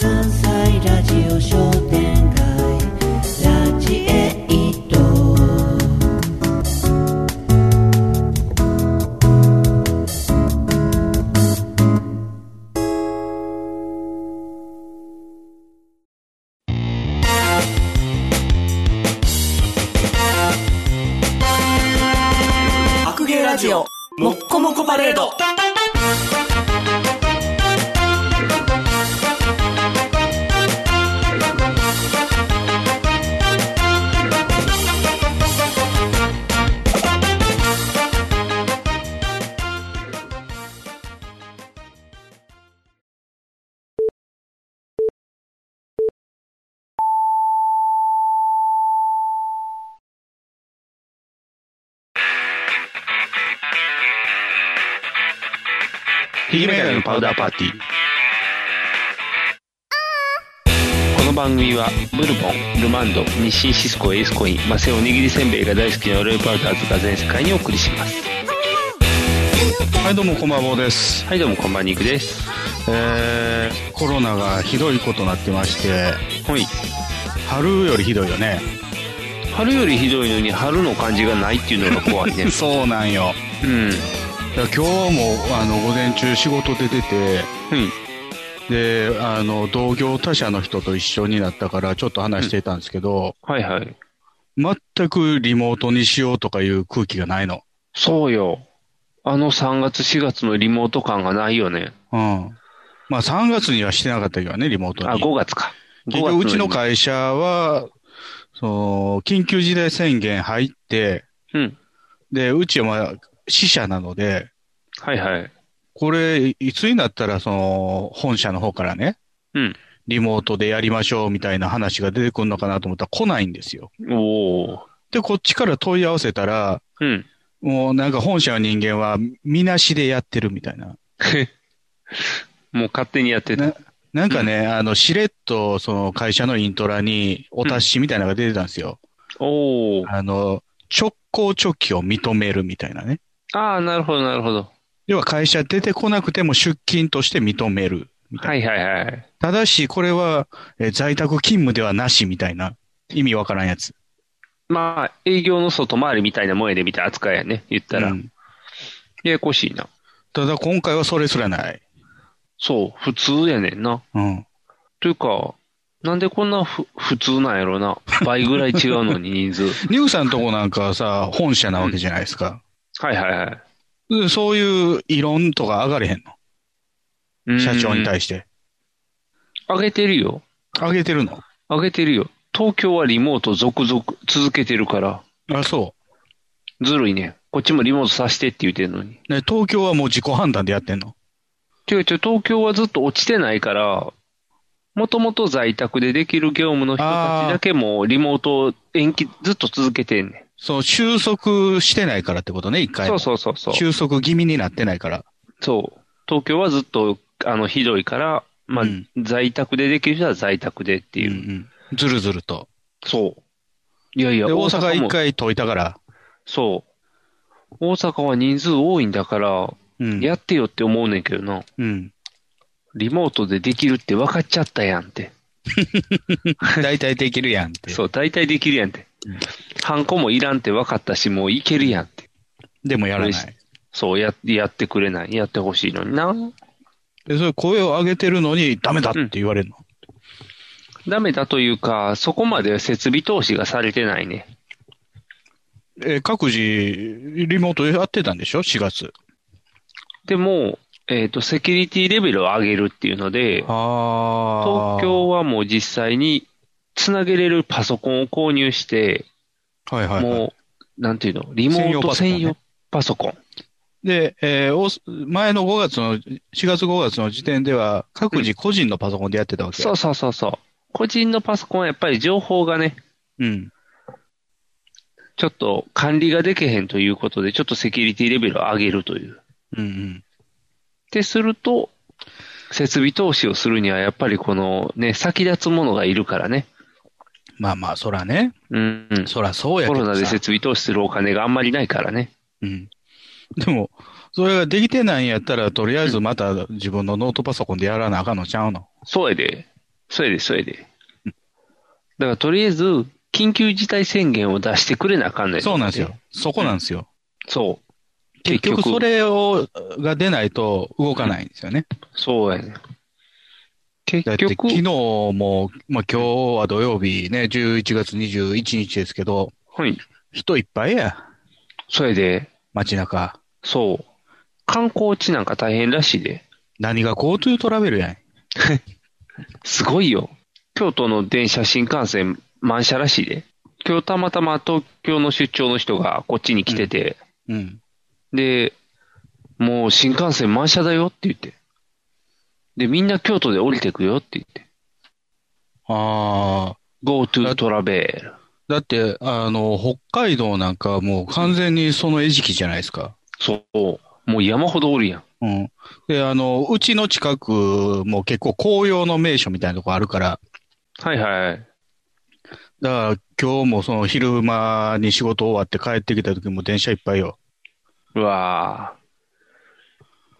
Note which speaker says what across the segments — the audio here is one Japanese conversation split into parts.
Speaker 1: 関西ラジオ商店街ラジエイト
Speaker 2: 白芸ラジオもっこもこパレード
Speaker 3: ひげメガネのパウダーパーティー。この番組は、ブルボン、ルマンド、日清シスコ、エースコイン、マセオおにぎりせんべいが大好きなオレオパルターズが全世界にお送りします。
Speaker 4: はい、どうも、こんばんはです。
Speaker 3: はい、どうもこんばんにいくです。
Speaker 4: えー、コロナがひどいことになってまして、
Speaker 3: はい。
Speaker 4: 春よりひどいよね。。
Speaker 3: 春よりひどいのに春の感じがないっていうのが怖い ね
Speaker 4: そうなんよ。
Speaker 3: うん。
Speaker 4: だから今日も、あの、午前中仕事で出て、
Speaker 3: うん。
Speaker 4: で、あの、同業他社の人と一緒になったから、ちょっと話していたんですけど、
Speaker 3: はいはい。
Speaker 4: 全くリモートにしようとかいう空気がないの。
Speaker 3: そうよ。あの3月4月のリモート感がないよね。
Speaker 4: うん。まあ、3月にはしてなかったけどね、リモートに。
Speaker 3: あ、5月か。
Speaker 4: 結
Speaker 3: 5
Speaker 4: 局、う
Speaker 3: 月
Speaker 4: ちの
Speaker 3: リモ
Speaker 4: 会社は、その、緊急事態宣言入って、
Speaker 3: うん。
Speaker 4: で、うちはまあ、死者なので、
Speaker 3: はいはい。
Speaker 4: これ、いつになったら、その、本社の方からね、
Speaker 3: うん。
Speaker 4: リモートでやりましょうみたいな話が出てくるのかなと思ったら来ないんですよ。
Speaker 3: おー。
Speaker 4: で、こっちから問い合わせたら、
Speaker 3: うん。
Speaker 4: もうなんか本社の人間は、みなしでやってるみたいな。
Speaker 3: もう勝手にやってた。
Speaker 4: ななんかね、あの、しれっと、その会社のイントラにお達しみたいなのが出てたんですよ。
Speaker 3: おお。
Speaker 4: あの、直行直帰を認めるみたいなね。
Speaker 3: ああ、なるほど、なるほど。
Speaker 4: 要は会社出てこなくても出勤として認めるみたいな。
Speaker 3: はいはいはい。
Speaker 4: ただし、これは、えー在宅勤務ではなしみたいな、意味わからんやつ。
Speaker 3: まあ、営業の外回りみたいなもんやで、みたいな扱いやね。言ったら。
Speaker 4: うん
Speaker 3: ややこしいな。
Speaker 4: ただ、今回はそれすらない。
Speaker 3: そう、普通やねんな。
Speaker 4: うん。
Speaker 3: というか、なんでこんなふ普通なんやろな。倍ぐらい違うのに人数。
Speaker 4: ニューさんとこなんかはさ、本社なわけじゃないですか。
Speaker 3: はいはいはい
Speaker 4: でそういう異論とか上がれへん
Speaker 3: うん。
Speaker 4: の社長に
Speaker 3: して。
Speaker 4: 対して。
Speaker 3: 上げてるよ。
Speaker 4: 上げてるの
Speaker 3: 上げてるよ。東京はリモート続々続けてるから、
Speaker 4: あ、そ
Speaker 3: ずるいね。こっちもリモートさせてって言ってるのに。
Speaker 4: う。ね、東京はもう自己判断でやってんの
Speaker 3: 違う違う、東京はずっと落ちてないから、もともと在宅でできる業務の人たちだけもリモートを延期ずっと続けてんね
Speaker 4: そう、収束してないからってことね、一
Speaker 3: ん。
Speaker 4: 回
Speaker 3: そう
Speaker 4: も。
Speaker 3: そうそうそう。
Speaker 4: 収束気味になってないから。
Speaker 3: そう。東京はずっと、あの、ひどいから、まあ、
Speaker 4: うん
Speaker 3: 在宅でできる人は在宅でって
Speaker 4: う
Speaker 3: い
Speaker 4: ん
Speaker 3: う。
Speaker 4: うん。ずるずると。
Speaker 3: そう。いやいや、
Speaker 4: で、大
Speaker 3: も
Speaker 4: 阪一回解いたから。
Speaker 3: そう。大阪は人数多いんだから、
Speaker 4: うん。
Speaker 3: やってよって思うねんけどな。
Speaker 4: うん。
Speaker 3: リモートでできるって分かっちゃったやんって。
Speaker 4: 大体できるやんって。
Speaker 3: そう、大体できるやんって。ハンコもいらんって分かったし、もういけるやんって。
Speaker 4: でもやらな
Speaker 3: そ
Speaker 4: い。
Speaker 3: うそう、や、やってくれない。やってほしいのにな。
Speaker 4: で、それ声を上げてるのにダメだって言われるの。
Speaker 3: ダメだというか、そこまで設備投資がされてないね。
Speaker 4: えー各自、リモートやってたんでしょ ?4 月。
Speaker 3: でも、えっ、と、セキュリティレベルを上げるっていうので、
Speaker 4: あ
Speaker 3: 東京はもう実際につなげれるパソコンを購入して、
Speaker 4: 京。はいはい、は
Speaker 3: もう、なんていうの、リモート専
Speaker 4: 専
Speaker 3: 用
Speaker 4: 用
Speaker 3: パソコン。
Speaker 4: い。で、えーおす前の5月の、4月5月の時点では、各自個人のパソコンでやってたわけ。
Speaker 3: そうそうそうそう。個人のパソコンはやっぱり情報がね、
Speaker 4: うん。
Speaker 3: ちょっと管理ができへんということで、ちょっとセキュリティレベルを上げるという。
Speaker 4: うんうん。
Speaker 3: ってすると、設備投資をするには、やっぱりこのね、先立つものがいるからね。
Speaker 4: まあまあ、そらね。
Speaker 3: うん、うん。
Speaker 4: そらそうや
Speaker 3: コ
Speaker 4: けど
Speaker 3: ロ
Speaker 4: さ
Speaker 3: ナで設備投資するお金があんまりないからね。
Speaker 4: うん。でも、それができてないんやったら、とりあえずまた自分のノートパソコンでやらなあかんのちゃうの。
Speaker 3: そうやで。それで、それで。だから、とりあえず、緊急事態宣言を出してくれなあかんね
Speaker 4: そうなんですよ。。そこなんですよ。
Speaker 3: そう。
Speaker 4: 結局、そ。れを、が出ないと動かないんですよね。
Speaker 3: そうやね。
Speaker 4: だ
Speaker 3: 結
Speaker 4: って昨
Speaker 3: 局
Speaker 4: 日、も、まあ今日は土曜日ね、11月21日ですけど、
Speaker 3: はい。
Speaker 4: 人いっぱいや、
Speaker 3: それで、
Speaker 4: 街中。
Speaker 3: そう。観光地なんか大変らしいで。
Speaker 4: 何が GoTo トラベルやん。
Speaker 3: すごいよ。京都の電車新幹線満車らしいで。今日たまたま東京の出張の人がこっちに来てて、
Speaker 4: うん。
Speaker 3: で、もう新幹線満車だよって言って。で、みんな京都で降りてくよって言って。
Speaker 4: ああ。
Speaker 3: GoTo トラベル。
Speaker 4: だって、あの、北海道なんかもう完全にその餌食じゃないですか。
Speaker 3: そう。もう山ほどおるやん。
Speaker 4: うん。で、あの、うちの近くも結構紅葉の名所みたいなとこあるから、
Speaker 3: はいはい。
Speaker 4: だから今日もその昼間に仕事終わって帰ってきた時も電車いっぱいよ。
Speaker 3: うわ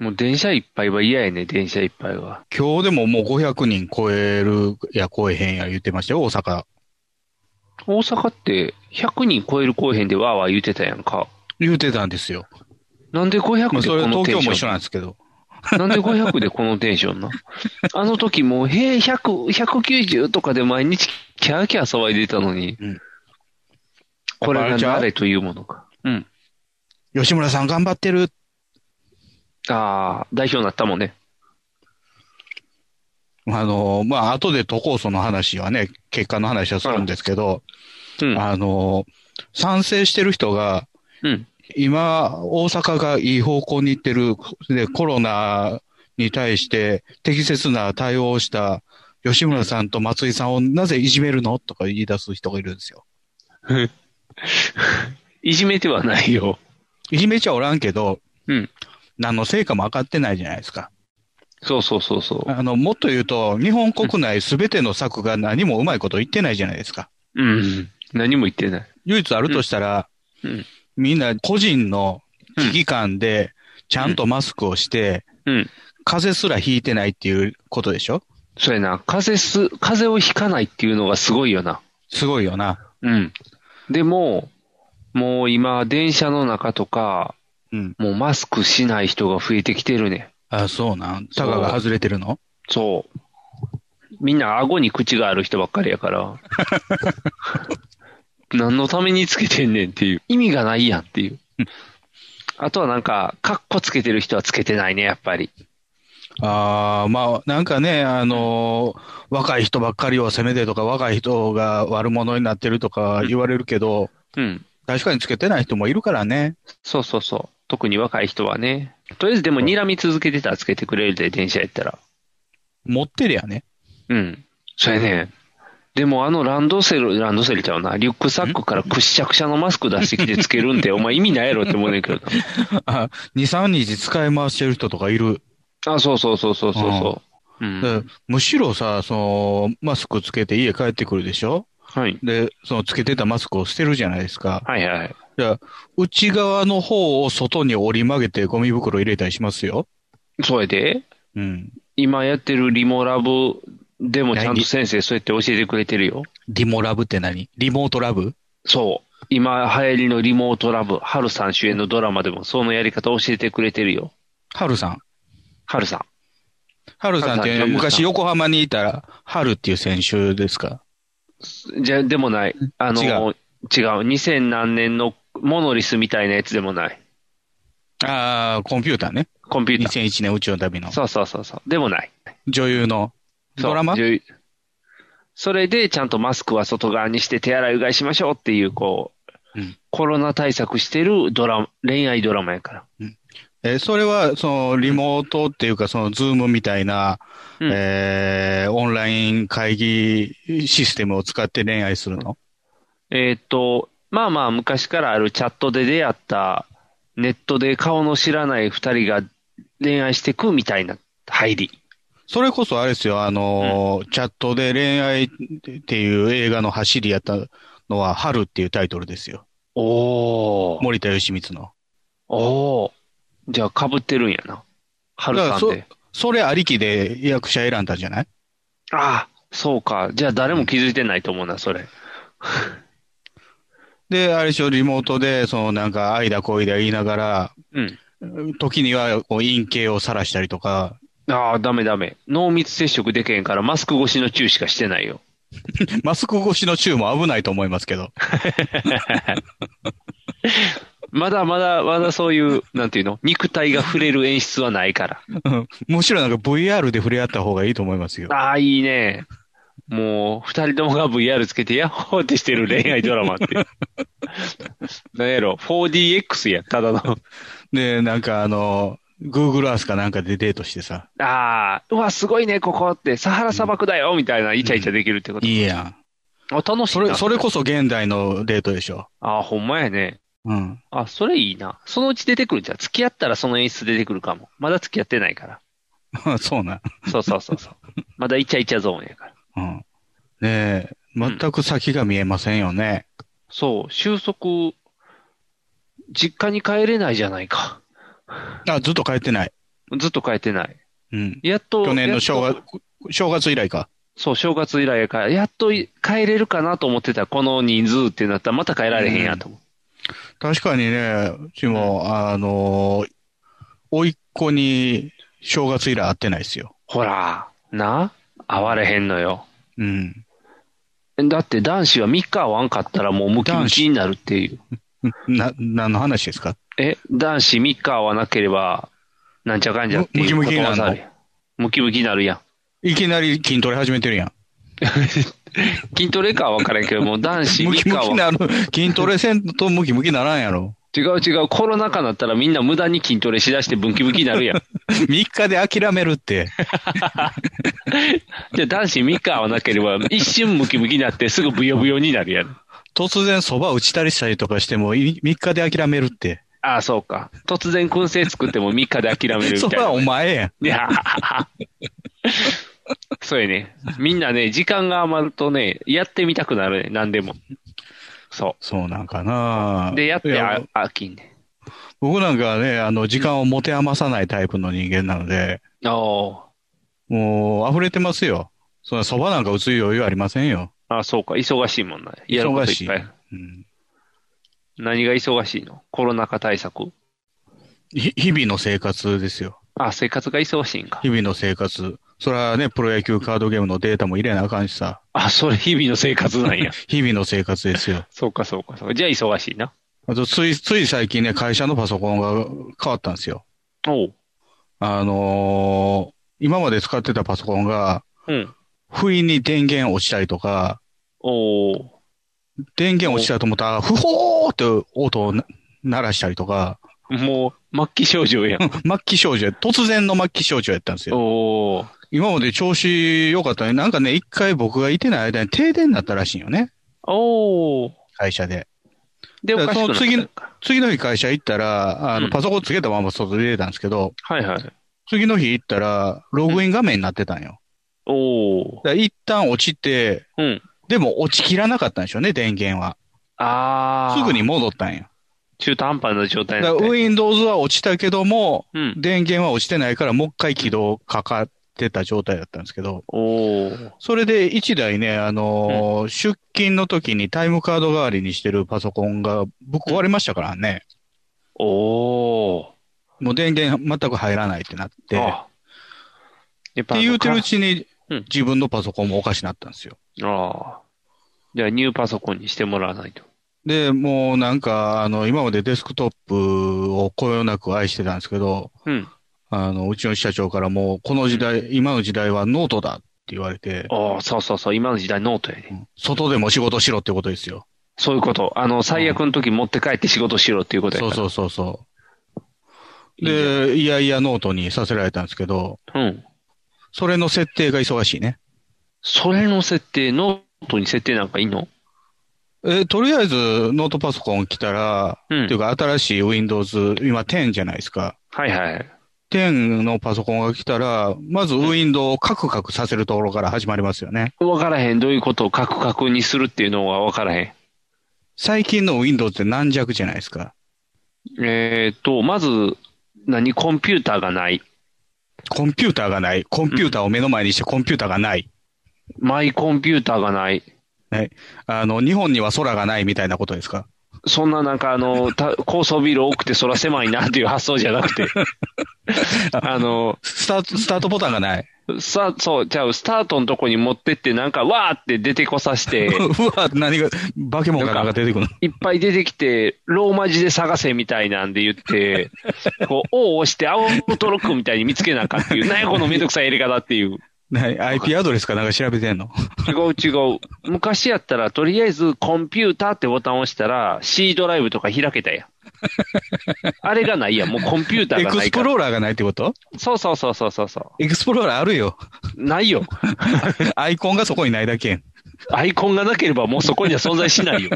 Speaker 3: ぁ。もう電車いっぱいは嫌やね、電車いっぱいは。
Speaker 4: 今日でももう500人超えるや超えへんや言ってましたよ、大阪。
Speaker 3: 大阪って100人超える公園でわーわー言ってたやんか。
Speaker 4: 言うてたんですよ。
Speaker 3: なんで500
Speaker 4: まあ、
Speaker 3: で
Speaker 4: それ
Speaker 3: この
Speaker 4: 東
Speaker 3: テン
Speaker 4: 京
Speaker 3: シ
Speaker 4: も
Speaker 3: ョン
Speaker 4: 一緒なんですけど。
Speaker 3: なんで500でこの テンションなあの時もう、へえ、100、190とかで毎日キャーキャー騒いでたのに、
Speaker 4: うん
Speaker 3: これ
Speaker 4: やっぱあれちゃ
Speaker 3: が
Speaker 4: う
Speaker 3: あれというものか。うん。
Speaker 4: 吉村さん頑張ってる。
Speaker 3: ああ、代表になったもんね。
Speaker 4: あの、まあ、後で都構想の話はね、結果の話はするんですけど、
Speaker 3: うん。
Speaker 4: あの、賛成してる人が、
Speaker 3: うん。
Speaker 4: 今、大阪がいい方向に行ってる、で、コロナに対して適切な対応をした吉村さんと松井さんをなぜいじめるのとか言い出す人がいるんですよ。
Speaker 3: いじめてはないよ。
Speaker 4: いじめちゃおらんけど、
Speaker 3: うん。
Speaker 4: 何の成果も上がってないじゃないですか。
Speaker 3: そうそうそうそう。
Speaker 4: あの、もっと言うと、日本国内すべての策が何もうまいこと言ってないじゃないですか。
Speaker 3: うん。何も言ってない。
Speaker 4: 唯一あるとしたら、
Speaker 3: うん。
Speaker 4: みんな個人の危機感で、ちゃんとマスクをして、
Speaker 3: うん。
Speaker 4: 風邪すらひいてないっていうことでしょ
Speaker 3: そうやな。風す、風邪をひかないっていうのがすごいよな。
Speaker 4: すごいよな。
Speaker 3: うん。でも、もう今、電車の中とか、
Speaker 4: うん。
Speaker 3: もうマスクしない人が増えてきてるね。
Speaker 4: あ、そうなん。
Speaker 3: そ
Speaker 4: タ
Speaker 3: う
Speaker 4: ガが外れてるの
Speaker 3: そう。みんな顎に口がある人ばっかりや から。何のためにつけてんねんっていう。意味がないやんっていう。あとはなんか、カッコつけてる人はつけてないね、やっぱり。
Speaker 4: ああ、まあ、なんかね、あのー若い人ばっかりを責めてとか、若い人が悪者になってるとか言われるけど、
Speaker 3: うん。
Speaker 4: 確かにつけてない人もいるからね。
Speaker 3: そうそうそう。特に若い人はね。とりあえずでも睨み続けてたらつけてくれるで、電車やったら。
Speaker 4: 持ってりゃね。
Speaker 3: うん。それね。でもあのランドセル、ランドセルちゃうな。リュックサックからくしゃくしゃのマスク出してきてつけ るんで、お前意味ないやろって思うねんけどな。
Speaker 4: あ、2、3日使い回してる人とかいる。
Speaker 3: あ、そうそうそうそうそうそう。うん。
Speaker 4: でむしろさ、その、マスクつけて家帰ってくるでしょ
Speaker 3: はい。
Speaker 4: で、そのつけてたマスクを捨てるじゃないですか。
Speaker 3: はいはい。
Speaker 4: じゃあ、内側の方を外に折り曲げてゴミ袋入れたりしますよ。
Speaker 3: それで、
Speaker 4: うん。
Speaker 3: 今やってるリモラブでもちゃんと先生そうやって教えてくれてるよ。
Speaker 4: リモラブって何リモートラブ
Speaker 3: そう。今流行りのリモートラブ、ハルさん主演のドラマでもそのやり方教えてくれてるよ。
Speaker 4: ハルさん。
Speaker 3: ハルさ
Speaker 4: ハルさんっていうのは
Speaker 3: ハルさん
Speaker 4: 昔
Speaker 3: 女優さん
Speaker 4: 横浜にいたハルっていう選手ですか
Speaker 3: ん。じゃ、でもない。あの、
Speaker 4: 違
Speaker 3: 違
Speaker 4: う
Speaker 3: う。2000何年のモノリスみたいなやつでもない。
Speaker 4: ああ、コンピューターね。
Speaker 3: コンピューター。
Speaker 4: 2001年宇宙の旅の
Speaker 3: そうそうそうそう。でもない。
Speaker 4: 女優の
Speaker 3: そう
Speaker 4: ドラマ
Speaker 3: 女優それでちゃんとマスクは外側にして手洗いうがいしましょうっていう、こう、
Speaker 4: うん
Speaker 3: コロナ対策してるドラマ、恋愛ドラマやから。
Speaker 4: えーそれは、その、リモートっていうか、その、ズームみたいな、
Speaker 3: うん
Speaker 4: えーオンライン会議システムを使って恋愛するの
Speaker 3: えーっと、まあまあ昔からあるチャットで出会った、ネットで顔の知らない二人が恋愛してくみたいな入り。
Speaker 4: それこそあれですよ、あのーチャットで恋愛っていう映画の走りやったのは、春っていうタイトルですよ。
Speaker 3: おー。
Speaker 4: 森田義満の。
Speaker 3: おー。じゃあ被ってるんやな。春さん
Speaker 4: だか
Speaker 3: で。
Speaker 4: それありきで役者選んだんじゃない
Speaker 3: ああ、そうか。じゃあ誰も気づいてないと思うな、それ。
Speaker 4: で、あれでしょ、リモートで、そのなんか、愛だ恋だ言いながら、
Speaker 3: うん。
Speaker 4: 時にはこう陰茎を晒したりとか、
Speaker 3: ああ、ダメダメ。濃密接触でけへんからマスク越しの注意しかしてないよ。
Speaker 4: マスク越しの宙も危ないと思いますけど。
Speaker 3: まだまだ、まだそういう、なんていうの肉体が触れる演出はないから。
Speaker 4: うんむしろなんか VR で触れ合った方がいいと思いますよ。
Speaker 3: ああ、いいね。もう、二人ともが VR つけて、ヤッホーってしてる恋愛ドラマって。 なんやろ、4DX や、ただの。
Speaker 4: で、なんかあの、Google Earth かなんかでデートしてさ、
Speaker 3: ああ、うわ、すごいね、ここって、サハラ砂漠だよ、みたいな、イチャイチャできるってこと。
Speaker 4: いいやん。
Speaker 3: あ、楽しい
Speaker 4: そ
Speaker 3: な。
Speaker 4: れ、それこそ現代のデートでしょ。
Speaker 3: ああ、ほんまやね。
Speaker 4: うん。
Speaker 3: あ、それいいな。そのうち出てくるんじゃん。付き合ったらその演出出てくるかも。まだ付き合ってないから。
Speaker 4: そうなん。
Speaker 3: そうそうそうそう。まだイチャイチャゾーンやから。
Speaker 4: うん。ねえ、全く先が見えませんよね。
Speaker 3: そう、収束、実家に帰れないじゃないか。
Speaker 4: あ、ずっと帰ってない。
Speaker 3: ずっと帰ってない。
Speaker 4: うん。
Speaker 3: やっと。
Speaker 4: 去年の正
Speaker 3: やっと
Speaker 4: 月、正月以来か。
Speaker 3: そう、正月以来やから、やっとい帰れるかなと思ってた、この人数ってなったら、また帰られへんやと思う。
Speaker 4: 確かにね、うちも、あの、甥っ子に正月以来会ってないですよ。
Speaker 3: ほら、な、会われへんのよ。
Speaker 4: うん。
Speaker 3: だって男子は3日会わんかったらもうムキムキになるっていう。
Speaker 4: な、何の話ですか
Speaker 3: え、男子3日会わなければ、なんちゃかんちゃっていう
Speaker 4: ムムキムキになる
Speaker 3: こと
Speaker 4: の
Speaker 3: わざあやんムキムキになるやん。
Speaker 4: いきなり筋トレ始めてるやん。
Speaker 3: 筋トレかは分からんけど、もう男子3
Speaker 4: ムキ
Speaker 3: 日
Speaker 4: ムキ な
Speaker 3: は。
Speaker 4: る、筋トレせんとムキムキならんやろ。
Speaker 3: 違う違う、コロナ禍になったらみんな無駄に筋トレしだしてムキムキにな るやん。
Speaker 4: 3日で諦めるって。
Speaker 3: じゃあ男子3日会わなければ、一瞬ムキムキになってすぐブヨブヨになるやん。
Speaker 4: 突然蕎麦打ちたりしたりとかしても、3日で諦めるって。
Speaker 3: ああ、そうか。突然燻製作っても3日で諦めるみ た
Speaker 4: そ
Speaker 3: い
Speaker 4: れ
Speaker 3: な。
Speaker 4: はお前やん。
Speaker 3: いやー そうやね。みんなね、時間が余るとね、やってみたくなるね、何でも。そ
Speaker 4: そうなんかな
Speaker 3: う。で、やっ
Speaker 4: い
Speaker 3: て
Speaker 4: や
Speaker 3: あ飽きんね。
Speaker 4: 僕なんかはね、あの、時間を持て余さないタイプの人間なので、
Speaker 3: おー
Speaker 4: もう、溢れてますよ。そんな蕎麦なんか打つ余裕ありませんよ。
Speaker 3: ああ、そうか。忙しいもんな。やることいっぱ
Speaker 4: 忙し
Speaker 3: い。
Speaker 4: うん、
Speaker 3: 何が忙しいのコロナ禍対策
Speaker 4: ひ日々の生活ですよ。
Speaker 3: あ、生活が忙しいんか。
Speaker 4: 日々の生活。それはね、プロ野球カードゲームのデータも入れなあかんしさ。
Speaker 3: あ、それ日々の生活 なんや。
Speaker 4: 日々の生活ですよ。
Speaker 3: そうか、そうか、そうか。じゃあ忙しいな。
Speaker 4: あと、つい、つい最近ね、会社のパソコンが変わったんですよ。
Speaker 3: おう。
Speaker 4: あのー今まで使ってたパソコンが、
Speaker 3: うん。
Speaker 4: 不意に電源落ちたりとか、
Speaker 3: おう。
Speaker 4: 電源落ちたと思ったら、ふほーって音をな鳴らしたりとか、
Speaker 3: もう、末期症状やん。
Speaker 4: 末期症状や、突然の末期症状やったんですよ。
Speaker 3: おお。
Speaker 4: 今まで調子良かったのに、なんかね、一回僕がいてない間に停電になったらしいんよね、
Speaker 3: おお。
Speaker 4: 会社で。
Speaker 3: で、おかしくなった
Speaker 4: その次の
Speaker 3: か
Speaker 4: 次の日会社行ったら、あ
Speaker 3: う
Speaker 4: の、
Speaker 3: ん
Speaker 4: パソコンつけたまま外出てたんですけど、
Speaker 3: はいはい。
Speaker 4: 次の日行ったら、ログイン画面になってたんよ。
Speaker 3: おお。
Speaker 4: だから一旦落ちて、
Speaker 3: うん。
Speaker 4: でも落ちきらなかったんでしょうね、電源は。
Speaker 3: ああ。
Speaker 4: すぐに。戻ったんよ。
Speaker 3: 中途半端な状態
Speaker 4: だ
Speaker 3: に
Speaker 4: か
Speaker 3: な
Speaker 4: ら
Speaker 3: って
Speaker 4: Windows は落ちたけども、
Speaker 3: うん。
Speaker 4: 電源は落ちてないから、もう一回起動かかってた状態だったんですけど、
Speaker 3: おお。
Speaker 4: それで一台ね、あのー出勤の時にタイムカード代わりにしてるパソコンがぶっ壊れましたからね、
Speaker 3: おお。
Speaker 4: もう電源全く入らないってなって、っ
Speaker 3: あやっぱ
Speaker 4: て言うてるう
Speaker 3: ち。
Speaker 4: ちに
Speaker 3: うん
Speaker 4: 自分のパソコンもおかしなったんですよ。
Speaker 3: ああ。じゃあ、ニューパソコンにしてもらわないと。
Speaker 4: で、もうなんか、あの、今までデスクトップをこよなく愛してたんですけど、
Speaker 3: うん。
Speaker 4: あの、うちの社長からもう、この時代、今の時代はノートだって言われて、
Speaker 3: ああ、そうそうそう。今の時代ノートやね。
Speaker 4: 外でも仕事しろってことですよ。
Speaker 3: そういうこと。あの、最悪の時持って帰って仕事しろっていうことやか
Speaker 4: そう
Speaker 3: ら。
Speaker 4: そううそうそう。
Speaker 3: いいじゃ
Speaker 4: で、いやいやノートにさせられたんですけど、
Speaker 3: そう。うん。
Speaker 4: それの設定が忙しいね。
Speaker 3: それの設定、ノートに設定なんかいいの
Speaker 4: え、とりあえずノートパソコン来たら、
Speaker 3: うん
Speaker 4: っていうか新しい Windows、今10じゃないですか。
Speaker 3: はいはい。
Speaker 4: 10のパソコンが来たら、まずウィンドウをカクカクさせるところから始まりますよね。
Speaker 3: わからへん。どういうことをカクカクにするっていうのがわからへん。
Speaker 4: 最近の Windows って軟弱じゃないですか。
Speaker 3: えーっと、まず、何コンピューターがない。
Speaker 4: コンピューターがない。コンピューターを目の前にしてコンピューターがない。
Speaker 3: マイコンピューターがない。
Speaker 4: あの、日本には空がないみたいなことですか
Speaker 3: そんななんか あの、た高層ビル多くて空狭いなっていう発想じゃなくて。あの、
Speaker 4: スタート、スタートボタンがない。
Speaker 3: さ、そう、じゃあスタートのとこに持ってってなんかわーって出てこさせて、
Speaker 4: うわ、何が、化け物がなんか出てくるの。
Speaker 3: いっぱい出てきて、ローマ字で探せみたいなんで 言って、こう、O を押して、青トロックみたいに見つけなあかんっていう、なんやこのめんどくさいやり方っていう。
Speaker 4: 何 IP アドレスかなんか調べてんの
Speaker 3: 違う違う。昔やったら、とりあえずコンピューターってボタンを押したら、C ドライブとか開けたやん。あれがないやん。もうコンピューター
Speaker 4: エ
Speaker 3: が
Speaker 4: ク
Speaker 3: な
Speaker 4: ス
Speaker 3: い
Speaker 4: プ
Speaker 3: から。
Speaker 4: ローラーがないってこと
Speaker 3: そうそうそうそうそうそ
Speaker 4: エクスプローラーあるよ。
Speaker 3: う。ないよ。
Speaker 4: アイコンがそこにないだけやん。
Speaker 3: アイコンがなければもうそこには存在しないよ。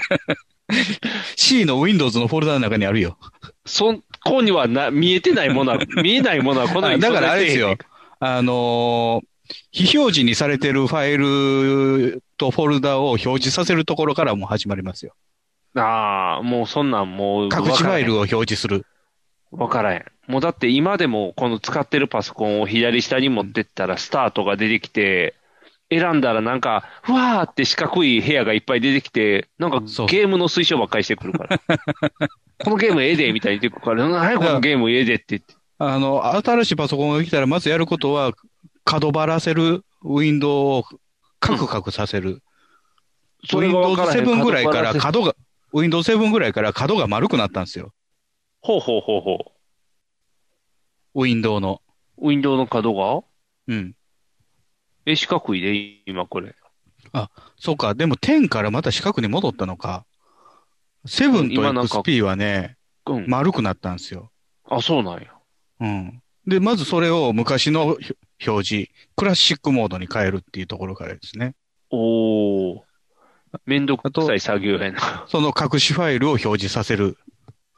Speaker 4: C の Windows のフォルダの中にあるよ。
Speaker 3: そこにはな、見えてないものは、見えないものはこの世に
Speaker 4: だからあれです
Speaker 3: 存在
Speaker 4: よ
Speaker 3: せ。
Speaker 4: あのー非表示にされてるファイルとフォルダを表示させるところからもう始まりますよ。
Speaker 3: えへん。ああ、もうそんなんもう。
Speaker 4: 隠しファイルを表示する。
Speaker 3: わからへん。もうだって今でもこの使ってるパソコンを左下に持ってったらスタートが出てきて、選んだらなんか、ふわーって四角い部屋がいっぱい出てきて、なんか
Speaker 4: そう
Speaker 3: ゲームの推奨ばっかりしてく るから。このゲームええで、みたいに言ってくるから、何やこのゲームええでって言って。
Speaker 4: あの、新しいパソコンが来たらまずやることは、角張らせるウィンドウをカクカクさせる。
Speaker 3: そ
Speaker 4: ウィ
Speaker 3: れ
Speaker 4: ン
Speaker 3: が
Speaker 4: ド
Speaker 3: わ
Speaker 4: ウ
Speaker 3: からへん。
Speaker 4: 7ぐらいから
Speaker 3: 角張せ
Speaker 4: 角が、ウィンドウ7ぐらいから角が丸くなったんですよ。
Speaker 3: ほうほうほうほ
Speaker 4: ウィンドウの。
Speaker 3: う。ウィンドウの角が
Speaker 4: うん。
Speaker 3: え、四角いで、今これ。
Speaker 4: そうか。でも10からまた四角に戻ったのか。7と
Speaker 3: 今なんか
Speaker 4: XP はね、
Speaker 3: うん。
Speaker 4: 丸くなったんですよ。
Speaker 3: あ、そうなんや。
Speaker 4: うん。で、まずそれを昔のひょ表示、クラシックモードに変えるっていうところからですね。
Speaker 3: おー。めんどくさい作業やな。
Speaker 4: その隠しファイルを表示させる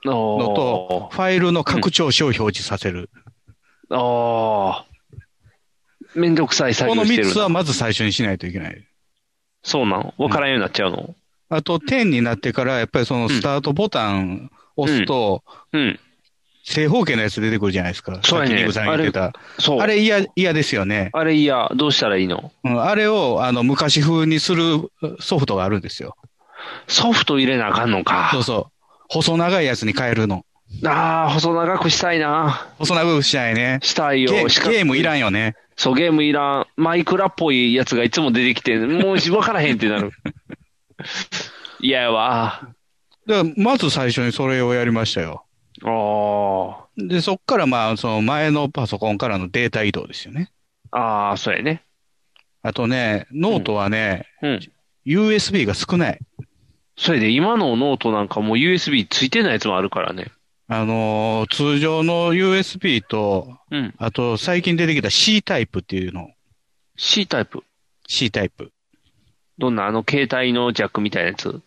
Speaker 3: の
Speaker 4: のと、ファイルの拡張子を表示させる。
Speaker 3: ああ。めんどくさい作
Speaker 4: この
Speaker 3: 業してる
Speaker 4: 3
Speaker 3: な。
Speaker 4: つはまず最初にしないといけない。
Speaker 3: そうなのわからんようになっちゃうの、
Speaker 4: あと、10になってから、やっぱりそのスタートボタンを押すと、
Speaker 3: うん、
Speaker 4: 正方形のやつ出てくるじゃないですか。
Speaker 3: そうやね
Speaker 4: さっきニグさん言ってた。
Speaker 3: そう。
Speaker 4: あれ嫌、嫌ですよね。
Speaker 3: あれいや、どうしたらいいの
Speaker 4: うん、あれを、あの、昔風にするソフトがあるんですよ。
Speaker 3: ソフト入れなあかんのか。
Speaker 4: そうそう。細長いやつに変えるの。
Speaker 3: ああ、細長くしたいな。
Speaker 4: 細長くしないね。
Speaker 3: したいよ。
Speaker 4: ゲ
Speaker 3: しか
Speaker 4: ゲームいらんよね。
Speaker 3: そう、ゲームいらん。マイクラっぽいやつがいつも出てきて、もうわからへんってなる。 いややわ。
Speaker 4: だからまず最初にそれをやりましたよ。
Speaker 3: ああ。
Speaker 4: で、そっからまあ、その前のパソコンからのデータ移動ですよね。
Speaker 3: ああ、そうやね。
Speaker 4: あとね、ノートはね、
Speaker 3: うん。
Speaker 4: USB が少ない。
Speaker 3: それで今のノートなんかもう USB ついてないやつもあるからね。
Speaker 4: あのー通常の USB と、
Speaker 3: うん。
Speaker 4: あと最近出てきた C タイプっていうの。
Speaker 3: C タイプ。
Speaker 4: C タイプ。
Speaker 3: どんなあの携帯のジャックみたいなやつ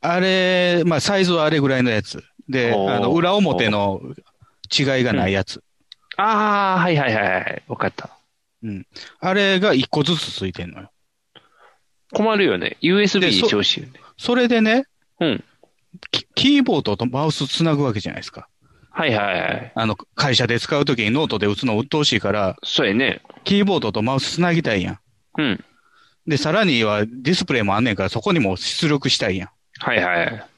Speaker 4: あれ、まあ、サイズはあれぐらいのやつ。で、
Speaker 3: おー
Speaker 4: あの、裏表の違いがないやつ。
Speaker 3: ああ、はいはいはいはい。わかった。
Speaker 4: あれが一個ずつついてんのよ。
Speaker 3: 困るよね。USB
Speaker 4: で
Speaker 3: に
Speaker 4: そ
Speaker 3: してほしいよね。
Speaker 4: それでね、
Speaker 3: うん。
Speaker 4: キキーボードとマウスつなぐわけじゃないですか。
Speaker 3: はいはいはい。
Speaker 4: あの、会社で使うときにノートで打つの鬱陶しいから、
Speaker 3: そうやね。
Speaker 4: キーボードとマウスつなぎたいやん。
Speaker 3: うん。
Speaker 4: で、さらにはディスプレイもあんねんから、そこにも出力したいやん。
Speaker 3: はいはい。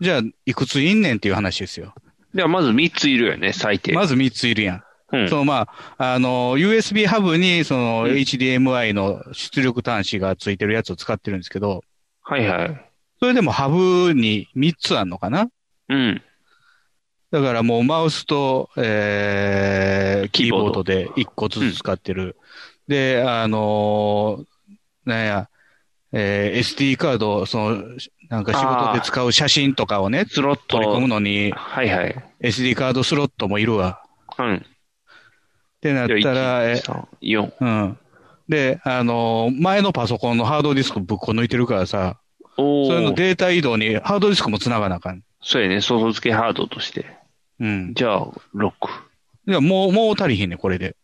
Speaker 4: じゃあ、いくついんねんっていう話ですよ。
Speaker 3: ではまず3ついるよね、最低。
Speaker 4: まず3ついるやん。
Speaker 3: うん
Speaker 4: そ。のまあ、あの、USB ハブに、その、
Speaker 3: うん
Speaker 4: HDMI の出力端子がついてるやつを使ってるんですけど、
Speaker 3: はいはい。
Speaker 4: それでもハブに3つあんのかな
Speaker 3: うん。
Speaker 4: だからもうマウスと、えー、キーボード
Speaker 3: キ
Speaker 4: で1個ずつ使ってる。で、あのーなんや、えー SD カード、その、なんか仕事で使う写真とかをね、
Speaker 3: スロット。
Speaker 4: 取り込むのに、
Speaker 3: はいはい。
Speaker 4: SD カードスロットもいるわ。
Speaker 3: うん。
Speaker 4: ってなったら、え
Speaker 3: 4。
Speaker 4: うん。で、あのー前のパソコンのハードディスクぶっこ抜いてるからさ、
Speaker 3: お
Speaker 4: それの
Speaker 3: ー。
Speaker 4: データ移動にハードディスクも繋がなあかん。
Speaker 3: そうやね。外付けハードとして。
Speaker 4: うん。
Speaker 3: じゃあ、
Speaker 4: い
Speaker 3: 6。
Speaker 4: や、もう、もう足りひんね、これで。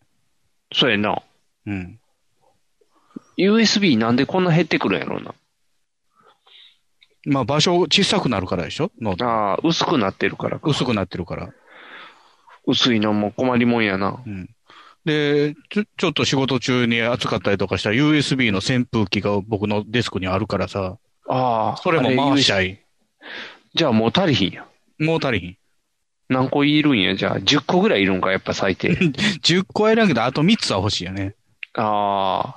Speaker 3: そうやな。
Speaker 4: うん。
Speaker 3: USB なんでこんな減ってくるんやろうな。
Speaker 4: まあ、場所小さくなるからでしょノート
Speaker 3: ああ、薄くなってるからか。
Speaker 4: 薄くなってるから。
Speaker 3: 薄いのも困りもんやな。
Speaker 4: うん。で、ちょ、ちょっと仕事中に暑かったりとかしたら USB の扇風機が僕のデスクにあるからさ、
Speaker 3: ああ。
Speaker 4: それも
Speaker 3: あ
Speaker 4: 回
Speaker 3: れ
Speaker 4: したい。
Speaker 3: じゃあもう足りひんや。
Speaker 4: もう足りひん。
Speaker 3: 何個いるんや。じゃあ10個ぐらいいるんか、やっぱ最低。
Speaker 4: 10個選んだけど、あと3つは欲しいよね。
Speaker 3: ああ。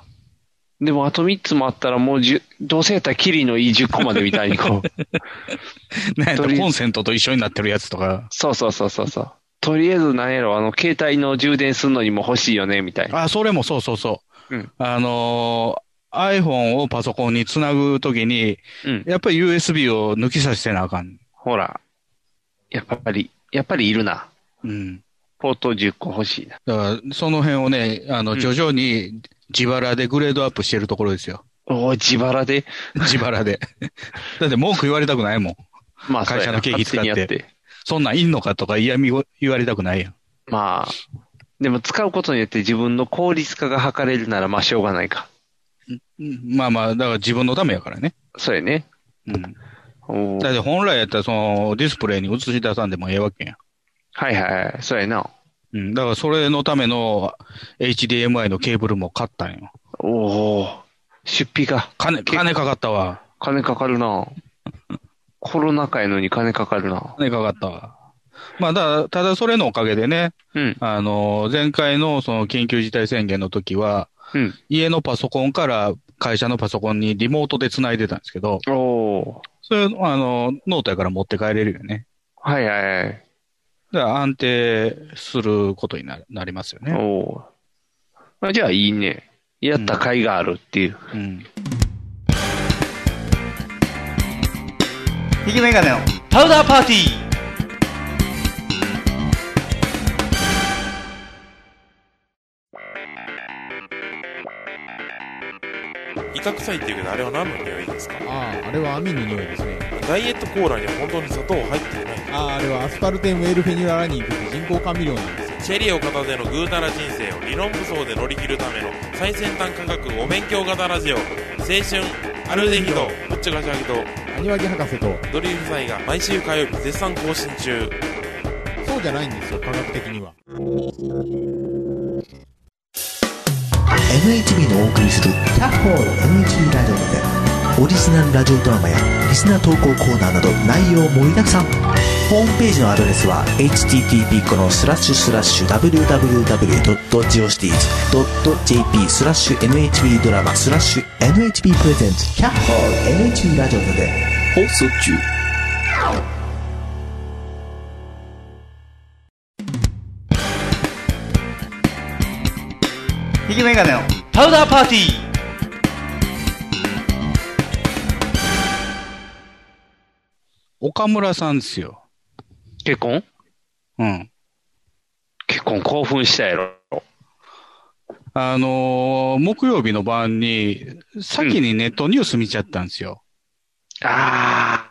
Speaker 3: でもあと3つもあったらもう10、どうせやったらキリのいい10個までみたいにこ う。
Speaker 4: なんやった
Speaker 3: とり
Speaker 4: ら
Speaker 3: あえず
Speaker 4: コンセントと一緒になってるやつとか。
Speaker 3: そうそうそうそうそう。とりあえずなんやろ、あの、携帯の充電するのにも欲しいよね、みたいな。
Speaker 4: あ、それもそうそうそう。
Speaker 3: うん
Speaker 4: あのー iPhone をパソコンにつなぐときに、
Speaker 3: うん。
Speaker 4: やっぱり USB を抜き差しせなあかん。
Speaker 3: ほら。やっぱり、やっぱりいるな。
Speaker 4: うん。
Speaker 3: ポート10個欲しいな。
Speaker 4: だから、その辺をね、あ
Speaker 3: う
Speaker 4: の、
Speaker 3: ん
Speaker 4: 徐々に自腹でグレードアップしてるところです よ。
Speaker 3: おお、自腹で。
Speaker 4: 自腹で。 だって文句言われたくないもん。
Speaker 3: まあ、
Speaker 4: 会社の経費使って
Speaker 3: そうやな勝手にやって。
Speaker 4: そんなんいんのかとか嫌味を言われたくないやん。
Speaker 3: まあ、でも使うことによって自分の効率化が図れるなら、まあ、しょうがないか。
Speaker 4: うんまあまあ、だから自分のためやからね。
Speaker 3: そうやね。
Speaker 4: うん。
Speaker 3: おー
Speaker 4: だって本来やったらそのディスプレイに映し出さんでもええわけやん。
Speaker 3: はいはいはい、そうやな。
Speaker 4: うん。だからそれのための HDMI のケーブルも買ったんよ。
Speaker 3: おお、出費が、
Speaker 4: 金、金かかったわ。
Speaker 3: 金かかるな。コロナ禍やのに金かかるな。
Speaker 4: 金かかったわ。まあ、だから、ただそれのおかげでね、
Speaker 3: うん、
Speaker 4: あの、前回のその緊急事態宣言の時は、
Speaker 3: うん。
Speaker 4: 家のパソコンから会社のパソコンにリモートで繋いでたんですけど、
Speaker 3: おお
Speaker 4: それ、あの、ノートやから持って帰れるよね。
Speaker 3: ー、はいはいはい。
Speaker 4: だから安定することにななりますよ
Speaker 3: お
Speaker 4: ね。
Speaker 3: おー。まあ、じゃあいいね。やった甲斐があるっていう。
Speaker 4: うん。
Speaker 5: ひげメガネのパウダーパーティー
Speaker 6: 威嚇臭いっていうけどあれは何の匂いですか
Speaker 7: あああれは網の匂いですね
Speaker 6: ダイエットコーラには本当に砂糖入ってない
Speaker 7: あああれはアスパルテンウェルフェニュララニンという人工甘味料なんですよ
Speaker 6: チェリーを片手のぐうたら人生を理論武装で乗り切るための最先端科学お勉強型ラジオ青春アルデヒドぶっちゃかしゃぎと
Speaker 7: アニワギ博士と
Speaker 6: ドリームサイが毎週火曜日絶賛更新中
Speaker 7: そうじゃないんですよ科学的には
Speaker 8: NHB のお送りする「キャッホール NHB ラジオ」でオリジナルラジオドラマやリスナー投稿コーナーなど内容盛りだくさんホームページのアドレスは http このスラッシュスラッシュ www.geocities.jp スラッシュ NHB ドラマスラッシュ NHB プレゼンツキャッホール NHB ラジオで放送中
Speaker 5: ひげメガネのパウダーパーティー
Speaker 4: 岡村さんですよ。
Speaker 3: 結婚
Speaker 4: うん。
Speaker 3: 結婚興奮したやろ。
Speaker 4: あのー木曜日の晩に、先にネットニュース見ちゃったんですよ。
Speaker 3: ああ。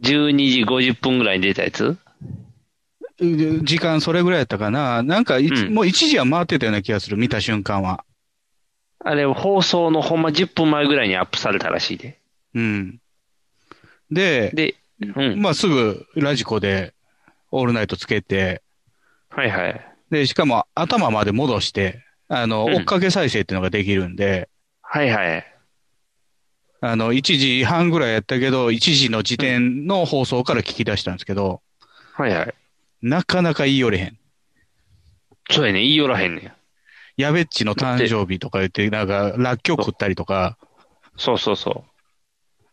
Speaker 3: 12時50分ぐらいに出たやつ
Speaker 4: う時間それぐらいやったかな。なんかいつ、
Speaker 3: うん
Speaker 4: もう1時は回ってたような気がする、見た瞬間は。
Speaker 3: あれ、放送のほんま10分前ぐらいにアップされたらしいで。
Speaker 4: うん。で、
Speaker 3: で、うん。
Speaker 4: まあすぐラジコでオールナイトつけて、
Speaker 3: はいはい。
Speaker 4: で、しかも頭まで戻して、あの、
Speaker 3: うん
Speaker 4: 追っかけ再生っていうのができるんで、
Speaker 3: はいはい。
Speaker 4: あの、1時半ぐらいやったけど、1時の時点の放送から聞き出したんですけど、
Speaker 3: はいはい。
Speaker 4: なかなか言いよれへん。
Speaker 3: そうやね。言いよらへんねん。
Speaker 4: やべっちの誕生日とか言って、なんか、らっきょう食ったりとか、
Speaker 3: そうそうそ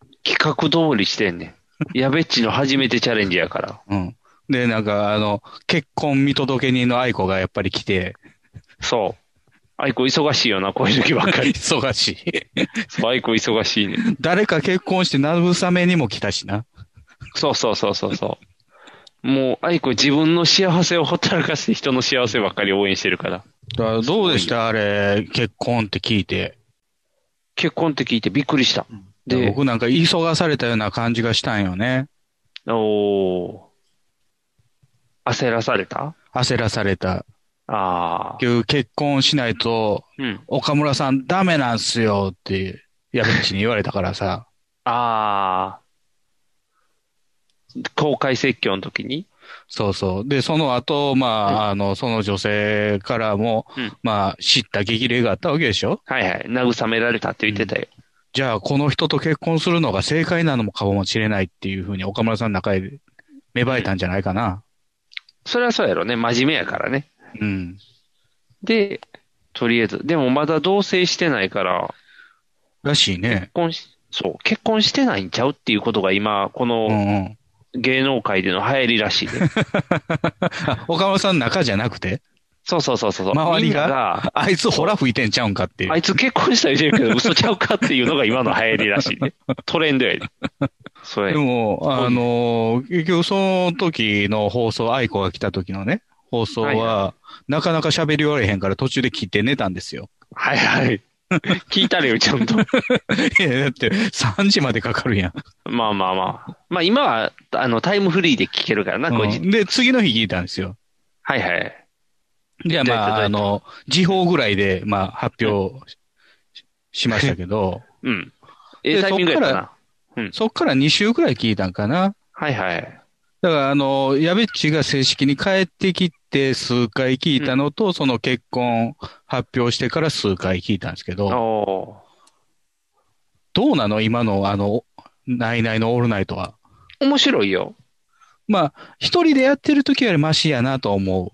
Speaker 3: う。企画通りしてんねん。やべっちの初めてチャレンジやから。
Speaker 4: うん。で、なんか、あの、結婚見届け人の愛子がやっぱり来て、
Speaker 3: そう。アイコ忙しいよな、こういう時ばっ かり。
Speaker 4: 忙しい。
Speaker 3: そう、アイコ忙しいねん。
Speaker 4: 誰か結婚して慰めにも来たしな。
Speaker 3: そうそうそうそうそう。もう、アイコ自分の幸せをほったらかして人の幸せばっかり応援してるから。
Speaker 4: だからどうでしたあれ、結婚って聞いて。
Speaker 3: 結婚って聞いてびっくりした。で、
Speaker 4: 僕なんか急がされたような感じがしたんよね。
Speaker 3: おー焦らされた
Speaker 4: 焦らされた。
Speaker 3: ああ。
Speaker 4: 結婚しないと、
Speaker 3: うん。
Speaker 4: 岡村さんダメなんすよって、矢口に言われたからさ。
Speaker 3: ああ。公開説教の時に
Speaker 4: そうそう。で、その後、まあ、あの、その女性からも
Speaker 3: うん、
Speaker 4: まあ、知った激励があったわけでしょ
Speaker 3: はいはい。慰められたって言ってたよ。
Speaker 4: じゃあ、この人と結婚するのが正解なのもかもしれないっていうふうに岡村さんの中で芽生えたんじゃないかな。
Speaker 3: それはそうやろね。真面目やからね。
Speaker 4: うん。
Speaker 3: で、とりあえず、でもまだ同棲してないから、
Speaker 4: らしいね
Speaker 3: 結。婚し、そう、結婚してないんちゃうっていうことが今、こ
Speaker 4: うんう
Speaker 3: の
Speaker 4: ん。
Speaker 3: 芸能界での流行りらしいで。
Speaker 4: あ岡村さんの中じゃなくて、
Speaker 3: そうそうそうそう。
Speaker 4: 周り
Speaker 3: みんな
Speaker 4: が、あいつほら吹いてんちゃうんかっていう
Speaker 3: あいつ結婚した言うてるけど、嘘ちゃうかっていうのが今の流行りらし いね。トレンドやね。それ
Speaker 4: で。も、あの、結局その時の放送、愛子が来た時のね、放送
Speaker 3: はい
Speaker 4: は
Speaker 3: は、
Speaker 4: なかなか喋り終われへんから途中で切って寝たんですよ。
Speaker 3: はいはい。聞いたれよ、ちゃんと。
Speaker 4: いや、だって3時までかかるやん。
Speaker 3: まあまあまあ。まあ今は、あの、タイムフリーで聞けるからな、こ
Speaker 4: う
Speaker 3: い
Speaker 4: ん
Speaker 3: つ。
Speaker 4: で、次の日聞いたんですよ。
Speaker 3: はいはい。
Speaker 4: じゃあま
Speaker 3: どうやってどうやっ
Speaker 4: あ、
Speaker 3: て
Speaker 4: あの、時報ぐらいで、まあ、発表ししましたけど、
Speaker 3: うん。ええタイミングやった
Speaker 4: そっ
Speaker 3: な。
Speaker 4: そっから2週くらい聞いたんかな。
Speaker 3: はいはい。
Speaker 4: だから、あの、矢部っちが正式に帰ってきて数回聞いたのと、その結婚発表してから数回聞いたんですけど、
Speaker 3: おー
Speaker 4: どうなの今の、あの、ナイナイのオールナイトは。
Speaker 3: 面白いよ。
Speaker 4: まあ、一人でやってる時よりマシやなと思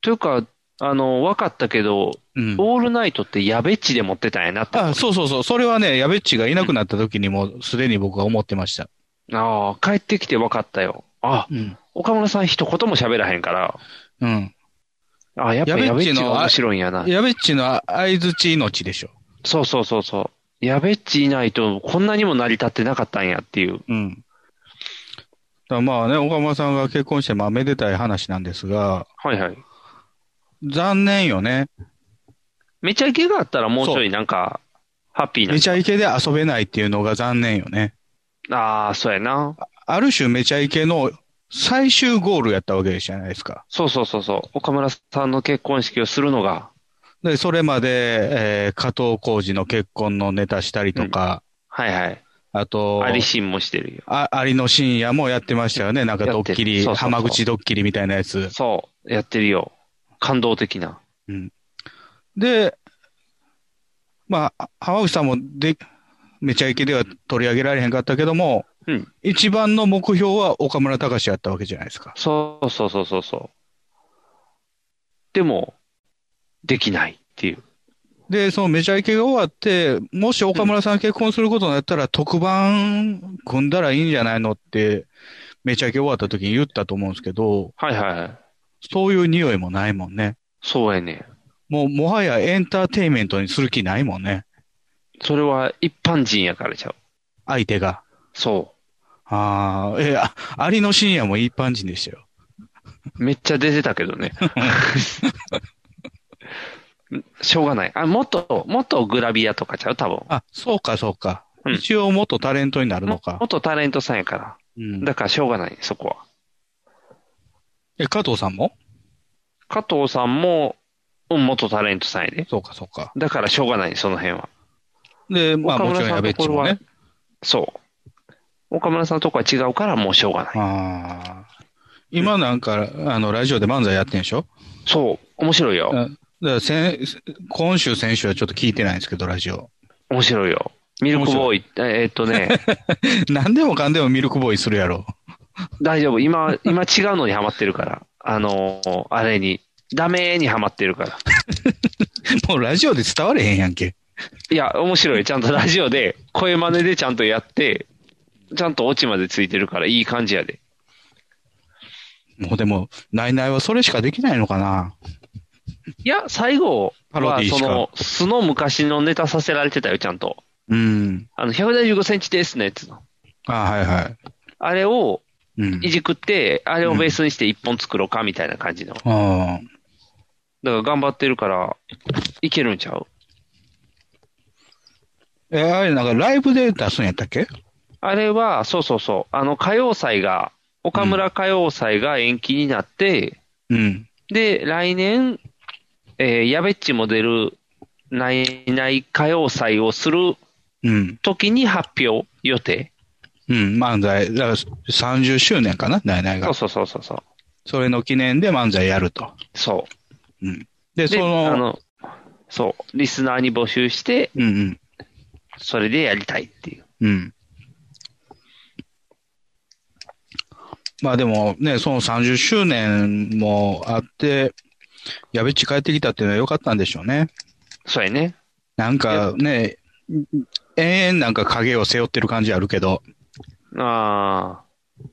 Speaker 3: というか、あの、分かったけど、
Speaker 4: う。うん。
Speaker 3: オールナイトってやべっちで持ってたんやなって。
Speaker 4: あ、そうそうそう。それはね、矢部っちがいなくなった時にもうすでに僕は思ってました。
Speaker 3: ああ、帰ってきて分かったよ。あ、
Speaker 4: うん。
Speaker 3: 岡村さん一言も喋らへんから。
Speaker 4: うん。
Speaker 3: あ、やっぱ
Speaker 4: や
Speaker 3: や
Speaker 4: べ
Speaker 3: べ
Speaker 4: っ
Speaker 3: っ
Speaker 4: ち
Speaker 3: ち
Speaker 4: の
Speaker 3: が面白いんやな。
Speaker 4: 矢部っちの合図地命でしょ。
Speaker 3: そうそうそうそう。やべっちいないとこんなにも成り立ってなかったんやっていう。
Speaker 4: うん。だからまあね、岡村さんが結婚して、まあ、めでたい話なんですが、
Speaker 3: はいはい。
Speaker 4: 残念よね。
Speaker 3: めちゃイケがあったらもうちょいなんか、ハッピーな
Speaker 4: め。ちゃイケで遊べないっていうのが残念よね。
Speaker 3: ああ、そうやな。
Speaker 4: ある種めちゃイケの最終ゴールやったわけじゃないですか。
Speaker 3: そうそうそうそう。岡村さんの結婚式をするのが。
Speaker 4: で、それまで、えー加藤浩二の結婚のネタしたりとか、
Speaker 3: はいはい。
Speaker 4: あと、
Speaker 3: アリシンもしてるよ。
Speaker 4: あアリの深夜もやってましたよね。なんか
Speaker 3: や
Speaker 4: ド
Speaker 3: っ
Speaker 4: ッ
Speaker 3: てる
Speaker 4: キリ、
Speaker 3: そうそうそう
Speaker 4: 浜口ドッキリみたいなやつ。
Speaker 3: そう、やってるよ。感動的な。
Speaker 4: で、まあ、浜口さんもで、めちゃイケでは取り上げられへんかったけども、
Speaker 3: うん
Speaker 4: 一番の目標は岡村隆史やったわけじゃないですか。
Speaker 3: そうそうそうそうそう。でも、できないっていう。
Speaker 4: で、そのメジャーイケが終わって、もし岡村さん結婚することになったら、特番組んだらいいんじゃないのって、メジャーイケ終わった時に言ったと思うんですけど、
Speaker 3: はいはい。
Speaker 4: そういう匂いもないもんね。
Speaker 3: そうやね。
Speaker 4: もう、もはやエンターテインメントにする気ないもんね。
Speaker 3: それは一般人やからちゃう。
Speaker 4: 相手が。
Speaker 3: そ
Speaker 4: ああ、えあ、アリの深夜も一般人でしたよ。
Speaker 3: う。めっちゃ出てたけど ね。しょうがない。あ、もっと、もっとグラビアとかちゃう多分。
Speaker 4: あ、そうか、そうか。
Speaker 3: うん
Speaker 4: 一応元タレントになるの
Speaker 3: も
Speaker 4: か
Speaker 3: も。っとタレントさんやから。
Speaker 4: うん
Speaker 3: だからしょうがない、そこは。
Speaker 4: え、加藤さんも
Speaker 3: 加藤さんも、うん、元タレントさんやで。
Speaker 4: そうか、そうか。
Speaker 3: だからしょうがない、その辺は。
Speaker 4: で、まあ
Speaker 3: 岡
Speaker 4: もち
Speaker 3: 村
Speaker 4: ろん
Speaker 3: さ
Speaker 4: や
Speaker 3: ん
Speaker 4: べ
Speaker 3: の
Speaker 4: っ
Speaker 3: と
Speaker 4: ち
Speaker 3: ころ
Speaker 4: も
Speaker 3: は
Speaker 4: ね。
Speaker 3: そう。岡村さんのとこは違うからもうしょうがない。
Speaker 4: ああ。今なんか、あの、ラジオで漫才やってんでしょ
Speaker 3: そう。面白い
Speaker 4: だ
Speaker 3: よ。
Speaker 4: だから先、今週、先週はちょっと聞いてないんですけど、ラジオ。
Speaker 3: 面白いよ。ミルクボーイ、えーっとね、
Speaker 4: 何でもかんでもミルクボーイするやろ。
Speaker 3: 大丈夫。今、今違うのにハマってるから。あのーあれに。ダメーにハマってるから。
Speaker 4: もうラジオで伝われへんやんけ。
Speaker 3: いや、面白い。ちゃんとラジオで、声真似でちゃんとやって、ちゃんとオチまでついてるから、いい感じやで。
Speaker 4: もうでも、ナイナイはそれしかできないのかな。
Speaker 3: いや、最後
Speaker 4: パロ
Speaker 3: は
Speaker 4: ディ、しか
Speaker 3: その、素の昔のネタさせられてたよ、ちゃんと。
Speaker 4: うん。
Speaker 3: あの、175センチですね、やつの。
Speaker 4: あはいはい。
Speaker 3: あれを
Speaker 4: うん
Speaker 3: い。じくって、あれをベースにして一本作ろうか、みたいな感じの。だか
Speaker 4: ああ。
Speaker 3: ら頑張ってるから、いけるんちゃう
Speaker 4: え、あれ、なんかライブで出すんやったっけ
Speaker 3: あれは、そうそうそう、あの、歌謡祭が、岡村歌謡祭が延期になって、
Speaker 4: うん。
Speaker 3: で、来年、えー、やべっちも出る、ないない歌謡祭をする
Speaker 4: うん。
Speaker 3: ときに発表予定。
Speaker 4: うん、漫才。だから30周年かな、ナイナイ
Speaker 3: そ
Speaker 4: が
Speaker 3: う。そうそうそうそう。
Speaker 4: それの記念で漫才やると。
Speaker 3: そ
Speaker 4: で、
Speaker 3: う。で、
Speaker 4: その、
Speaker 3: あの、そう、リスナーに募集して、
Speaker 4: うんうん。
Speaker 3: それでやりたいっていう。
Speaker 4: うん。まあでもね、その30周年もあって、やべっち帰ってきたっていうのは良かったんでしょうね。
Speaker 3: そうやね。
Speaker 4: なんかね、永遠なんか影を背負ってる感じあるけ ど、
Speaker 3: ああ。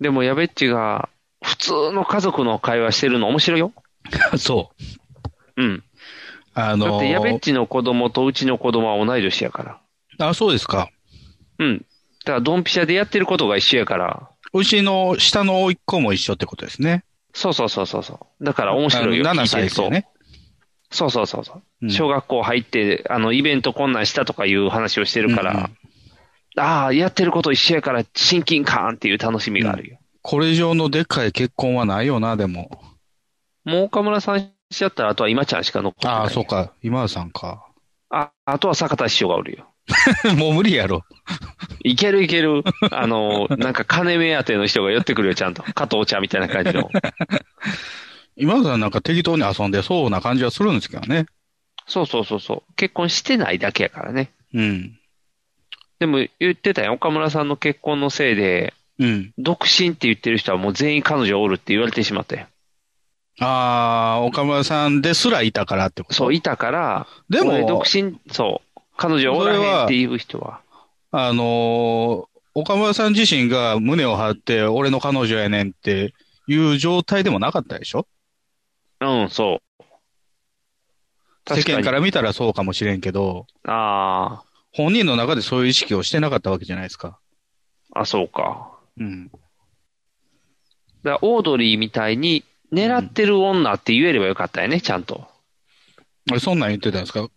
Speaker 3: でも、やべっちが、普通の家族の会話してるの面白いよ。
Speaker 4: そう。
Speaker 3: うん。
Speaker 4: あ
Speaker 3: だ
Speaker 4: の
Speaker 3: って、やべっちの子供とうちの子供は同い年やから。
Speaker 4: あ、そうですか。
Speaker 3: うん。だから、ドンピシャでやってることが一緒やから。
Speaker 4: うちの下の甥っ子も一緒ってことですね。
Speaker 3: そうそうそうそうそう。だから、面白いよ。
Speaker 4: あの
Speaker 3: 聞
Speaker 4: 7
Speaker 3: いて
Speaker 4: 歳
Speaker 3: る
Speaker 4: ですよ
Speaker 3: と。
Speaker 4: ね。
Speaker 3: そうそうそうそう。
Speaker 4: うん
Speaker 3: 小学校入って、あの、イベントこんなんしたとかいう話をしてるから、
Speaker 4: うんうん
Speaker 3: ああ、やってること一緒やから、親近感っていう楽しみがあるよ。
Speaker 4: これ以上のでっかい結婚はないよな、でも。
Speaker 3: もう岡村さんしちゃったら、あとは今ちゃんしか残ってない。
Speaker 4: ああ、そうか。今田さんか。
Speaker 3: あ、あとは坂田師匠がおるよ。
Speaker 4: もう無理やろ。
Speaker 3: いけるい ける。あの、なんか金目当ての人が寄ってくるよ、ちゃんと。加藤茶みたいな感じ の。
Speaker 4: 今田さんなんか適当に遊んでそうな感じはするんですけどね。
Speaker 3: そうそうそうそう。結婚してないだけやからね。
Speaker 4: うん。
Speaker 3: でも言ってたよ。岡村さんの結婚のせいで、
Speaker 4: うん。
Speaker 3: 独身って言ってる人はもう全員彼女おるって言われてしまったよ。
Speaker 4: ああ、岡村さんですらいたからってこと。
Speaker 3: そう、いたから、
Speaker 4: でも
Speaker 3: 俺独身、そう、彼女おら
Speaker 4: それ
Speaker 3: へん
Speaker 4: は
Speaker 3: っていう人は、
Speaker 4: あのー岡村さん自身が胸を張って、俺の彼女やねんっていう状態でもなかったでしょ
Speaker 3: うん、そう。
Speaker 4: 世
Speaker 3: 確か
Speaker 4: 間
Speaker 3: に
Speaker 4: から見たらそうかもしれんけど、
Speaker 3: あ
Speaker 4: 本人の中でそういう意識をしてなかったわけじゃないですか。
Speaker 3: あ、あ、そうか。
Speaker 4: うん。
Speaker 3: だからオードリーみたいに、狙ってる女って言えればよかったよね、ちゃんと。
Speaker 4: あれそんなん言ってたんですか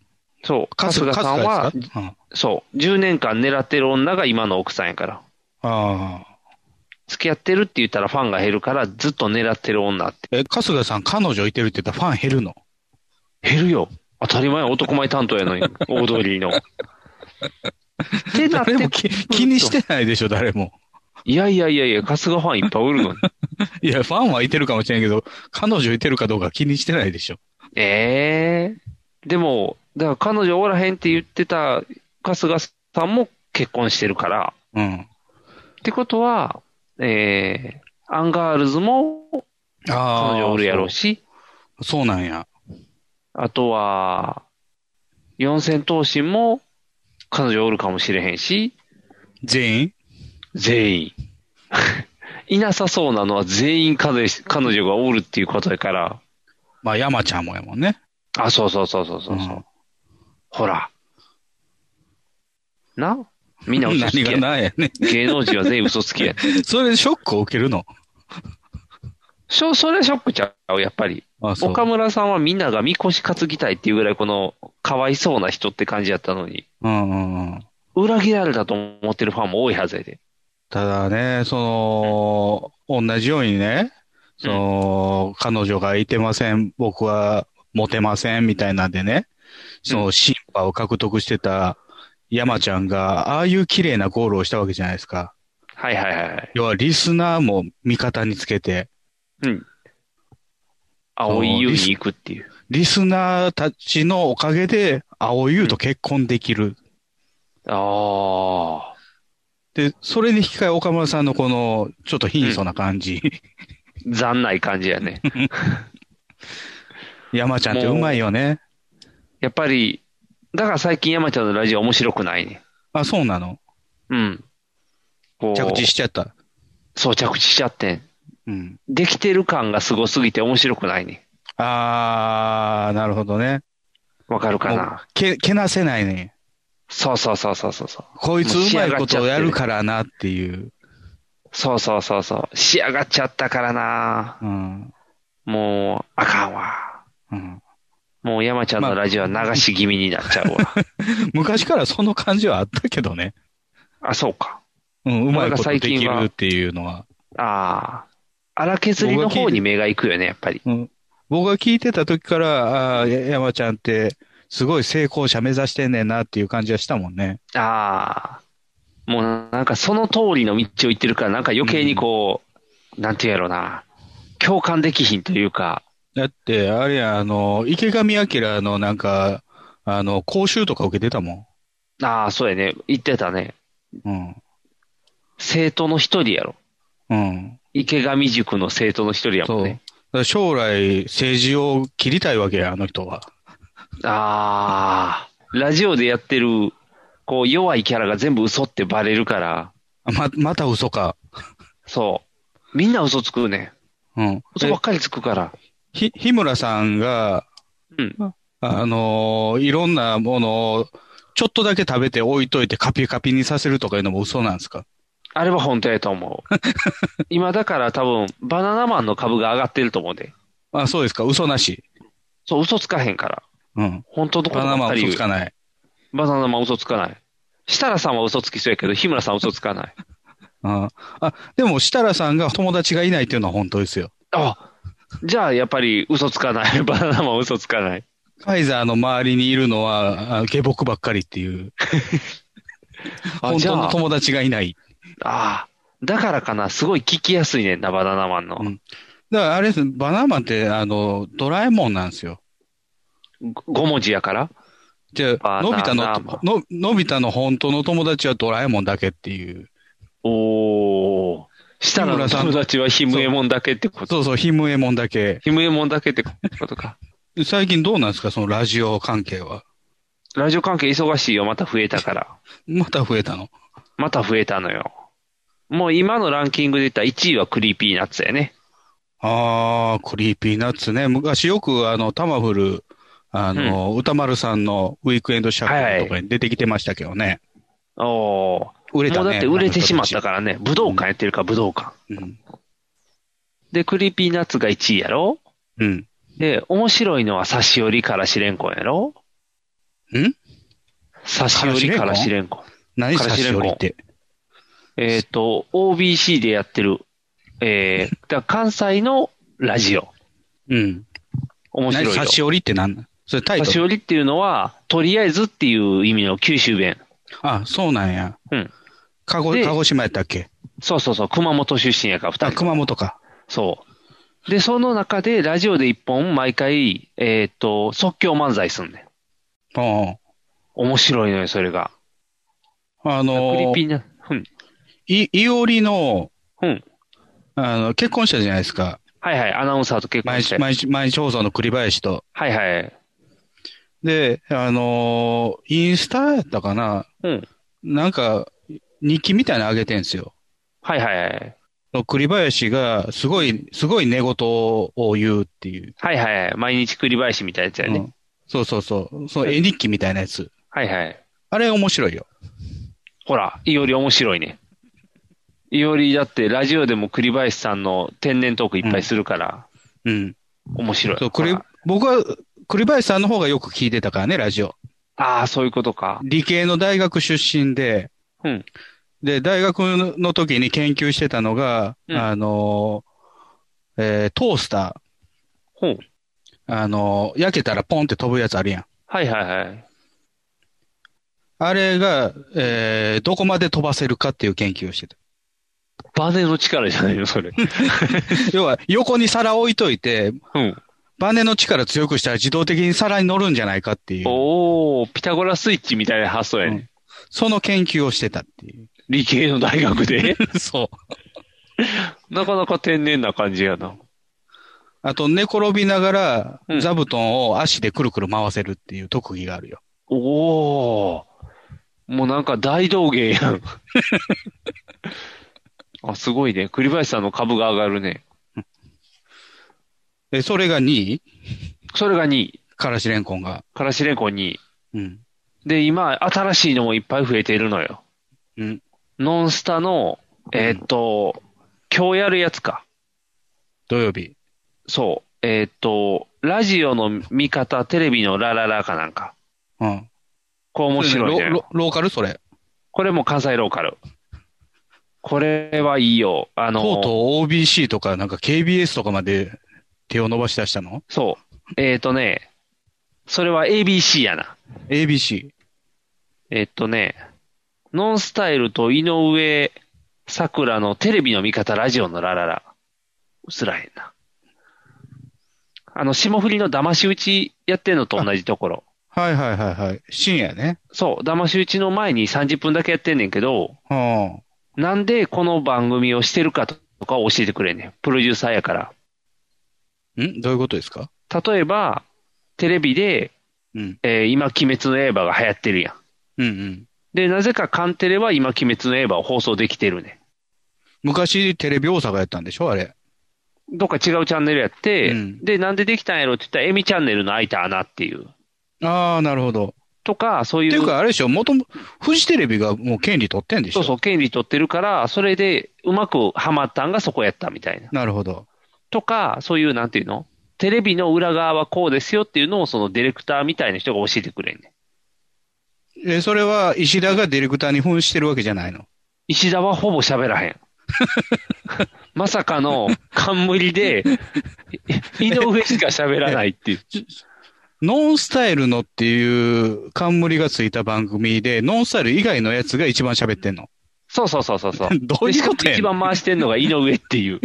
Speaker 3: そう、春日
Speaker 4: 春
Speaker 3: さんは
Speaker 4: 日、ですかうん
Speaker 3: そう、10年間狙ってる女が今の奥さんやから。
Speaker 4: ああ。
Speaker 3: 付き合ってるって言ったらファンが減るから、ずっと狙ってる女って。
Speaker 4: え、春日さん彼女いてるって言ったらファン減るの
Speaker 3: 減るよ。当たり前男前担当やの に、オードリーの。ってなって
Speaker 4: 誰も気気にしてないでしょ、誰も。
Speaker 3: いやいやいやいや、春日ファンいっぱいお るのに。
Speaker 4: いや、ファンはいてるかもしれんけど、彼女いてるかどうか気にしてないでしょ。
Speaker 3: ええでも、だから彼女おらへんって言ってた春日さんも結婚してるから。
Speaker 4: うん。
Speaker 3: ってことは、ええアンガールズも
Speaker 4: あ
Speaker 3: 彼女おるやろう
Speaker 4: し。
Speaker 3: し、
Speaker 4: そうなんや。
Speaker 3: あとは、四千頭身も彼女おるかもしれへんし、
Speaker 4: 全員
Speaker 3: 全員。 いなさそうなのは全員彼女彼女がおるっていうことやから。
Speaker 4: まあ、山ちゃんもやもんね。
Speaker 3: あ、そうそうそうそうそうそう。
Speaker 4: うん
Speaker 3: ほら。なみんな嘘つき
Speaker 4: 何
Speaker 3: や
Speaker 4: がないやね。
Speaker 3: 芸能人は全員嘘つき や。
Speaker 4: それでショックを受けるの。
Speaker 3: しょ、それショックちゃう、やっぱり。
Speaker 4: あ、そう。
Speaker 3: 岡村さんはみんながみこし担ぎたいっていうぐらい、この、かわいそうな人って感じやったのに、
Speaker 4: うんうんうん。
Speaker 3: 裏切られたと思ってるファンも多いはずやで。
Speaker 4: ただね、その、同じようにね、その、彼女がいてません、僕はモテません、みたいなんでね、その、審判を獲得してた山ちゃんが、ああいう綺麗なゴールをしたわけじゃないですか。
Speaker 3: はいはいはいはい。
Speaker 4: 要は、リスナーも味方につけて、
Speaker 3: うん。青い優に行くっていう。
Speaker 4: リスナーたちのおかげで、青優と結婚できる。
Speaker 3: ああ。
Speaker 4: で、それに引き換え岡村さんのこの、ちょっと貧相な感じ。
Speaker 3: 残ない感じやね。
Speaker 4: 山ちゃんってうまいよね。
Speaker 3: やっぱり、だから最近山ちゃんのラジオ面白くないね。
Speaker 4: あ、そうなの。
Speaker 3: うん。こう
Speaker 4: 着地しちゃった。
Speaker 3: そう、着地しちゃってん。
Speaker 4: うん。
Speaker 3: できてる感がすごすぎて面白くないね。
Speaker 4: あー、なるほどね。
Speaker 3: わかるか
Speaker 4: もう
Speaker 3: な
Speaker 4: け、けなせないね。
Speaker 3: そうそうそうそうそうそう。
Speaker 4: こいつうまいことをやるからなっていう。
Speaker 3: そうそうそうそう。仕上がっちゃったからな。
Speaker 4: うん。
Speaker 3: もう、あかんわ。
Speaker 4: うん、
Speaker 3: もう山ちゃんのラジオは流し気味になっ ちゃうわ。
Speaker 4: 昔からその感じはあったけどね。
Speaker 3: あ、そうか。
Speaker 4: うん、うまいことでき
Speaker 3: なんか最近は
Speaker 4: るっていうのは。
Speaker 3: ああ。荒削りの方に目が行くよね、やっぱり。
Speaker 4: うん、僕が聞いてた時から、あーや山ちゃんって、すごい成功者目指してんねんなっていう感じはしたもんね。
Speaker 3: ああ。もうなんかその通りの道を行ってるから、なんか余計にこう、なんて言うやろうな。共感できひんというか、
Speaker 4: だって、あれや、あの、池上彰のなんか、あの、講習とか受けてたも
Speaker 3: ああ、そうやね。言ってたね。
Speaker 4: ん。うん。
Speaker 3: 生徒の一人やろ。
Speaker 4: うん。
Speaker 3: 池上塾の生徒の一人やも
Speaker 4: そ
Speaker 3: ん
Speaker 4: う。だ
Speaker 3: ね。
Speaker 4: から将来、政治を切りたいわけや、あの人は。
Speaker 3: ああ、ラジオでやってる、こう、弱いキャラが全部嘘ってバレるから、
Speaker 4: ま、また嘘か。
Speaker 3: そう。みんな嘘つくね。
Speaker 4: うん。
Speaker 3: 嘘ばっかりつくから。
Speaker 4: ひ、日村さんが、
Speaker 3: うん
Speaker 4: あのーいろんなものを、ちょっとだけ食べて置いといてカピカピにさせるとかいうのも嘘なんですか
Speaker 3: あれは本当やと思 う。今だから多分、バナナマンの株が上がってると思うで。
Speaker 4: あ、そうですか。嘘なし。
Speaker 3: そう、嘘つかへんから。
Speaker 4: うん。
Speaker 3: 本当のこと
Speaker 4: バナナ
Speaker 3: ばっ
Speaker 4: マ
Speaker 3: か
Speaker 4: ン
Speaker 3: り
Speaker 4: 嘘
Speaker 3: 言
Speaker 4: つ
Speaker 3: う。
Speaker 4: かない。
Speaker 3: バナナマン嘘つかない。設楽さんは嘘つきそうやけど、日村さん嘘つかない。
Speaker 4: うん。あ、でも、設楽さんが友達がいないっていうのは本当ですよ。
Speaker 3: あ、じゃあやっぱり嘘つかない。 バナナマン嘘つかない。
Speaker 4: ファイザーの周りにいるのは、あ下僕ばっかりっていう。
Speaker 3: あ
Speaker 4: 本
Speaker 3: じゃ
Speaker 4: 当
Speaker 3: あ
Speaker 4: の友達がいない。
Speaker 3: ああ、だからかな、すごい聞きやすいねんな、バナナマンの。
Speaker 4: うんだから、あれです。バナナマンって、あの、ドラえもんなんですよ。
Speaker 3: 5文字やから。
Speaker 4: じゃあ、
Speaker 3: バ
Speaker 4: のび
Speaker 3: ナ
Speaker 4: 太
Speaker 3: ナマ
Speaker 4: の
Speaker 3: ン、
Speaker 4: の、のび太の本当の友達はドラえもんだけっていう。
Speaker 3: おお。したら
Speaker 4: 日村さん
Speaker 3: 友達はひむえもんだけってこと。
Speaker 4: そうそう、ひむえもんだけ。
Speaker 3: ひむえもんだけってことか。
Speaker 4: 最近どうなんですかそのラジオ関係は。
Speaker 3: ラジオ関係忙しいよ、また増えたから。
Speaker 4: また増えたの。
Speaker 3: また増えたのよ。もう今のランキングで言ったら1位はクリーピーナッツやね。
Speaker 4: あー、クリーピーナッツね。昔よく、あの、タマフル、あの、歌丸さんのウィークエンドシャッフルとかに出てきてましたけどね。
Speaker 3: おお
Speaker 4: 売
Speaker 3: ー。
Speaker 4: れたね。
Speaker 3: もうだって売れてしまったからね。武道館やってるから、武道館。
Speaker 4: ら。うん。
Speaker 3: で、クリーピーナッツが1位やろ
Speaker 4: うん。
Speaker 3: で、面白いのは差し寄りからしれんこんやろ
Speaker 4: ん
Speaker 3: 差し寄りからしれんこん。
Speaker 4: 何
Speaker 3: から
Speaker 4: 差
Speaker 3: し
Speaker 4: し
Speaker 3: れん
Speaker 4: 寄
Speaker 3: こ
Speaker 4: りって。
Speaker 3: えっ、と、OBC でやってる、えー、だから関西のラジオ。
Speaker 4: うん。
Speaker 3: 面白い
Speaker 4: 何
Speaker 3: よ。
Speaker 4: 差し寄りって何なんそれタイ
Speaker 3: 差
Speaker 4: ト
Speaker 3: し
Speaker 4: ル。
Speaker 3: 寄りっていうのは、とりあえずっていう意味の九州弁。
Speaker 4: あ、そうなんや。
Speaker 3: うん。
Speaker 4: 鹿児
Speaker 3: で
Speaker 4: 鹿児島やったっけ
Speaker 3: そうそうそう、熊本出身やから、二
Speaker 4: あ、
Speaker 3: 人。
Speaker 4: 熊本か。
Speaker 3: そう。で、その中で、ラジオで一本、毎回、えっ、と、即興漫才すんねん。
Speaker 4: うん。
Speaker 3: 面白いのよ、それが。
Speaker 4: あ
Speaker 3: クリ
Speaker 4: の、
Speaker 3: ピーナ、うん。
Speaker 4: い、いおりの、
Speaker 3: うん。
Speaker 4: あの、結婚したじゃないですか。
Speaker 3: はいはい、アナウンサーと結婚
Speaker 4: 毎
Speaker 3: して。
Speaker 4: 日、毎日、毎日放送の栗林と。
Speaker 3: はいはい。
Speaker 4: で、あのーインスタやったかな
Speaker 3: うん。
Speaker 4: なんか、日記みたいなのあげてんすよ。
Speaker 3: はいはいはい。
Speaker 4: 栗林が、すごい、すごい寝言を言うっていう。
Speaker 3: はいはい。毎日栗林みたいなやつやね。
Speaker 4: うんそうそうそう。その絵日記みたいなやつ。
Speaker 3: はいはい。
Speaker 4: あれ面白いよ。
Speaker 3: ほら、いおり面白いね。いおりだって、ラジオでも栗林さんの天然トークいっぱいするから、
Speaker 4: うん。
Speaker 3: 面白い。
Speaker 4: そう、栗
Speaker 3: ほら、
Speaker 4: 僕は、栗林さんの方がよく聞いてたからね、ラジオ。
Speaker 3: ああ、そういうことか。
Speaker 4: 理系の大学出身で、
Speaker 3: うん
Speaker 4: で、大学の時に研究してたのが、
Speaker 3: うん
Speaker 4: あのー、えートースタ
Speaker 3: ほう。
Speaker 4: ー、あのー焼けたらポンって飛ぶやつあるやん。
Speaker 3: はいはいはい。
Speaker 4: あれが、えーどこまで飛ばせるかっていう研究を してた。
Speaker 3: バネの力じゃないよ、それ。
Speaker 4: 要は、横に皿置いといて、
Speaker 3: うん。
Speaker 4: バネの力強くしたら自動的に皿に乗るんじゃないかっていう、
Speaker 3: おー、ピタゴラスイッチみたいな発想やね。
Speaker 4: うんその研究をしてたっていう。
Speaker 3: 理系の大学で。
Speaker 4: そう。
Speaker 3: なかなか天然な感じやな。
Speaker 4: あと、寝転びなが
Speaker 3: うん
Speaker 4: ら、座布団を足でくるくる回せるっていう特技があるよ。
Speaker 3: おー。もうなんか大道芸や ん。あ、すごいね。栗林さんの株が上がるね。
Speaker 4: え、それが2位
Speaker 3: それが2位。
Speaker 4: からしれんこんが。
Speaker 3: からしれんこん2位。
Speaker 4: うん。
Speaker 3: で、今、新しいのもいっぱい増えてるのよ。
Speaker 4: うん。
Speaker 3: ノンスタの、えーっと、今日やるやつか。
Speaker 4: 土曜日。
Speaker 3: そう。えーっと、ラジオの見方、テレビのラララかなんか。
Speaker 4: うん。
Speaker 3: これ面白い
Speaker 4: ロ
Speaker 3: ね
Speaker 4: ロ。ローカルそれ。
Speaker 3: これも関西ローカル。これはいいよ。あの、
Speaker 4: とうとう OBC とか、なんか KBS とかまで手を伸ばし出したの
Speaker 3: そう。えーっとね、それは ABC やな。
Speaker 4: ?ABC。
Speaker 3: えーっとね、ノンスタイルと井上桜のテレビの見方、ラジオのラララ。うすらへんな。あの、霜降りの騙し討ちやってんのと同じところ。
Speaker 4: はいはいはいはい。深夜ね。
Speaker 3: そう、騙し討ちの前に30分だけやってんねんけど、
Speaker 4: うん。
Speaker 3: なんでこの番組をしてるかとか教えてくれんねん。プロデューサーやから。
Speaker 4: んどういうことですか
Speaker 3: 例えば、テレビで、
Speaker 4: うん。
Speaker 3: えー今、鬼滅の刃が流行ってるやん。
Speaker 4: うんうん。
Speaker 3: で、なぜかカンテレは今、鬼滅の刃を放送できてるね
Speaker 4: 昔テレビ大阪やったんでしょあれ。
Speaker 3: ん。どっか違うチャンネルやって、
Speaker 4: うん
Speaker 3: で、なんでできたんやろって言ったら、エミチャンネルの開いた穴っていう。
Speaker 4: ああ、なるほど。
Speaker 3: とか、そうい
Speaker 4: っていう
Speaker 3: う
Speaker 4: か、あれでしょ、もとも、フジテレビがもう権利取ってんでし
Speaker 3: そ
Speaker 4: ょ
Speaker 3: うそう、権利取ってるから、それでうまくハマったんがそこやったみたいな。
Speaker 4: なるほど。
Speaker 3: とか、そういう、なんていうのテレビの裏側はこうですよっていうのを、そのディレクターみたいな人が教えてくれんねん。
Speaker 4: え、それは石田がディレクターに扮してるわけじゃないの。
Speaker 3: 石田はほぼ喋らへ ん。まさかの 冠で、い井上しか喋らないっていう。
Speaker 4: ノンスタイルのっていう冠がついた番組で、ノンスタイル以外のやつが一番喋ってんの。
Speaker 3: そうそうそうそうそう。
Speaker 4: どう
Speaker 3: で
Speaker 4: い
Speaker 3: し
Speaker 4: う
Speaker 3: か
Speaker 4: こ
Speaker 3: も
Speaker 4: とやねん
Speaker 3: 一番回してんのが井上っていう。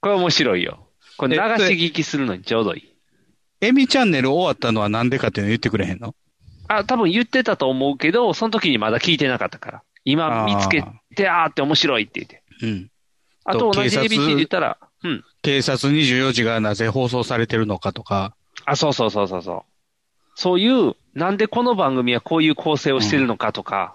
Speaker 3: これ面白いよ。これ流し聞きするのにちょうどいい。
Speaker 4: エミチャンネル終わったのはなんでかっていうの言ってくれへんの
Speaker 3: あ、多分言ってたと思うけど、その時にまだ聞いてなかったから。今
Speaker 4: あー
Speaker 3: 見つけて、あーって面白いって言って。
Speaker 4: うん。
Speaker 3: あと同
Speaker 4: 警
Speaker 3: じ
Speaker 4: 察
Speaker 3: ABC で言ったら、うん。
Speaker 4: 警察24時がなぜ放送されてるのかとか。
Speaker 3: あ、そうそうそうそうそう。そういう、なんでこの番組はこういう構成をしてるのかとか、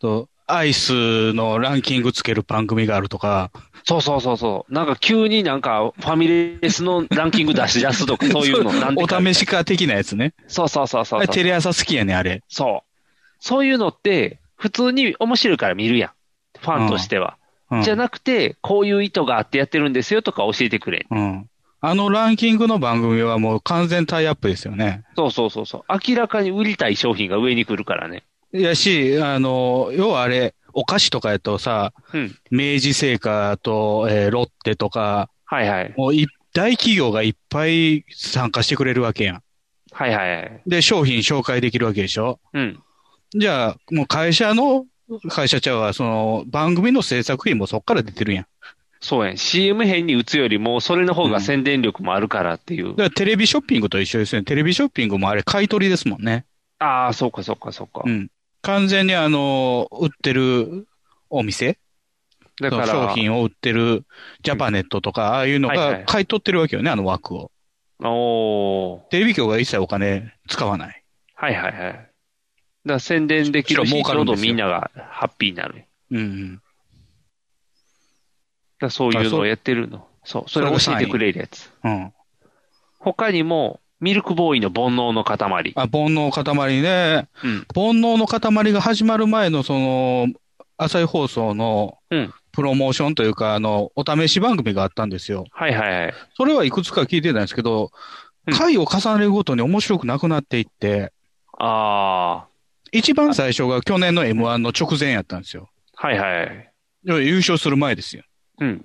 Speaker 4: と、アイスのランキングつける番組があるとか、
Speaker 3: そうそうそうそう。なんか急になんかファミレスのランキング出し出すとか、そういうの、なんで
Speaker 4: お
Speaker 3: か
Speaker 4: 試し化的なやつね。
Speaker 3: そうそうそうそ
Speaker 4: あ
Speaker 3: う
Speaker 4: れ
Speaker 3: そう。
Speaker 4: テレ朝好きやね、あれ。
Speaker 3: そう。そういうのって、普通に面白いから見るやん。ファンとしては。
Speaker 4: うん
Speaker 3: じゃなくて、こういう意図があってやってるんですよとか教えてくれん。
Speaker 4: うん。あのランキングの番組はもう完全タイアップですよね。
Speaker 3: そうそうそうそう。明らかに売りたい商品が上に来るからね。
Speaker 4: いやし、あの、要はあれ、お菓子とかやとさ、
Speaker 3: うん。
Speaker 4: 明治製菓と、えーロッテとか、
Speaker 3: はいはい。
Speaker 4: もうい大企業がいっぱい参加してくれるわけやん。
Speaker 3: はいはいはい。
Speaker 4: で、商品紹介できるわけでしょ
Speaker 3: うん。
Speaker 4: じゃあ、もう会社の、会社ちゃうわ、その、番組の制作費もそっから出てるやん。
Speaker 3: そうやん。CM 編に打つよりも、それの方
Speaker 4: う
Speaker 3: が
Speaker 4: ん
Speaker 3: 宣伝力もあるからってい
Speaker 4: だ
Speaker 3: う。
Speaker 4: からテレビショッピングと一緒ですよね。テレビショッピングもあれ買い取りですもんね。
Speaker 3: ああ、そうかそうかそうか。
Speaker 4: うん。完全にあの、売ってるお店
Speaker 3: だから、
Speaker 4: 商品を売ってるジャパネットとか、ああいうの
Speaker 3: はいは
Speaker 4: が
Speaker 3: い
Speaker 4: 買い取ってるわけよね、あの枠を。
Speaker 3: おー。
Speaker 4: テレビ局が一切お金使わない。
Speaker 3: はいはいはい。だから宣伝できる
Speaker 4: そ
Speaker 3: し、
Speaker 4: したら
Speaker 3: ちょ
Speaker 4: 儲かる
Speaker 3: うど
Speaker 4: んです
Speaker 3: み
Speaker 4: よ
Speaker 3: んながハッピーになる。だか
Speaker 4: うんうん。
Speaker 3: らそういう
Speaker 4: あそ
Speaker 3: の
Speaker 4: う
Speaker 3: をやってるの。そう。そ
Speaker 4: れ
Speaker 3: れ
Speaker 4: が
Speaker 3: を教えて
Speaker 4: 3位
Speaker 3: くれるやつ。
Speaker 4: うん。
Speaker 3: 他にも、ミルクボーイの煩悩の塊。
Speaker 4: あ、煩悩塊ね。
Speaker 3: うん。
Speaker 4: 煩悩の塊が始まる前の、その、朝日放送の
Speaker 3: うん。
Speaker 4: プロモーションというか、あの、お試し番組があったんですよ。
Speaker 3: はいはいはい。
Speaker 4: それはいくつか聞いてたんですけど
Speaker 3: うん、
Speaker 4: 回を重ねるごとに面白くなくなっていって、
Speaker 3: あ
Speaker 4: 一番最初が去年の M1 の直前やったんですよ。
Speaker 3: あ。はいはい。
Speaker 4: 要は優勝する前ですよ。
Speaker 3: うん。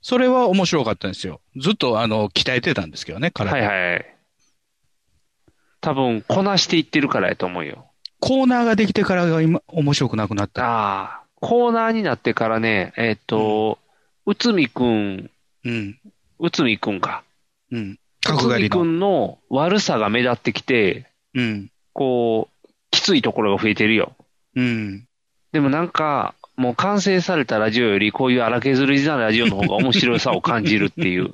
Speaker 4: それは面白かったんですよ。ずっと、あの、鍛えてたんですけどね、体。
Speaker 3: はいはい。多分、こなしていってるからやと思うよ。
Speaker 4: コーナーができてからが今、面白くなくなった。
Speaker 3: ああ。コーナーになってからね、えっ、と、内海くん、
Speaker 4: うん。
Speaker 3: 内海くんか。
Speaker 4: うん。角
Speaker 3: 内
Speaker 4: 刈
Speaker 3: 海
Speaker 4: り
Speaker 3: く
Speaker 4: の。
Speaker 3: んの悪さが目立ってきて、
Speaker 4: うん。
Speaker 3: こう、きついところが増えてるよ。
Speaker 4: うん。
Speaker 3: でもなんか、もう完成されたラジオより、こういう荒削りなラジオの方が面白さを感じるって いう。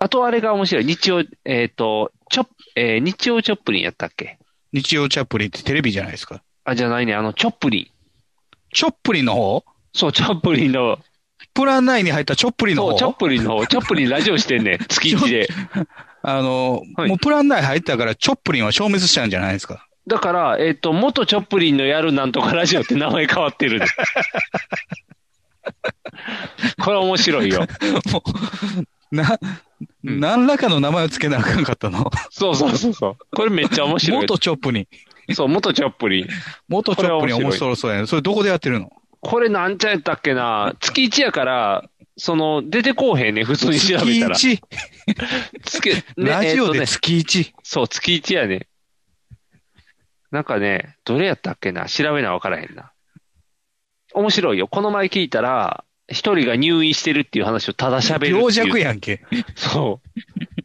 Speaker 3: あとあれが面白い。日曜、えっ、と、チョップ、えー日曜チョップリンやったっけ
Speaker 4: 日曜チャップリンってテレビじゃないですか。
Speaker 3: あ、じゃないね、あの、チョップリン。
Speaker 4: チョップリンの方
Speaker 3: そう、チョップリンの、
Speaker 4: プラン内に入ったチョップリンの
Speaker 3: そう、チョッ
Speaker 4: 方
Speaker 3: プリ ンの、チョップリンラジオしてんねん。月一で。
Speaker 4: あの、
Speaker 3: はい
Speaker 4: もうプラン内入ったからチョップリンは消滅しちゃうんじゃないです か。
Speaker 3: だから、えっ、と、元チョップリンのやるなんとかラジオって名前変わっ てるね。これ面白いよ。
Speaker 4: もう、な、
Speaker 3: うん
Speaker 4: 何らかの名前を付けなあかんかったの。
Speaker 3: そうそうそうそう。これめっちゃ面白い。
Speaker 4: 元チョップリン。
Speaker 3: そう、元チョップリン。
Speaker 4: 元チョップリン
Speaker 3: これは
Speaker 4: 面
Speaker 3: 面白
Speaker 4: 白そうやね。それどこでやってるの
Speaker 3: これなんちゃやったっけな月1やから、その、出てこうへんね、普通に調べたら。
Speaker 4: 月
Speaker 3: 月、ね、
Speaker 4: 1。ラジオで
Speaker 3: えっとね。
Speaker 4: 月1。
Speaker 3: そう、月1やね。なんかね、どれやったっけな調べなわからへんな。面白いよ。この前聞いたら、一人が入院してるっていう話をただ喋るっていう。
Speaker 4: 病弱やんけ。
Speaker 3: そ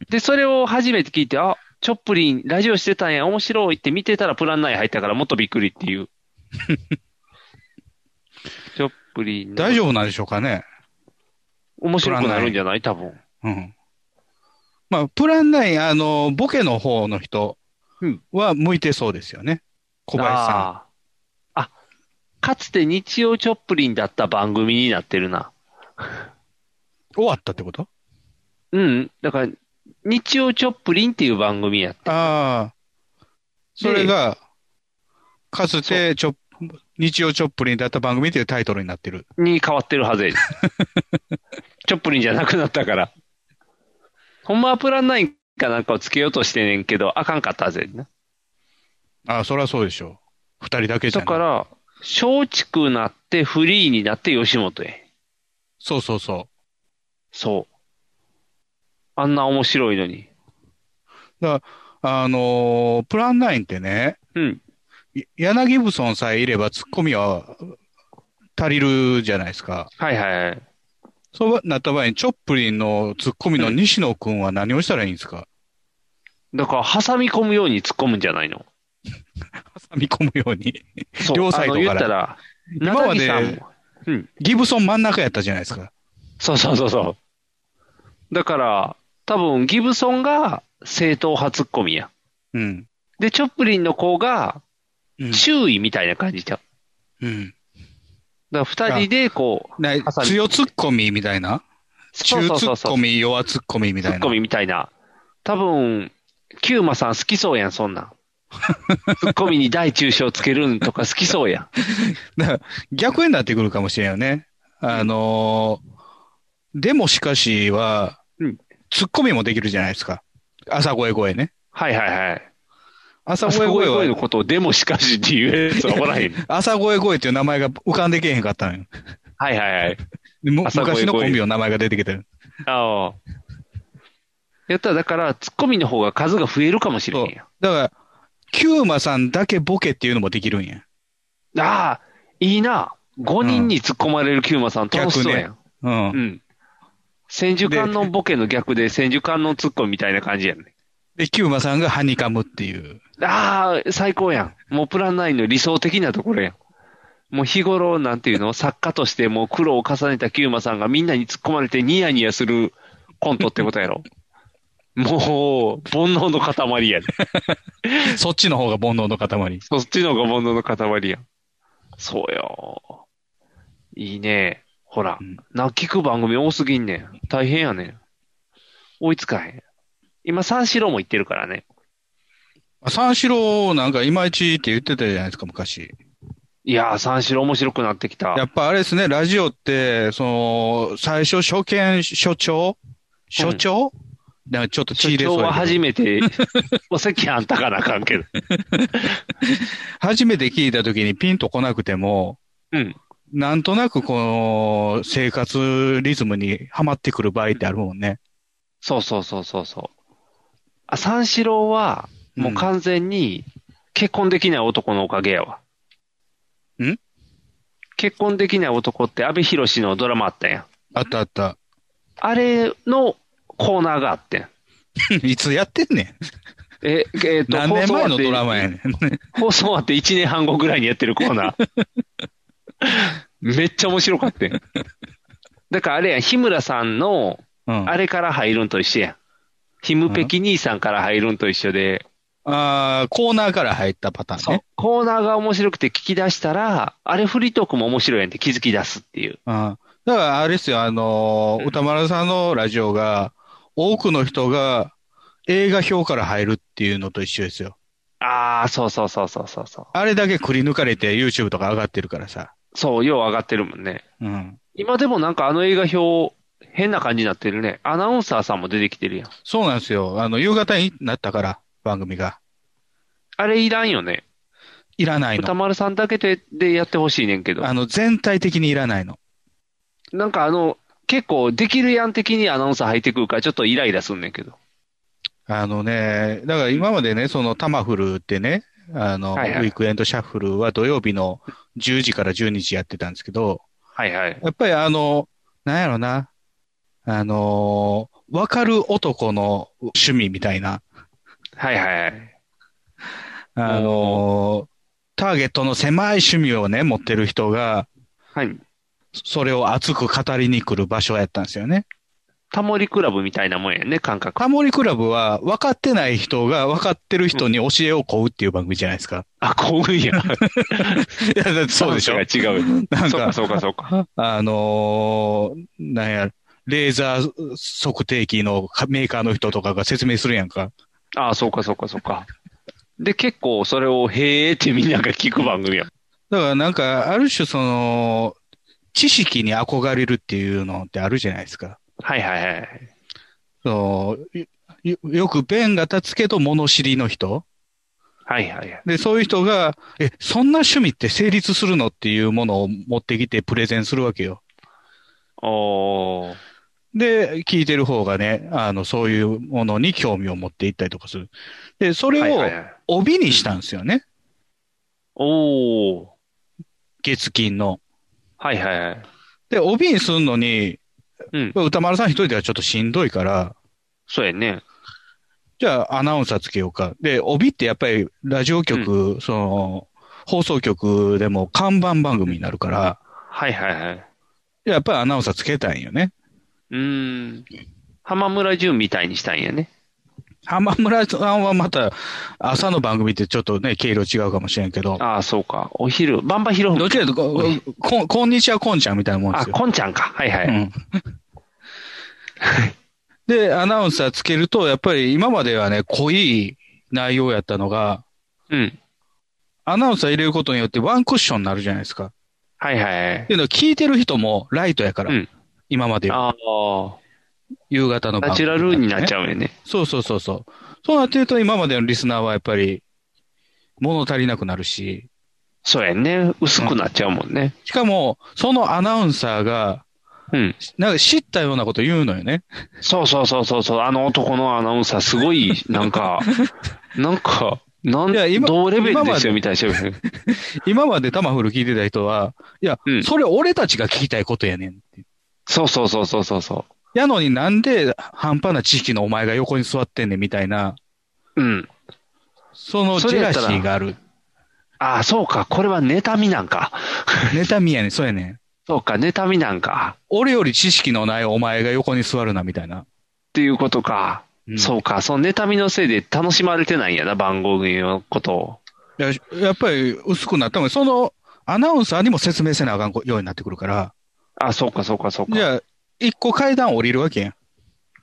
Speaker 3: う。で、それを初めて聞いて、あ、チョップリン、ラジオしてたんや、面白いって見てたらプラン内入ったからもっとびっくりって いう。チョップリン、
Speaker 4: 大丈夫なんでしょうかね。
Speaker 3: 面白くなるんじゃない多分。
Speaker 4: うん。まあ、プラン内、あの、ボケの方の人
Speaker 3: うん
Speaker 4: は向いてそうですよね。小林さ
Speaker 3: あーあ、かつて日曜チョップリンだった番組になってるな。
Speaker 4: ん。終わったってこと
Speaker 3: うん。だから、日曜チョップリンっていう番組やって。
Speaker 4: ああ。それが、かつて、ちょ、日曜チョップリンだった番組というタイトルになってる。
Speaker 3: に変わってるはず やでチョップリンじゃなくなったから。ほんまはプラン9かなんかをつけようとしてねんけど、あかんかったはずやでな。
Speaker 4: ああ、そりゃそうでしょう。二人だけじゃ
Speaker 3: だ
Speaker 4: ない。
Speaker 3: から、松竹なってフリーになって吉本へ。
Speaker 4: そうそうそ
Speaker 3: そう。あんな面白いのに。
Speaker 4: う。あのープラン9ってね、
Speaker 3: うん。
Speaker 4: い柳ブソンさえいればツッコミは足りるじゃないですか。
Speaker 3: はいはいはい。
Speaker 4: そうなった場合に、チョップリンのツッコミの西野くんは何をしたらいいんですか
Speaker 3: だから、挟み込むように突っ込むんじゃないの。
Speaker 4: 挟み込むように。
Speaker 3: そう。
Speaker 4: 両サイドから
Speaker 3: あの言ったら、
Speaker 4: 今ま
Speaker 3: 中
Speaker 4: で
Speaker 3: 木さんも。
Speaker 4: ギブソン真ん中やったじゃないですか。
Speaker 3: そうそうそうそう。だから、多分、ギブソンが正統派ツッコミや。
Speaker 4: うん。
Speaker 3: で、チョップリンの子が
Speaker 4: うん。
Speaker 3: 注意みたいな感じちゃう。
Speaker 4: うん。
Speaker 3: だから、二人でこう、
Speaker 4: ない
Speaker 3: 挟み
Speaker 4: 強ツッコミみたいな
Speaker 3: そう
Speaker 4: 中
Speaker 3: そう
Speaker 4: ツ
Speaker 3: そう
Speaker 4: ッ
Speaker 3: そう
Speaker 4: コ。ミ、弱ツッコミみ
Speaker 3: ツ
Speaker 4: たいな
Speaker 3: ッコ。ミみたいな。多分、キューマさん好きそうやん、そん なん。ツッコミに大中小つけるんとか好きそうやん。
Speaker 4: 逆になってくるかもしれんよね。あのーでもしかしは
Speaker 3: うん、
Speaker 4: ツッコミもできるじゃないですか。朝声声ね。
Speaker 3: はいはいはい。
Speaker 4: 朝
Speaker 3: す
Speaker 4: 声
Speaker 3: ごい
Speaker 4: 声
Speaker 3: 声の
Speaker 4: は、
Speaker 3: ことをでもしかしって言うやつは おらへん。
Speaker 4: 朝声声っていう名前が浮かんでけえへんかったのよ。
Speaker 3: はいはいはい。
Speaker 4: でむ
Speaker 3: 朝声声
Speaker 4: 昔のコンビの名前が出てきてる。
Speaker 3: ああ。やったら、だから、ツッコミの方が数が増えるかもしれ
Speaker 4: そ
Speaker 3: へ
Speaker 4: うん
Speaker 3: や。。
Speaker 4: だから、キューマさんだけボケっていうのもできるんや。
Speaker 3: ああ、いいな。5人に突っ込まれるキューマさん楽しそうやん。
Speaker 4: う。
Speaker 3: うんん。千手観音ボケの逆で千手観音ツッコミみたいな感じやね。
Speaker 4: で、キューマさんがハニカムっていう。
Speaker 3: ああ、最高やん。もうプラン9の理想的なところやん。もう日頃、なんていうの、作家としてもう苦労を重ねたキューマさんがみんなに突っ込まれてニヤニヤするコントってことや ろ。もう、煩悩の塊やね。
Speaker 4: そっちの方が煩悩の塊。
Speaker 3: そっちの方が煩悩の塊やん。そうよ。いいね。ほら
Speaker 4: うん、
Speaker 3: な、聞く番組多すぎんねん。大変やねん。追いつかへん。今、三四郎も行ってるからね。
Speaker 4: 三四郎なんかいまいちって言ってたじゃないですか、昔。
Speaker 3: いやー、三四郎面白くなってきた。
Speaker 4: やっぱあれですね、ラジオって、その、最初、初見、所長所長、なんかちょっと
Speaker 3: 所
Speaker 4: 血入れ
Speaker 3: 長
Speaker 4: そう
Speaker 3: は
Speaker 4: やけ
Speaker 3: 初
Speaker 4: ど
Speaker 3: めて、 お席あんたかなあかんけど。
Speaker 4: 初めて聞いた時にピンとこなくても、
Speaker 3: うん。
Speaker 4: なんとなくこの生活リズムにはまってくる場合ってあるもんね。
Speaker 3: そうそうそうそうそう。あ、三四郎は、もう完全に結婚できない男のおかげやわ。
Speaker 4: ん
Speaker 3: 結婚できない男って安部寛のドラマあったやん。
Speaker 4: あったあった。
Speaker 3: あれのコーナーがあってん。
Speaker 4: いつやってん ねん。
Speaker 3: え、えっと、
Speaker 4: 何年前の
Speaker 3: 放送終わって
Speaker 4: ドラマやねん。
Speaker 3: 放送終わって1年半後ぐらいにやってるコーナ ー。めっちゃ面白かったよ。だからあれやん、日村さんの、
Speaker 4: うん、
Speaker 3: あれから入るんと一緒やん。ヒムペキ兄さんから入るんと一緒で、
Speaker 4: あーコーナーから入ったパターンね。
Speaker 3: コーナーが面白くて聞き出したら、あれフリートークも面白いやんって気づき出すっていう。
Speaker 4: うんだから、あれですよ、あのー歌丸さんのラジオが、多くの人が映画表から入るっていうのと一緒ですよ。
Speaker 3: ああ、そうそうそうそうそうそう。
Speaker 4: あれだけくり抜かれて YouTube とか上がってるからさ。
Speaker 3: そう、よう上がってるもんね。
Speaker 4: うん。
Speaker 3: 今でもなんかあの映画表、変な感じになってるね。アナウンサーさんも出てきてるやん。
Speaker 4: そうなんですよ。あの、夕方になったから、番組が。
Speaker 3: あれいらんよね。
Speaker 4: いらない
Speaker 3: 歌
Speaker 4: の。
Speaker 3: 丸さんだけででやってほしいねんけど。
Speaker 4: あの、全体的にいらないの。
Speaker 3: なんかあの、結構できるやん的にアナウンサー入ってくるからちょっとイライラすんねんけど。
Speaker 4: あのね、だから今までね、そのタマフルってね、あの、
Speaker 3: はいは
Speaker 4: ウ
Speaker 3: い
Speaker 4: ィークエンドシャッフルは土曜日の10時から12時やってたんですけど、
Speaker 3: はいはい。
Speaker 4: やっぱりあの、なんやろな。あのー、わかる男の趣味みたいな。
Speaker 3: はいはいはい。
Speaker 4: あのー、ターゲットの狭い趣味をね、持ってる人が、
Speaker 3: はい。
Speaker 4: それを熱く語りに来る場所やったんですよね。
Speaker 3: タモリクラブみたいなもんやね、感覚。
Speaker 4: タモリクラブは、分かってない人が分かってる人に教えを請うっていう番組じゃないですか。
Speaker 3: あ、こうい や。
Speaker 4: いや、だってそうでしょ
Speaker 3: 違。うよ。
Speaker 4: なん
Speaker 3: そう
Speaker 4: か
Speaker 3: か、そうか、そうか。
Speaker 4: あのーなんや、レーザー測定器のメーカーの人とかが説明するやんか。
Speaker 3: ああ、そうか、そうか、そうか。で、結構それを、へーってみんなが聞く番組や。
Speaker 4: だからなんか、ある種その、知識に憧れるっていうのってあるじゃないですか。
Speaker 3: はいはいはい。
Speaker 4: そのよよく弁が立つけど物知りの人。
Speaker 3: はいはいはい。
Speaker 4: で、そういう人が、え、そんな趣味って成立するのっていうものを持ってきてプレゼンするわけよ。
Speaker 3: おー。
Speaker 4: で、聞いてる方がね、あの、そういうものに興味を持っていったりとかする。で、それ
Speaker 3: はい
Speaker 4: を
Speaker 3: はいはい。
Speaker 4: 帯にしたんですよね。
Speaker 3: おー。
Speaker 4: 月金の。
Speaker 3: はいはいはい。
Speaker 4: で、帯にするのに、
Speaker 3: うん
Speaker 4: 歌丸さん一人ではちょっとしんどいから、
Speaker 3: そうやね。
Speaker 4: じゃあアナウンサーつけようか。で、帯ってやっぱりラジオ局、その、放送局でも看板番組になるから、
Speaker 3: はいはいはい。
Speaker 4: やっぱりアナウンサーつけたいんよね。
Speaker 3: うーん。浜村淳みたいにしたいんやね。
Speaker 4: 浜村さんはまた朝の番組ってちょっとね、経路違うかもしれんけど、
Speaker 3: ああ、そうか。お昼、バンバ広
Speaker 4: どっちかというと、ここんこんにちはこんちゃんみたいなもんで
Speaker 3: あ、
Speaker 4: すよ。
Speaker 3: こんちゃんか。はいはい。
Speaker 4: うん で、アナウンサーつけると、やっぱり今まではね、濃い内容やったのが、
Speaker 3: うん。
Speaker 4: アナウンサー入れることによってワンクッションになるじゃないですか。っ
Speaker 3: はいはいはい
Speaker 4: て。いうのは聞いてる人もライトやから。
Speaker 3: うん
Speaker 4: 今までは
Speaker 3: ああ、
Speaker 4: 夕方の
Speaker 3: ナチュラルになっち
Speaker 4: ゃ
Speaker 3: ゃうよね。
Speaker 4: う。そうそうそうそう。そうなってると今までのリスナーはやっぱり物足りなくなるし、
Speaker 3: そうやね。薄くなっちゃうもんね。
Speaker 4: しかもそのアナウンサーが
Speaker 3: うん。
Speaker 4: なんか知ったようなこと言うのよね。
Speaker 3: そうそうそうそうそう。あの男のアナウンサー、すごい、なんか、 なんか、なん
Speaker 4: いや今
Speaker 3: 同レベルです
Speaker 4: 今まで
Speaker 3: よ、みたいな人がいる。
Speaker 4: 今までタマフル聞いてた人は、いや、
Speaker 3: うん
Speaker 4: それ俺たちが聞きたいことやねんって。
Speaker 3: そうそうそうそうそうそ
Speaker 4: やのになんで半端な知識のお前が横に座ってんねんみたいな、
Speaker 3: う。うん。
Speaker 4: そのジェラシーがある。
Speaker 3: ああ、そうか。これは妬みなんか。
Speaker 4: 妬みやねん、そうやねん。
Speaker 3: そうか、妬みなんか。
Speaker 4: 俺より知識のないお前が横に座るな、みたいな。
Speaker 3: っていうことか。
Speaker 4: うん
Speaker 3: そうか。その妬みのせいで楽しまれてないんやな、番組のことを。
Speaker 4: ややっぱり薄くなったもん。そのアナウンサーにも説明せなあかんようになってくるから。
Speaker 3: あ、そうか、そうか、そうか。
Speaker 4: じゃあ、一個階段降りるわけやん。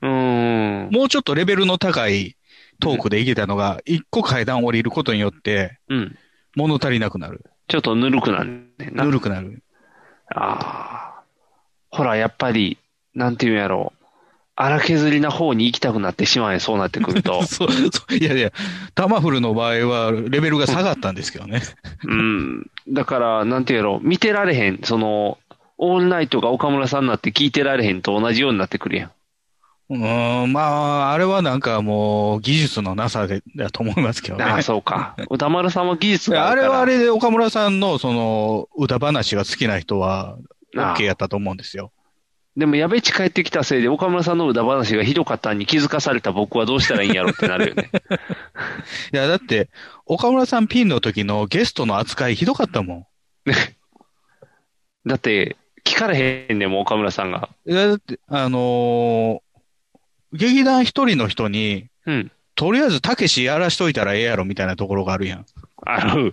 Speaker 3: うーん。
Speaker 4: もうちょっとレベルの高いトークでいけたのが、一個階段降りることによって、
Speaker 3: うん。
Speaker 4: 物足りなくなる。
Speaker 3: ちょっとぬるくなんねんな
Speaker 4: ぬ。るくなる。。
Speaker 3: ああ。ほら、やっぱり、なんていうんやろう。荒削りな方に行きたくなってしまえ、そうなってくる と
Speaker 4: そう、そういやいや、タマフルの場合は、レベルが下がったんですけどね。
Speaker 3: うん。だから、なんていうんやろう。見てられへん。その、オールナイトが岡村さんになって聞いてられへんと同じようになってくるやん。
Speaker 4: うーん、まあ、あれはなんかもう、技術のなさで、だと思いますけどね。
Speaker 3: ああ、そうか。 歌丸さんは技術
Speaker 4: いや
Speaker 3: が
Speaker 4: あ
Speaker 3: ある
Speaker 4: れ
Speaker 3: から。
Speaker 4: はあれで岡村さんのその歌話が好きな人は
Speaker 3: ああ
Speaker 4: OK やったと思うんですよ。
Speaker 3: でも、やべっち帰ってきたせいで、岡村さんの裏話がひどかったに気づかされた僕はどうしたらいいんやろってなるよ ね。
Speaker 4: いや、だって岡村さんピンの時のゲストの扱いひどかったも
Speaker 3: だって、聞かれへんねんもん、岡村さんが。
Speaker 4: ん。いや、だって、あのー劇団一人の人に、
Speaker 3: うん。
Speaker 4: とりあえずたけしやらしといたらええやろみたいなところがあるやん。
Speaker 3: あの、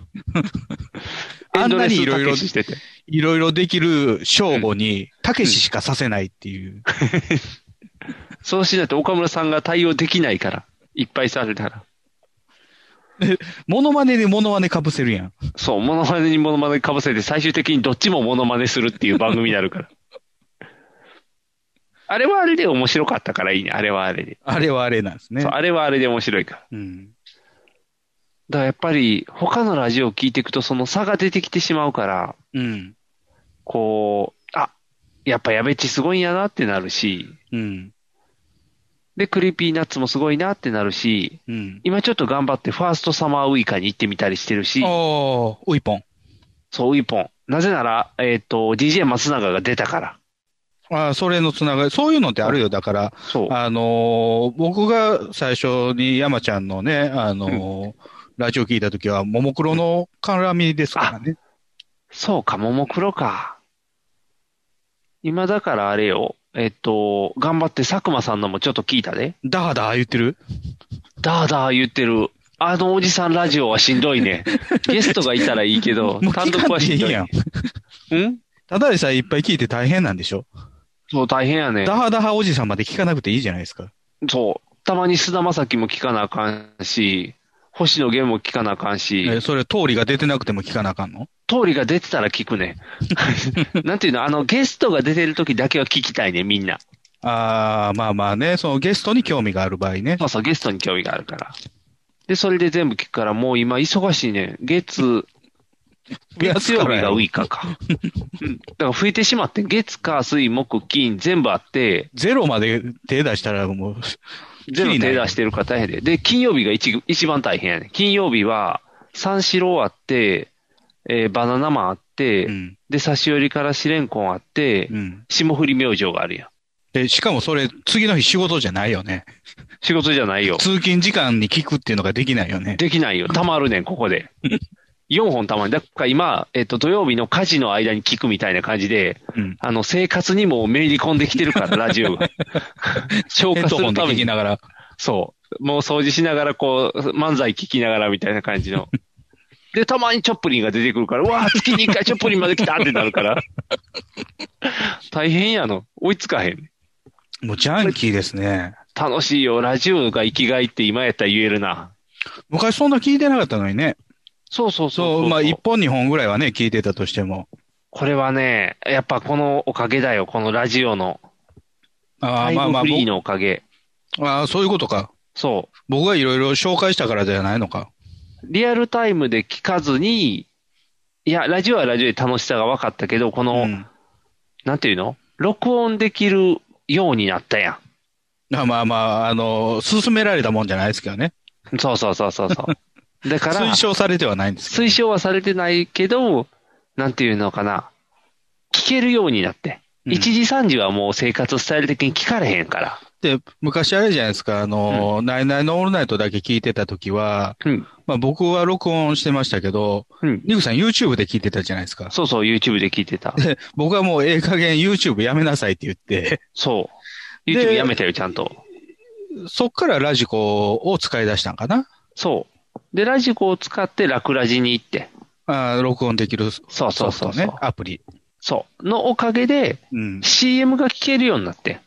Speaker 4: あんなにいろい
Speaker 3: エン
Speaker 4: ろ
Speaker 3: ドレスたけししてて。
Speaker 4: いろいろできる正吾に、たけししかさせないっていう。
Speaker 3: そうしないと岡村さんが対応できないから。いっぱいされたら。
Speaker 4: モノマネでモノマネかぶせるやん。
Speaker 3: そう、モノマネにモノマネかぶせて、最終的にどっちもモノマネするっていう番組にな るから。あれはあれで面白かったからいいね。あれはあれで。
Speaker 4: あれはあれなんですね
Speaker 3: そう、。あれはあれで面白いから。
Speaker 4: うん。
Speaker 3: だからやっぱり、他のラジオを聞いていくと、その差が出てきてしまうから、
Speaker 4: うん。
Speaker 3: こう、あ、やっぱやべっちすごいんやなってなるし、
Speaker 4: うん。
Speaker 3: で、クリーピーナッツもすごいなってなるし、
Speaker 4: うん。
Speaker 3: 今ちょっと頑張ってファーストサマーウイカに行ってみたりしてるし、
Speaker 4: おー、ウイポン。
Speaker 3: そう、ウイポン。なぜなら、えっ、と、DJ 松永が出たから。
Speaker 4: ああ、それのつながり、そういうのってあるよ。だから、
Speaker 3: そう。
Speaker 4: あのー僕が最初に山ちゃんのね、あのーラジオ聞いたときは、ももクロの絡みですからね。
Speaker 3: そうか、ももクロか。今だからあれよ、えっと、頑張って佐久間さんのもちょっと聞いたで。
Speaker 4: ダハダハ言ってる
Speaker 3: ダーダー言ってる。あのおじさんラジオはしんど いね。ゲストがいたらいいけど
Speaker 4: もう、
Speaker 3: 単
Speaker 4: 聞
Speaker 3: 独
Speaker 4: か
Speaker 3: は
Speaker 4: んでい
Speaker 3: し
Speaker 4: い
Speaker 3: んどい。
Speaker 4: やん。
Speaker 3: うん
Speaker 4: ただでさえいっぱい聞いて大変なんでしょ
Speaker 3: そう、大変やね。
Speaker 4: ダハダハおじさんまで聞かなくていいじゃないですか。
Speaker 3: そう。たまに菅田将暉も聞かなあかんし、星野源も聞かなあかんし、
Speaker 4: えそれ、通りが出てなくても聞かなあかんの
Speaker 3: 通りが出てたら聞 くね。なんていうの、あの、ゲストが出てる時だけは聞きたいね、みんな。
Speaker 4: ああ、まあまあね、そのゲストに興味がある場合ね。
Speaker 3: そうそう、ゲストに興味があるから。で、それで全部聞くから、もう今忙しいね。月、月曜日がウイカか。うんだから増えてしまって、月、火、水、木、金、全部あって、
Speaker 4: ゼロまで手出したらもう、
Speaker 3: 全部手出してるから大変で。で、金曜日が一一番大変やね。金曜日は、三四郎あって、えーバナナマンあって、
Speaker 4: うん、
Speaker 3: で、差し寄りからしれんこんあって、
Speaker 4: うん。
Speaker 3: 霜降り明星があるやん。
Speaker 4: で、しかもそれ、次の日仕事じゃないよね。
Speaker 3: 仕事じゃないよ。
Speaker 4: 通勤時間に聞くっていうのができないよね。
Speaker 3: できないよ。たまるねん、ここで。4本たまる。だから今、えっと、土曜日の家事の間に聞くみたいな感じで、
Speaker 4: うん。
Speaker 3: あの、生活にもめり込んできてるから、ラジ オが。消
Speaker 4: ヘ
Speaker 3: 化
Speaker 4: ッド
Speaker 3: す
Speaker 4: ホ
Speaker 3: る
Speaker 4: ンで
Speaker 3: ため
Speaker 4: 聞き
Speaker 3: に。
Speaker 4: ながら。
Speaker 3: そう。もう掃除しながら、こう、漫才聞きながらみたいな感じ の。で、たまにチョップリンが出てくるから、うわあ月に1回チョップリンまで来たってなる から。大変やの。追いつかへん。
Speaker 4: もうジャンキーですね。
Speaker 3: 楽しいよ。ラジオが生きがいって今やったら言えるな。
Speaker 4: 昔そんな聞いてなかったのにね。
Speaker 3: そうそうそう
Speaker 4: そう、まあ、一本二本ぐらいはね、聞いてたとしても。
Speaker 3: これはね、やっぱこのおかげだよ、このラジオの。
Speaker 4: あ
Speaker 3: タ
Speaker 4: あ、
Speaker 3: イ
Speaker 4: まあ
Speaker 3: ム
Speaker 4: まあ
Speaker 3: フリーのおかげ。
Speaker 4: 僕、ああ、そういうことか。
Speaker 3: そ
Speaker 4: 僕がいろいろ紹介したからじゃないのか。
Speaker 3: う。リアルタイムで聞かずに、いや、ラジオはラジオで楽しさが分かったけど、この、
Speaker 4: うん
Speaker 3: なんていうの録音できるようになったや
Speaker 4: まあまあまあ、あの、勧められたもんじゃないですけどね。
Speaker 3: ん。そうそうそうそ うそう。だから、
Speaker 4: 推奨されてはないんですけど
Speaker 3: 推奨はされてないけど、なんていうのかな。聞けるようになって。
Speaker 4: うん
Speaker 3: 1時3時はもう生活スタイル的に聞かれへんから。
Speaker 4: で、昔あれじゃないですか、あの、ナイナイのオールナイトだけ聞いてた時は、
Speaker 3: うん。
Speaker 4: まあ僕は録音してましたけど、
Speaker 3: うん。
Speaker 4: ニグさん YouTube で聞いてたじゃないですか。
Speaker 3: そうそう、YouTube で聞いてた。
Speaker 4: で、僕はもうええ加減 YouTube やめなさいって言って、
Speaker 3: そう。
Speaker 4: で
Speaker 3: YouTube やめたよ、ちゃんと。
Speaker 4: そっからラジコを使い出したんかな
Speaker 3: そう。で、ラジコを使って楽ラジに行って、
Speaker 4: あー録音できるソ
Speaker 3: そうそう
Speaker 4: フ
Speaker 3: そう
Speaker 4: ト
Speaker 3: そう
Speaker 4: ね、アプリ。
Speaker 3: そう。のおかげで、
Speaker 4: うん。
Speaker 3: CM が聞けるようになって。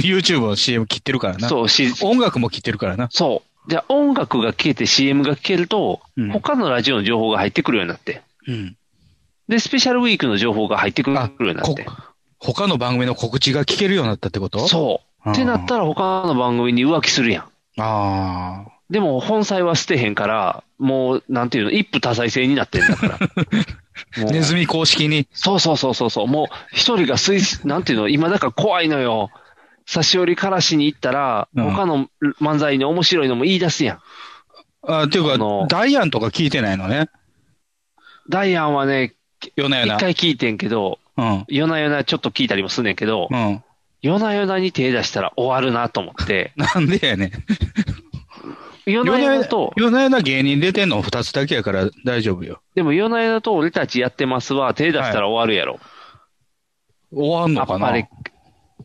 Speaker 4: YouTube の CM 切ってるからな。
Speaker 3: そう、し、
Speaker 4: 音楽も切ってるからな。
Speaker 3: そう。じゃあ音楽が消えて CM が聞けると、
Speaker 4: うん
Speaker 3: 他のラジオの情報が入ってくるようになって。
Speaker 4: うん。
Speaker 3: で、スペシャルウィークの情報が入ってくるよ
Speaker 4: あ
Speaker 3: うになっ
Speaker 4: こ
Speaker 3: て。
Speaker 4: 他の番組の告知が聞けるようになったってこと
Speaker 3: そう。
Speaker 4: あー
Speaker 3: ってなったら他の番組に浮気するやん。
Speaker 4: ああ。
Speaker 3: でも本妻は捨てへんから、もう、なんていうの、一夫多妻制になってん だから。もう
Speaker 4: ネズミ公式に。
Speaker 3: そうそうそうそうそう。もう、一人がスイス、なんていうの、今だから怖いのよ。差し寄りからしに行ったら、
Speaker 4: うん
Speaker 3: 他の漫才の面白いのも言い出すやん。
Speaker 4: あーっていう
Speaker 3: あ
Speaker 4: か
Speaker 3: の、
Speaker 4: ダイアンとか聞いてないのね。
Speaker 3: ダイアンはね、
Speaker 4: よなよ
Speaker 3: 一
Speaker 4: な。
Speaker 3: 回聞いてんけど、
Speaker 4: うん。
Speaker 3: 夜な夜なちょっと聞いたりもすんねんけど、
Speaker 4: うん。
Speaker 3: 夜な夜なに手出したら終わるなと思って、
Speaker 4: なんでやねん。
Speaker 3: 夜な夜なと、
Speaker 4: 夜な夜な芸人出てんの二つだけやから大丈夫よ。
Speaker 3: でも夜な夜なと俺たちやってますわ、手出したら終わるやろ。
Speaker 4: 終わん
Speaker 3: あ
Speaker 4: の
Speaker 3: っ
Speaker 4: か
Speaker 3: ぱ
Speaker 4: な
Speaker 3: り、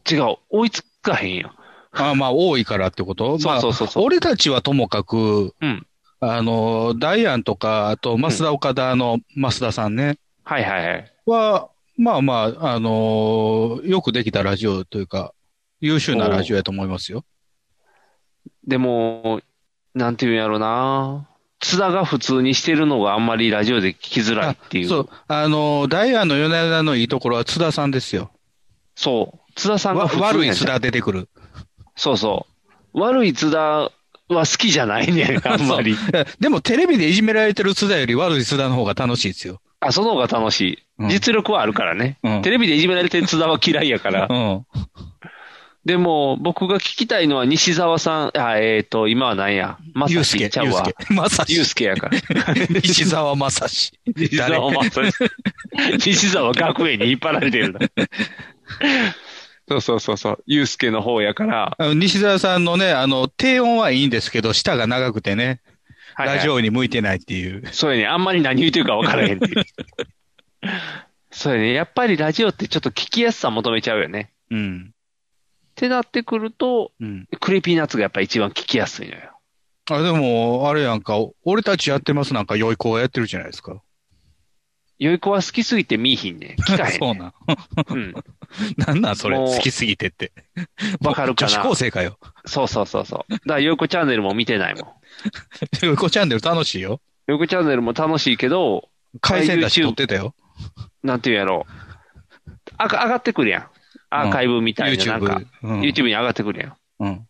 Speaker 3: 違う、追いつかへんよ。
Speaker 4: あまあ、多いからってこと
Speaker 3: そうそうそうそ
Speaker 4: ま
Speaker 3: う
Speaker 4: あ、俺たちはともかく、
Speaker 3: うん。
Speaker 4: あの、ダイアンとか、あと、増田岡田の増田さんね、
Speaker 3: はいはいはい。
Speaker 4: は、まあまあ、あのよくできたラジオというか、優秀なラジオやと思いますよ。
Speaker 3: でも、なんていうんやろな。津田が普通にしてるのがあんまりラジオで聞きづらいっていう。そ
Speaker 4: そうう。。あのダイアンの米田のいいところは津田さんですよ。
Speaker 3: 津田さんが
Speaker 4: わ
Speaker 3: 普通
Speaker 4: 悪い
Speaker 3: や
Speaker 4: 津
Speaker 3: じゃん
Speaker 4: 田出てくる。
Speaker 3: そうそう。悪い津田は好きじゃないねん、あん まり。
Speaker 4: でも、テレビでいじめられてる津田より悪い津田の方が楽しいですよ。
Speaker 3: あ、その方が楽しい。
Speaker 4: うん
Speaker 3: 実力はあるからね。
Speaker 4: うん
Speaker 3: テレビでいじめられてる津田は嫌いやから
Speaker 4: う。ん。
Speaker 3: でも、僕が聞きたいのは西澤さん、あ、えっ、と、今は何やま
Speaker 4: ゆ
Speaker 3: さ
Speaker 4: う
Speaker 3: し
Speaker 4: すけ、
Speaker 3: ちゃう
Speaker 4: ゆうす
Speaker 3: わ。
Speaker 4: け。まさ
Speaker 3: ゆう
Speaker 4: し。
Speaker 3: すけや から。
Speaker 4: 西沢まさし。
Speaker 3: 西 沢まさし。西沢学園に引っ張られてるな。そうそうそうそう。ゆうすけの方やから。
Speaker 4: あの西沢さんのね、あの、低音はいいんですけど、舌が長くてね、
Speaker 3: はいはい
Speaker 4: ラジオに向いてないっていう。
Speaker 3: そうやね。あんまり何言うてるか分からへんって いう。そうやね。やっぱりラジオってちょっと聞きやすさ求めちゃうよね。
Speaker 4: うん。
Speaker 3: ってなってくると、
Speaker 4: うん。
Speaker 3: クリーピーナッツがやっぱ一番聞きやすいのよ。
Speaker 4: あ、でも、あれやんか、俺たちやってますなんか、良い子はやってるじゃないですか。
Speaker 3: よい子は好きすぎて見いひんね。聞かへん、ね。
Speaker 4: そうなん。
Speaker 3: うん。
Speaker 4: なんなんそれ、
Speaker 3: もう
Speaker 4: 好きすぎてって。
Speaker 3: わかるか
Speaker 4: 女
Speaker 3: な
Speaker 4: 子高生かよ。
Speaker 3: そうそうそうそう。だから、よいこチャンネルも見てないもん。
Speaker 4: よいこチャンネル楽しいよ。
Speaker 3: よいこチャンネルも楽しいけど、
Speaker 4: 回線だし撮ってたよ。
Speaker 3: なんていうんやろあか上がってくるやん。アーカイブみたいな、なんか
Speaker 4: YouTube、。うん
Speaker 3: YouTube に上がってくるやん。
Speaker 4: うん。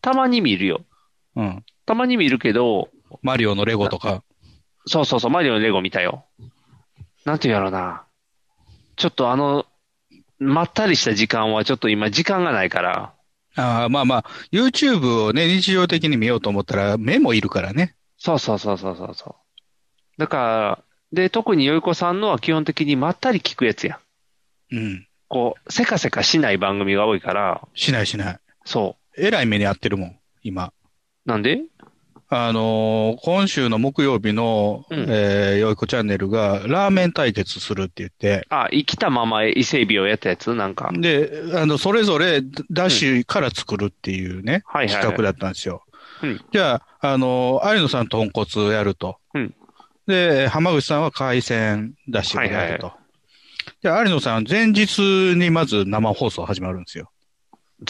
Speaker 3: たまに見るよ。
Speaker 4: うん。
Speaker 3: たまに見るけど、
Speaker 4: マリオのレゴとか。
Speaker 3: そうそうそう、マリオのレゴ見たよ。なんていうんやろな。ちょっとあの、まったりした時間はちょっと今時間がないから、
Speaker 4: ああ、まあまあ、YouTube をね、日常的に見ようと思ったら、目もいるからね。
Speaker 3: そうそうそうそうそうそう。だから、で、特によいこさんのは基本的にまったり聞くやつやん。
Speaker 4: うん。
Speaker 3: こう、せかせかしない番組が多いから、
Speaker 4: しないしない。
Speaker 3: そ
Speaker 4: えらい目に遭ってるもん、今。
Speaker 3: う。なんで
Speaker 4: あのー今週の木曜日の、
Speaker 3: うん
Speaker 4: えー、よいこチャンネルが、ラーメン対決するって言って、
Speaker 3: あ、生きたまま伊勢海老をやったやつなんか。
Speaker 4: で、あの、それぞれ、ダッシュから作るっていうね、
Speaker 3: はいはいはい
Speaker 4: 企画だったんですよ。
Speaker 3: うん
Speaker 4: じゃあ、あのー有野さんと豚骨をやると。
Speaker 3: うん
Speaker 4: で、浜口さんは海鮮ダッシュをやると。じゃあ、有野さん、前日にまず生放送始まるんですよ。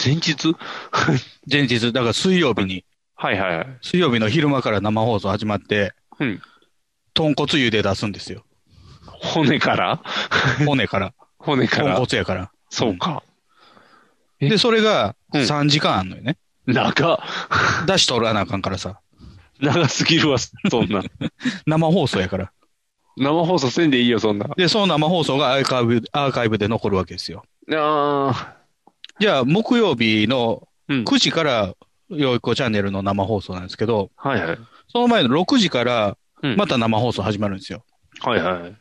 Speaker 3: 前 日
Speaker 4: 前日、だから水曜日に、
Speaker 3: はいはいはい。
Speaker 4: 水曜日の昼間から生放送始まって、
Speaker 3: うん。
Speaker 4: 豚骨湯で出すんですよ。
Speaker 3: 骨から
Speaker 4: 骨から。
Speaker 3: 骨か
Speaker 4: 豚
Speaker 3: ら。
Speaker 4: 骨やから。
Speaker 3: そうか。え
Speaker 4: で、それが
Speaker 3: うん
Speaker 4: 3時間あんのよね。
Speaker 3: 長っ。
Speaker 4: 出し取らなあかんからさ。
Speaker 3: 長すぎるわ、そんな。
Speaker 4: 生放送やから。
Speaker 3: 生放送せんでいいよ、そんな。
Speaker 4: で、その生放送がアーカイブ、アーカイブで残るわけですよ。
Speaker 3: あ
Speaker 4: じゃあ、木曜日の
Speaker 3: ーうん。
Speaker 4: 9時から、よいこチャンネルの生放送なんですけど、
Speaker 3: はいはい。
Speaker 4: その前の6時から
Speaker 3: うん、
Speaker 4: また生放送始まるんですよ。
Speaker 3: はいはい。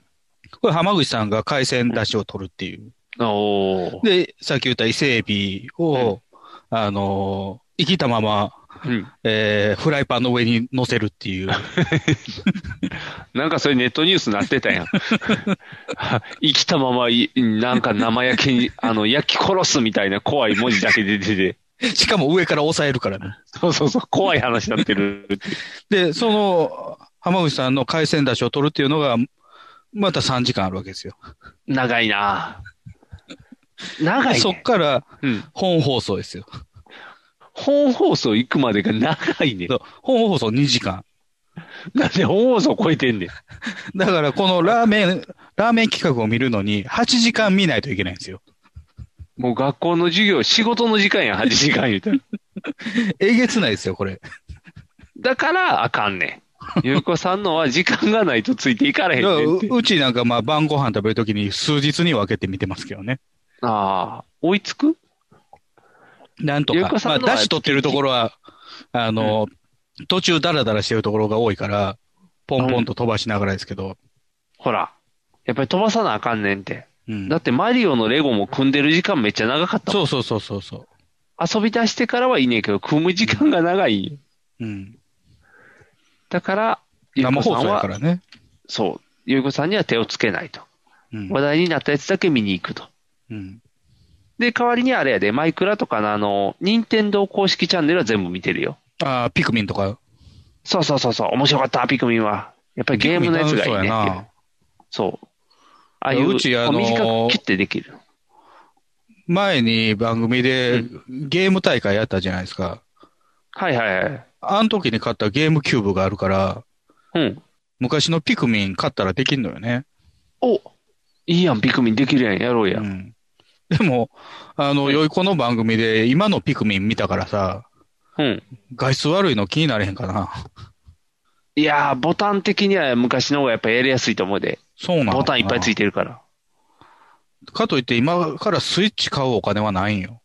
Speaker 4: これ、浜口さんが海鮮出汁を取るっていう。
Speaker 3: おー。
Speaker 4: で、さっき言った伊勢海老を、あのー生きたまま、
Speaker 3: うん。
Speaker 4: えー、フライパンの上に乗せるっていう。
Speaker 3: なんかそれネットニュースなってたやん。 生きたままい、なんか生焼けに、あの、焼き殺すみたいな怖い文字だけ出てて。
Speaker 4: しかも上から押さえるからね。
Speaker 3: そうそうそう、怖い話になってる。
Speaker 4: で、その、浜口さんの海鮮出汁を取るっていうのが、また3時間あるわけですよ。
Speaker 3: 長いな長い、ね。
Speaker 4: そっから
Speaker 3: うん。
Speaker 4: 本放送ですよ。
Speaker 3: 本放送行くまでが長いね。
Speaker 4: そう本放送2時間。
Speaker 3: なんで本放送超えてんねん。
Speaker 4: だからこのラーメン、ラーメン企画を見るのに8時間見ないといけないんですよ。
Speaker 3: もう学校の授業、仕事の時間やん、8時間言うたら。
Speaker 4: えげつないですよ、これ。
Speaker 3: だから、あかんねん。ゆうこさんのは時間がないとついていかれへんねんって。
Speaker 4: ううちなんかまあ晩ご飯食べるときに数日に分けて見てますけどね。
Speaker 3: ああ、追いつく
Speaker 4: なんと
Speaker 3: ゆうこ
Speaker 4: か。
Speaker 3: さ
Speaker 4: ま
Speaker 3: ん
Speaker 4: あ、
Speaker 3: のは
Speaker 4: だし取ってるところは、あの、途中ダラダラしてるところが多いから、ポンポンと飛ばしながらですけど。
Speaker 3: ほら。やっぱり飛ばさなあかんねんって。
Speaker 4: うん
Speaker 3: だってマリオのレゴも組んでる時間めっちゃ長かったもん。
Speaker 4: そうそうそうそうそ
Speaker 3: 遊び出してからはいいねんけど、組む時間が長いんよ。
Speaker 4: う。うん。
Speaker 3: だから、ゆう
Speaker 4: 生
Speaker 3: こさ
Speaker 4: 放
Speaker 3: んは
Speaker 4: 送やからね。
Speaker 3: そう。ゆうこさんには手をつけないと。
Speaker 4: うん
Speaker 3: 話題になったやつだけ見に行くと。
Speaker 4: うん。
Speaker 3: で、代わりにあれやで、マイクラとかのあの、任天堂公式チャンネルは全部見てるよ。
Speaker 4: ああ、ピクミンとか。
Speaker 3: そうそうそうそう、面白かった、ピクミンは。やっぱりゲームのやつがいい
Speaker 4: ピクミン楽しそうや
Speaker 3: ね
Speaker 4: な。
Speaker 3: そう。ああいう、
Speaker 4: うちあのー
Speaker 3: 短く切ってできる。
Speaker 4: 前に番組でゲーム大会やったじゃないですか。
Speaker 3: はいはいはい。
Speaker 4: あの時に買ったゲームキューブがあるから、
Speaker 3: うん。
Speaker 4: 昔のピクミン買ったらできんのよね。
Speaker 3: おいいやん、ピクミンできるやん、やろうや。
Speaker 4: うん。でも、あの、よいこの番組で今のピクミン見たからさ、
Speaker 3: うん。
Speaker 4: 画質悪いの気になれへんかな。
Speaker 3: いやー、ボタン的には昔の方がやっぱやりやすいと思うで。
Speaker 4: そうなの
Speaker 3: ボタンいっぱいつい
Speaker 4: て
Speaker 3: てるから。
Speaker 4: かといって今からスイッチ買うお金はないんよ。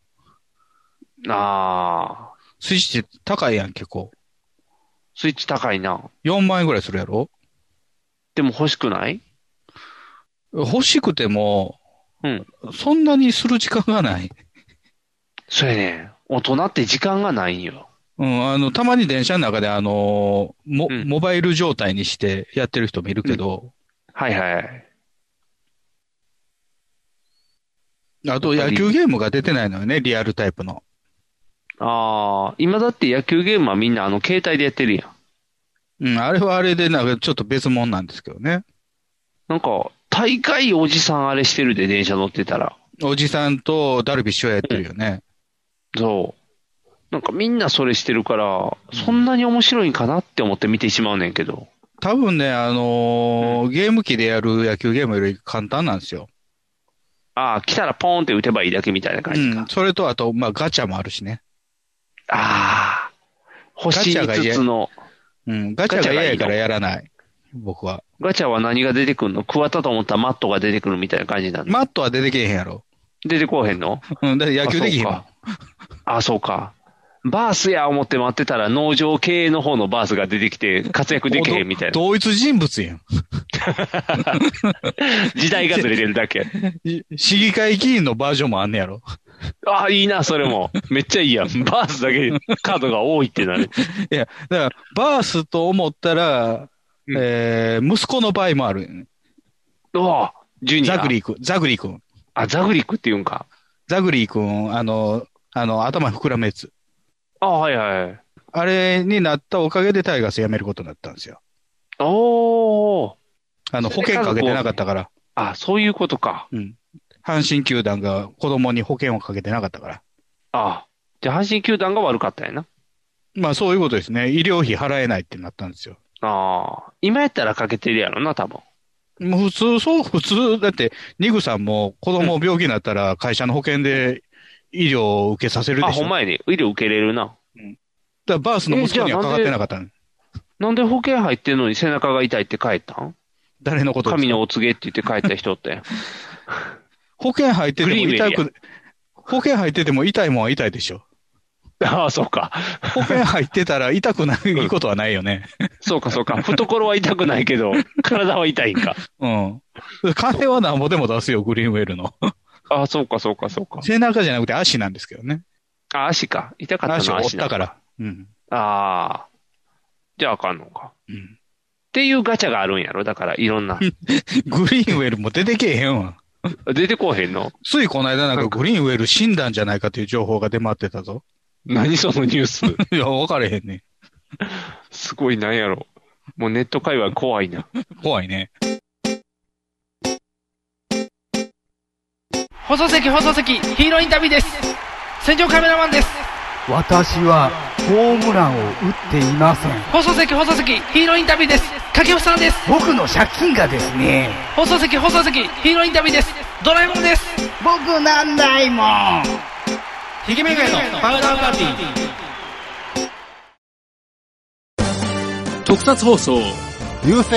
Speaker 3: ああ、
Speaker 4: スイッチって高いやん、結構。
Speaker 3: スイッチ高いな。
Speaker 4: 4万円ぐらいするやろ
Speaker 3: でも欲しくない
Speaker 4: 欲しくても、
Speaker 3: うん。
Speaker 4: そんなにする時間がない。
Speaker 3: そうやね。大人って時間がないんよ。
Speaker 4: うん、あの、たまに電車の中で、あのーも、
Speaker 3: うん
Speaker 4: モバイル状態にしてやってる人もいるけど、
Speaker 3: はいはい。
Speaker 4: あと野球ゲームが出てないのよね、リアルタイプの。
Speaker 3: ああ、今だって野球ゲームはみんなあの携帯でやってるやん。
Speaker 4: うん、あれはあれで、なんかちょっと別物なんですけどね。
Speaker 3: なんか、大概おじさんあれしてるで、電車乗ってたら。
Speaker 4: おじさんとダルビッシュはやってるよね。
Speaker 3: そう。なんかみんなそれしてるから、そんなに面白いんかなって思って見てしまうねんけど。
Speaker 4: 多分ね、あのーゲーム機でやる野球ゲームより簡単なんですよ。
Speaker 3: ああ、来たらポーンって打てばいいだけみたいな感
Speaker 4: う
Speaker 3: じか。
Speaker 4: ん、それとあと、まあガチャもあるしね。
Speaker 3: ああ、星
Speaker 4: ガチャが嫌
Speaker 3: 5つの。
Speaker 4: うん、ガチャが嫌やからやらない。僕は。
Speaker 3: ガチャは何が出てくるの加わったと思ったらマットが出てくるみたいな感じなの。
Speaker 4: マットは出てけへんやろ。
Speaker 3: 出てこうへ んの
Speaker 4: うん、だって野球できへんもん
Speaker 3: あそうか。あ、そうか。バースや思って待ってたら農場経営の方のバースが出てきて活躍できへんみたいな。
Speaker 4: 同一人物やん。
Speaker 3: 時代がずれてるだけ。
Speaker 4: い市議会議員のバージョンもあんねやろ。
Speaker 3: あ、いいな、それも。めっちゃいいやん。バースだけカードが多いって なる。
Speaker 4: いや、だから、バースと思ったら、
Speaker 3: うん
Speaker 4: えー息子の場合もあるよね。
Speaker 3: うわジュニア。
Speaker 4: ザグリー君、ザグリー君。
Speaker 3: あ、ザグリックって言うんか。
Speaker 4: ザグリー君、あの、あの、頭膨らむやつ。
Speaker 3: あ、はいはい。
Speaker 4: あれになったおかげでタイガース辞めることになったんですよ。
Speaker 3: おー。
Speaker 4: あの、
Speaker 3: そ
Speaker 4: 保
Speaker 3: れで
Speaker 4: 険かけてなかったから。
Speaker 3: あ、そういうことか。
Speaker 4: うん。阪神球団が子供に保険をかけてなかったから。
Speaker 3: あ、じゃあ阪神球団が悪かったんやな。
Speaker 4: まあそういうことですね。医療費払えないってなったんですよ。
Speaker 3: ああ。今やったら欠けてるやろな、多分。
Speaker 4: もう普通、そう、普通、だって、ニグさんも子供病気になったら会社の保険で医療を受けさせるでしょ。
Speaker 3: あ、ほんまやね。医療受けれるな。
Speaker 4: だからバースの息子にはかかってなかったの
Speaker 3: なんで保険入ってんのに背中が痛いって帰ったん
Speaker 4: 誰のことですか
Speaker 3: 神のお告げって言って帰った人 って。
Speaker 4: 保険入ってても痛
Speaker 3: グリーン
Speaker 4: く、保険入ってても痛いもんは痛いでしょ。
Speaker 3: ああ、そうか。
Speaker 4: 保険入ってたら痛くないことはないよね。
Speaker 3: そうか、そうか。懐は痛くないけど、体は痛いんか。
Speaker 4: うん。金はなんぼでも出すよ、グリーンウェルの。
Speaker 3: ああ、そうか、そうか、そうか。
Speaker 4: 背中じゃなくて足なんですけどね。
Speaker 3: あ、足か。痛かった
Speaker 4: 足を
Speaker 3: の
Speaker 4: 折っ
Speaker 3: 足
Speaker 4: た
Speaker 3: なの
Speaker 4: から。うん。
Speaker 3: ああ。じゃああかんのか。
Speaker 4: うん
Speaker 3: っていうガチャがあるんやろだから、いろん な。
Speaker 4: グリーンウェルも出てけえへんわ。
Speaker 3: 出てこうへんの
Speaker 4: ついこの間なん
Speaker 3: な
Speaker 4: か
Speaker 3: んか
Speaker 4: グリーンウェル死んだんじゃないかという情報が出回ってたぞ。
Speaker 3: 何そのニュース。
Speaker 4: いや、分かれへんね。
Speaker 3: すごいなんやろ。もうネット界隈怖いな。
Speaker 4: 怖いね。
Speaker 9: 放送席放送席ヒーローインタビューです戦場カメラマンです
Speaker 10: 私はホームランを打っていません
Speaker 9: 放送席放送席ヒーローインタビューです掛布さんです
Speaker 10: 僕の借金がですね
Speaker 9: 放送席放送席ヒーローインタビューですドラえもんです
Speaker 10: 僕なんないもん
Speaker 9: ひげめがえのパウダーパーティー
Speaker 11: 特撮放送
Speaker 10: 流星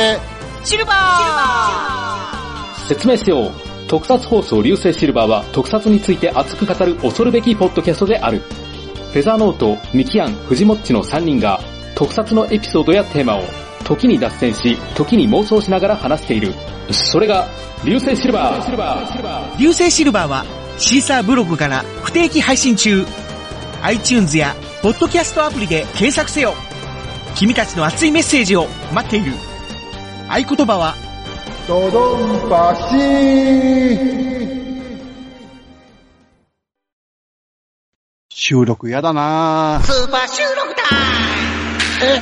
Speaker 11: 説明しよう特撮放送流星シルバーは特撮について熱く語る恐るべきポッドキャストであるフェザーノートミキアンフジモッチの3人が特撮のエピソードやテーマを時に脱線し時に妄想しながら話しているそれが流星シルバー
Speaker 2: 流星シルバーはシーサーブログから不定期配信中 iTunes やポッドキャストアプリで検索せよ君たちの熱いメッセージを待っている合言葉は
Speaker 10: ドドンパシ収録やだなスーパー収録だえ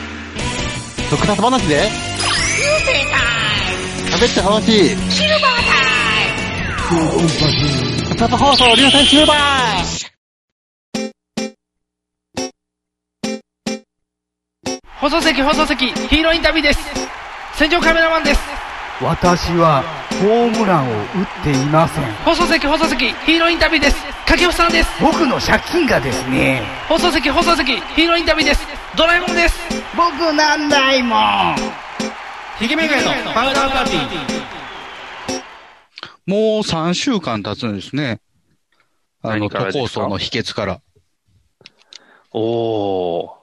Speaker 10: 特撮話で流星タイム喋って話シルバータイムドドンパシ特撮放送流星シルバー
Speaker 9: 放送席放送席ヒーローインタビューです戦場カメラマンです
Speaker 10: 私はホームランを打っていません
Speaker 9: 放送席放送席ヒーローインタビューです掛布さんです
Speaker 10: 僕の借金がですね
Speaker 9: 放送席放送席ヒーローインタビューですドラえもんです
Speaker 10: 僕なんないもん
Speaker 9: ひげめがえのパウダーパーティー
Speaker 4: もう3週間経つんですね。あの、
Speaker 3: 何から
Speaker 4: 都
Speaker 3: ですか
Speaker 4: 構想の秘訣から。
Speaker 3: おお。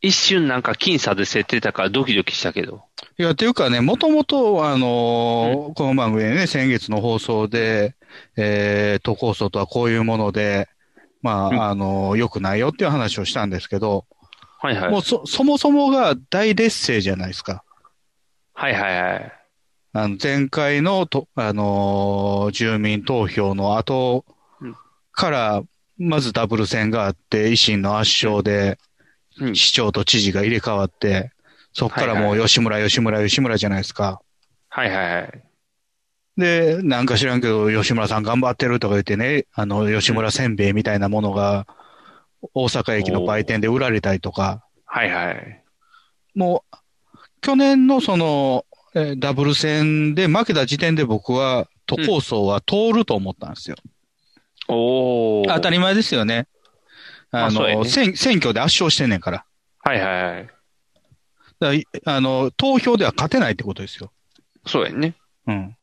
Speaker 3: 一瞬なんか僅差で競ってたからドキドキしたけど。
Speaker 4: いや、というかね、もともと、あのーこの番組でね、先月の放送で、えー、都構想とはこういうもので、まあ、あのー良くないよっていう話をしたんですけど、
Speaker 3: はいはい。
Speaker 4: もうそ、そもそもが大劣勢じゃないですか。
Speaker 3: はいはいはい。
Speaker 4: あの、前回のと、あのー住民投票の後から、まずダブル戦があって、維新の圧勝で、市長と知事が入れ替わって、そこからもう吉村、吉村、吉村じゃないですか。
Speaker 3: はいはいはい。
Speaker 4: で、なんか知らんけど、吉村さん頑張ってるとか言ってね、あの、吉村せんべいみたいなものが、大阪駅の売店で売られたりとか、
Speaker 3: はいはい。
Speaker 4: もう、去年のその、えーダブル戦で負けた時点で僕は、都構想は通ると思ったんですよ。
Speaker 3: おお。
Speaker 4: 当たり前ですよね。
Speaker 3: まあ
Speaker 4: あの、
Speaker 3: そうやね
Speaker 4: 選選挙で圧勝してんねんから。
Speaker 3: はいはいはい。
Speaker 4: だからいあの、投票では勝てないってことですよ。
Speaker 3: そうやね。
Speaker 4: うん。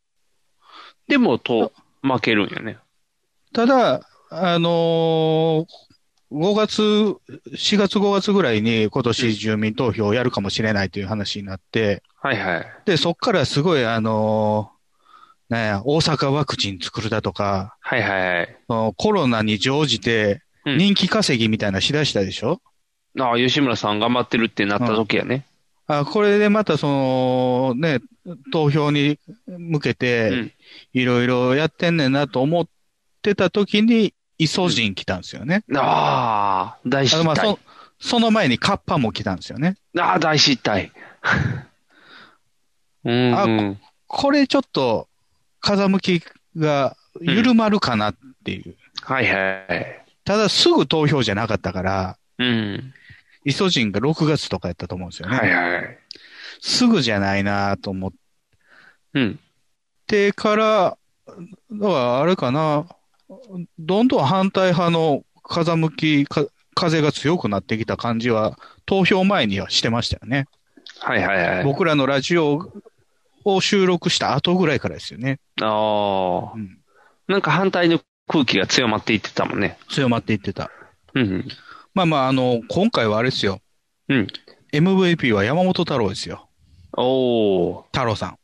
Speaker 3: でも、と、負けるんよね。
Speaker 4: ただ、あのー、5月、4月5月ぐらいに今年住民投票をやるかもしれないという話になって、
Speaker 3: はいはい。
Speaker 4: で、そっからすごい、あのー、なんや、大阪ワクチン作るだとか、
Speaker 3: はいはいはい。
Speaker 4: そのコロナに乗じて人気稼ぎみたいなしだしたでしょ、
Speaker 3: ああ、吉村さん頑張ってるってなった時やね。
Speaker 4: あ、これでまたその、ね、投票に向けて、いろいろやってんねんなと思ってた時に、イソジン来たんですよね。
Speaker 3: ああ、大失態
Speaker 4: あのまあそ、その前にカッパも来たんですよね。
Speaker 3: ああ、大失態。 うん、うん。
Speaker 4: これちょっと、風向きが緩まるかなっていう。
Speaker 3: はいはい。
Speaker 4: ただすぐ投票じゃなかったから、
Speaker 3: うん。
Speaker 4: イソジンが6月とかやったと思うんですよね。
Speaker 3: はいはい。
Speaker 4: すぐじゃないなと思っ
Speaker 3: うん。
Speaker 4: てから、だからあれかな、どんどん反対派の風向き、か風が強くなってきた感じは、投票前にはしてましたよね。
Speaker 3: はいはいはい。
Speaker 4: 僕らのラジオを収録した後ぐらいからですよね。
Speaker 3: ああ、なんか反対の空気が強まっていってたもんね。
Speaker 4: 強まっていってた。
Speaker 3: うん。
Speaker 4: まあまあ、あの、今回はあれですよ。
Speaker 3: うん。
Speaker 4: MVP は山本太郎ですよ。
Speaker 3: おお。
Speaker 4: 太郎さん。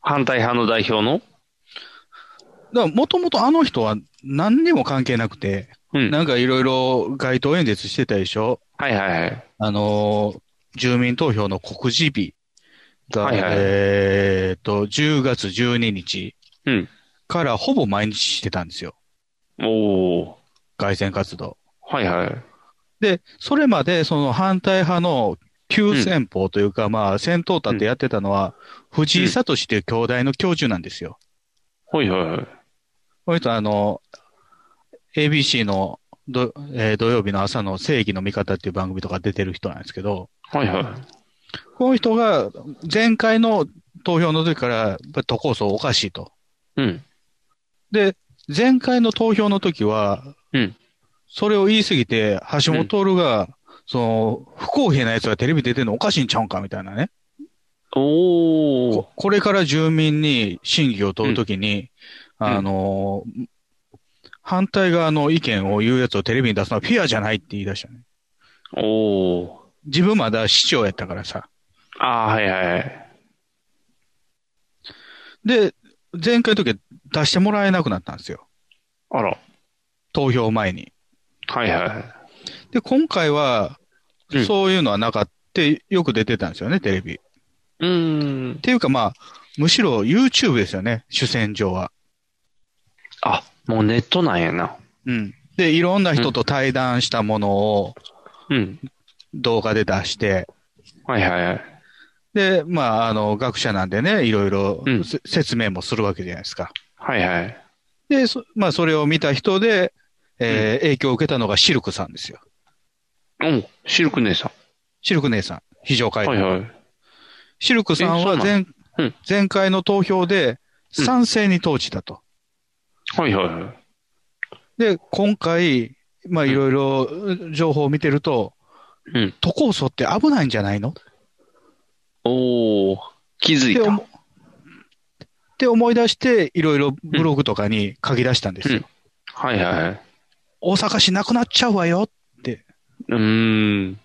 Speaker 3: 反対派の代表の
Speaker 4: だから、もともとあの人は何にも関係なくて、
Speaker 3: うん
Speaker 4: なんかいろいろ街頭演説してたでしょ
Speaker 3: はいはいはい。
Speaker 4: あのー住民投票の告示日が、
Speaker 3: はいはい
Speaker 4: えーっと、10月12日
Speaker 3: うん。
Speaker 4: からほぼ毎日してたんですよ。
Speaker 3: おお。
Speaker 4: 街宣活動。
Speaker 3: はいはい。
Speaker 4: で、それまでその反対派の急先鋒というか、まあ、先頭立てやってたのは、藤井聡という兄弟の教授なんですよ。
Speaker 3: はいはいはい。
Speaker 4: この人、あの、ABC のど、えー土曜日の朝の正義の味方っていう番組とか出てる人なんですけど、
Speaker 3: はいはい。
Speaker 4: この人が前回の投票の時から、やっぱり都構想おかしいと。
Speaker 3: うん。
Speaker 4: で、前回の投票の時は、
Speaker 3: うん。
Speaker 4: それを言い過ぎて、橋本徹が、その、不公平なやつがテレビ出てるのおかしいんちゃうんかみたいなね。
Speaker 3: おお。
Speaker 4: これから住民に審議を問うときに、あのー、反対側の意見を言うやつをテレビに出すのはフィアじゃないって言い出したね。
Speaker 3: おお。
Speaker 4: 自分まだ市長やったからさ。
Speaker 3: ああ、はいはいはい。
Speaker 4: で、前回の時は出してもらえなくなったんですよ。
Speaker 3: あら。
Speaker 4: 投票前に。
Speaker 3: はいはい。
Speaker 4: で、今回は
Speaker 3: うん、
Speaker 4: そういうのはなかった。よく出てたんですよね、テレビ。っ
Speaker 3: うーん。
Speaker 4: ていうかまあ、むしろ YouTube ですよね、主戦場は。
Speaker 3: あ、もうネットなんやな。
Speaker 4: うん。で、いろんな人と対談したものを
Speaker 3: うん。
Speaker 4: 動画で出して、
Speaker 3: はいはいはい。
Speaker 4: で、まあ、あの、学者なんでね、いろいろせ説明もするわけじゃないですか。
Speaker 3: はいはい。
Speaker 4: で、そまあ、それを見た人で、えー影響を受けたのがシルクさんですよ。
Speaker 3: うん。シルク姉さ
Speaker 4: シルク姉さん、非常会
Speaker 3: ん。
Speaker 4: 長。
Speaker 3: はいはい。
Speaker 4: シルクさん
Speaker 3: えそ
Speaker 4: は
Speaker 3: うなの
Speaker 4: 前、
Speaker 3: うん
Speaker 4: 前回の投票で
Speaker 3: うん
Speaker 4: 賛成に投じたと。
Speaker 3: はいはいはい。
Speaker 4: で、今回、まあ、いろいろ情報を見てると、
Speaker 3: うん。
Speaker 4: 都構想って危ないんじゃないのっ
Speaker 3: おお。気づい
Speaker 4: て
Speaker 3: た。
Speaker 4: 思って思い出して、いろいろブログとかに書き出したんですよ。
Speaker 3: はいはいはい。
Speaker 4: 大阪市なくなっちゃうわよって。
Speaker 3: うん。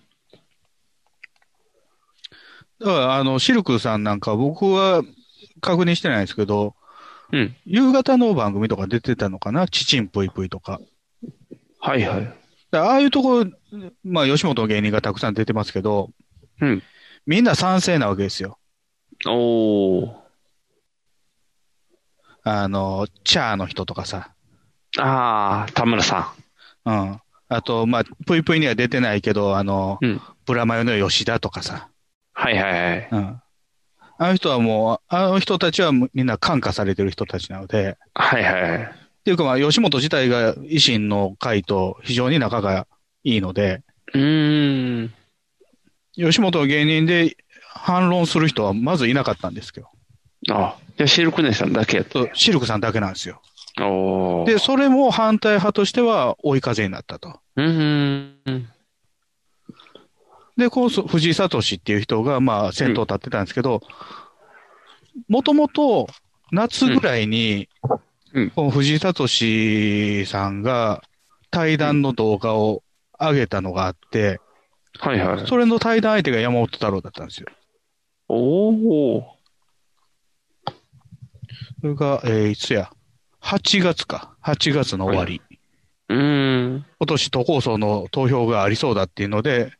Speaker 4: だから、あの、シルクさんなんか僕は確認してないですけど、
Speaker 3: うん。
Speaker 4: 夕方の番組とか出てたのかなチチンプイプイとか。
Speaker 3: はいはい。
Speaker 4: ああいうところ、まあ、吉本の芸人がたくさん出てますけど、
Speaker 3: うん。
Speaker 4: みんな賛成なわけですよ。
Speaker 3: おー。
Speaker 4: あの、チャーの人とかさ。
Speaker 3: ああ、田村さ
Speaker 4: うん。あと、まあ、ぷいぷいには出てないけど、あの、
Speaker 3: うん
Speaker 4: プラマヨの吉田とかさ。
Speaker 3: ん。はいはいはい。
Speaker 4: うん。あの人はもう、あの人たちはみんな感化されてる人たちなので、
Speaker 3: はいはいはい。
Speaker 4: っていうかまあ、吉本自体が維新の会と非常に仲がいいので、
Speaker 3: うーん。
Speaker 4: 吉本の芸人で反論する人はまずいなかったんですけど。
Speaker 3: あ、じゃあシルクネさんだけやった。
Speaker 4: そうシルクさんだけなんですよ。
Speaker 3: おー。
Speaker 4: で、それも反対派としては追い風になったと。
Speaker 3: うーん。
Speaker 4: で、こうそ藤井聡っていう人が、まあ、先頭立ってたんですけど、もともと夏ぐらいに、
Speaker 3: うん
Speaker 4: この藤井聡さんが対談の動画を上げたのがあって、
Speaker 3: はいはい。
Speaker 4: それの対談相手が山本太郎だったんですよ。
Speaker 3: おー。
Speaker 4: それが、えーいつや、8月か、8月の終わり。
Speaker 3: うーん。
Speaker 4: 今年都構想の投票がありそうだっていうので、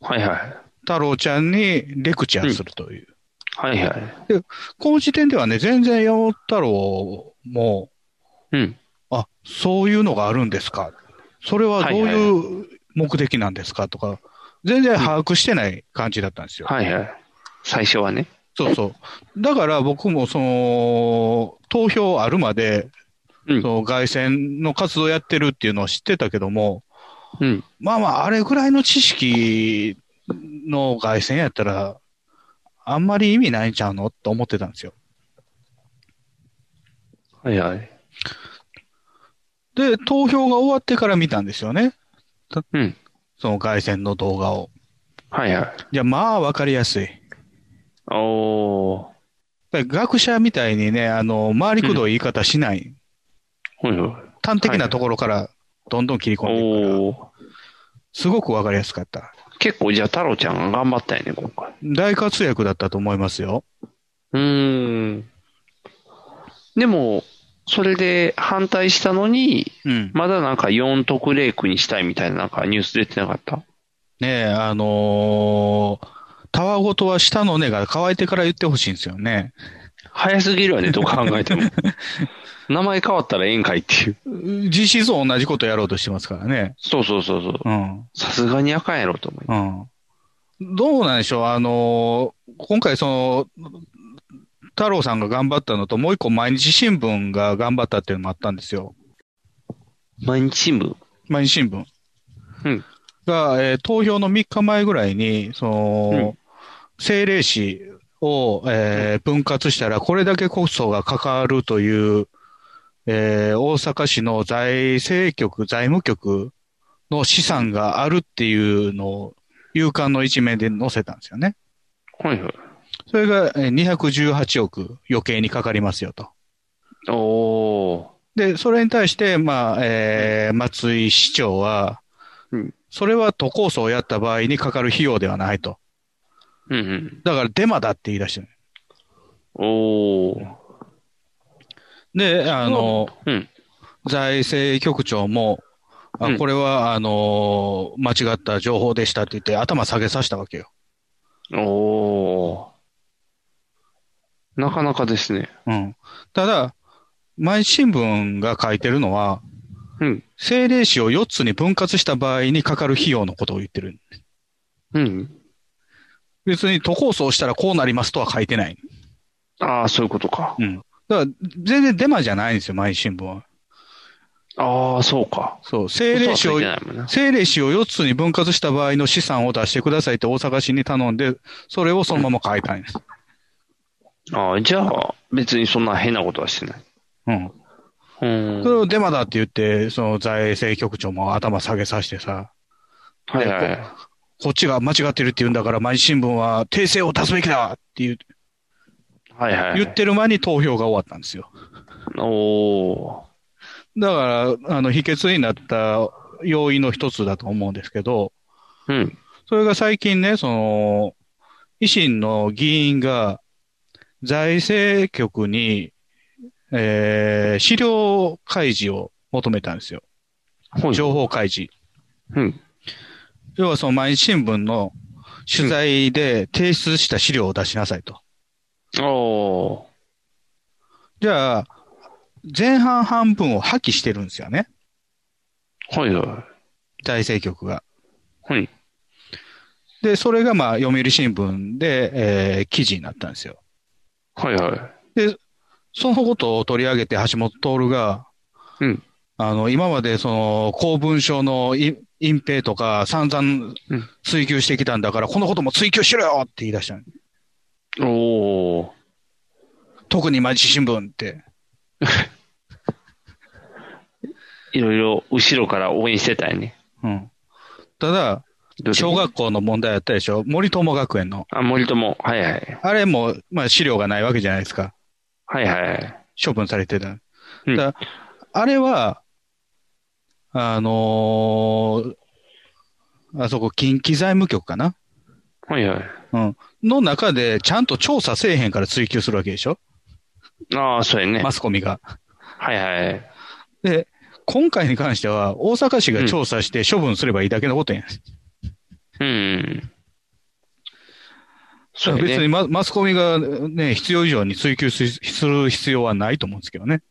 Speaker 3: はいはい。
Speaker 4: 太郎ちゃんにレクチャーするという。
Speaker 3: はいはい。
Speaker 4: この時点ではね、全然山本太郎も、
Speaker 3: うん。
Speaker 4: あ、そういうのがあるんですか。それはどう
Speaker 3: はい
Speaker 4: いう目的なんですかとか、全然把握してない感じだったんですよ。
Speaker 3: はいはい。最初はね。
Speaker 4: そうそう。だから僕もその、投票あるまで、
Speaker 3: うん
Speaker 4: その外選の活動やってるっていうのを知ってたけども、
Speaker 3: うん。
Speaker 4: まあまあ、あれぐらいの知識の外線やったら、あんまり意味ないんちゃうのと思ってたんですよ。
Speaker 3: はいはい。
Speaker 4: で、投票が終わってから見たんですよね。
Speaker 3: うん。
Speaker 4: その外線の動画を。
Speaker 3: はいはい
Speaker 4: や、まあ、わかりやすい。
Speaker 3: い。おー。
Speaker 4: やっぱり学者みたいにね、あの、回りくどい言い方しない。
Speaker 3: はいは
Speaker 4: 端的なところからどんどん切り
Speaker 3: い。
Speaker 4: 込んでいくから、
Speaker 3: おー。
Speaker 4: すごくわかりやすかった。
Speaker 3: 結構じゃあ太郎ちゃんが頑張ったよね、今回。
Speaker 4: 大活躍だったと思いますよ。
Speaker 3: うーん。でも、それで反対したのに、
Speaker 4: うん。
Speaker 3: まだなんか4特例区にしたいみたいななんかニュース出てなかった
Speaker 4: ねえ、あのー、たわごとは下の根が乾いてから言ってほしいんですよね。
Speaker 3: 早すぎるわね、どう考え ても。名前変わったらええんかいっていう。
Speaker 4: 実質同じことやろうとしてますからね。
Speaker 3: そうそうそうそう。
Speaker 4: うん。
Speaker 3: さすがにあかんやろと思いま
Speaker 4: うん。どうなんでしょう、あのー今回、その、太郎さんが頑張ったのと、もう一個、毎日新聞が頑張ったっていうのもあったんですよ。
Speaker 3: す。毎日新聞。
Speaker 4: 毎日新聞
Speaker 3: うん。
Speaker 4: が、えー投票の3日前ぐらいに、その、政令史を、えー分割したら、これだけコストがかかるという、えー大阪市の財政局、財務局の資産があるっていうのを、夕刊の一面で載せたんですよね。
Speaker 3: はいはい。
Speaker 4: それがえー218億余計にかかりますよと。
Speaker 3: おー。
Speaker 4: で、それに対して、まあ、えー松井市長は
Speaker 3: うん、
Speaker 4: それは都構想をやった場合にかかる費用ではないと。
Speaker 3: うんうん。
Speaker 4: だからデマだって言い出してる。
Speaker 3: おー。
Speaker 4: で、あの、
Speaker 3: うん。
Speaker 4: 財政局長も、
Speaker 3: う
Speaker 4: あ
Speaker 3: ん
Speaker 4: これは、あのー間違った情報でしたって言って頭下げさせたわけよ。
Speaker 3: おー。なかなかですね。
Speaker 4: うん。ただ、毎日新聞が書いてるのは、
Speaker 3: うん。
Speaker 4: 政令市を4つに分割した場合にかかる費用のことを言ってる。
Speaker 3: うん。
Speaker 4: 別に都構想したらこうなりますとは書いてない。
Speaker 3: ああ、そういうことか。
Speaker 4: うん。だから、全然デマじゃないんですよ、毎日新聞は。
Speaker 3: ああ、そうか。
Speaker 4: そう、政令市
Speaker 3: 嘘は
Speaker 4: を
Speaker 3: ついて、ないもんな。
Speaker 4: 政令市を4つに分割した場合の資産を出してくださいって大阪市に頼んで、それをそのまま書いたんです。
Speaker 3: ああ、じゃあ、別にそんな変なことはしてない。
Speaker 4: うん。
Speaker 3: うーん。
Speaker 4: それをデマだって言って、その財政局長も頭下げさせてさ、
Speaker 3: はいはい。
Speaker 4: こっちが間違ってるって言うんだから、毎日新聞は訂正を出すべきだっていう
Speaker 3: はいはい。
Speaker 4: 言っ。てる間に投票が終わったんですよ。
Speaker 3: お
Speaker 4: だから、あの、秘訣になった要因の一つだと思うんですけど、
Speaker 3: うん。
Speaker 4: それが最近ね、その、維新の議員が財政局に、えー資料開示を求めたんですよ。情報開示。要はその毎日新聞の取材で提出した資料を出しなさいと。
Speaker 3: お
Speaker 4: じゃあ、前半半分を破棄してるんですよね。
Speaker 3: はいは
Speaker 4: 財政局が。
Speaker 3: はい。
Speaker 4: で、それがまあ、読売新聞で、えー記事になったんですよ。
Speaker 3: はいはい。
Speaker 4: で、そのことを取り上げて橋本徹が、
Speaker 3: うん。
Speaker 4: あの、今までその公文書のい隠蔽とか散々
Speaker 3: うん
Speaker 4: 追求してきたんだから、このことも追求しろよって言い出したの
Speaker 3: おー。
Speaker 4: 特に毎日新聞って。
Speaker 3: いろいろ後ろから応援してたよね。
Speaker 4: うん。ただ、小学校の問題あったでしょ森友学園の。
Speaker 3: あ、森友。はいはい。
Speaker 4: あれも、まあ資料がないわけじゃないですか。
Speaker 3: はいはい。
Speaker 4: 処分されてた。だあれは、あのーあそこ、近畿財務局かな
Speaker 3: はいはい。
Speaker 4: うん。の中で、ちゃんと調査せえへんから追求するわけでしょ
Speaker 3: ああ、そうやね。
Speaker 4: マスコミが。
Speaker 3: はいはい。
Speaker 4: で、今回に関しては、大阪市が調査して処分すればいいだけのことやん。
Speaker 3: うん。
Speaker 4: だから別にママスコミがね、必要以上に追求すする必要はないと思うんですけどね。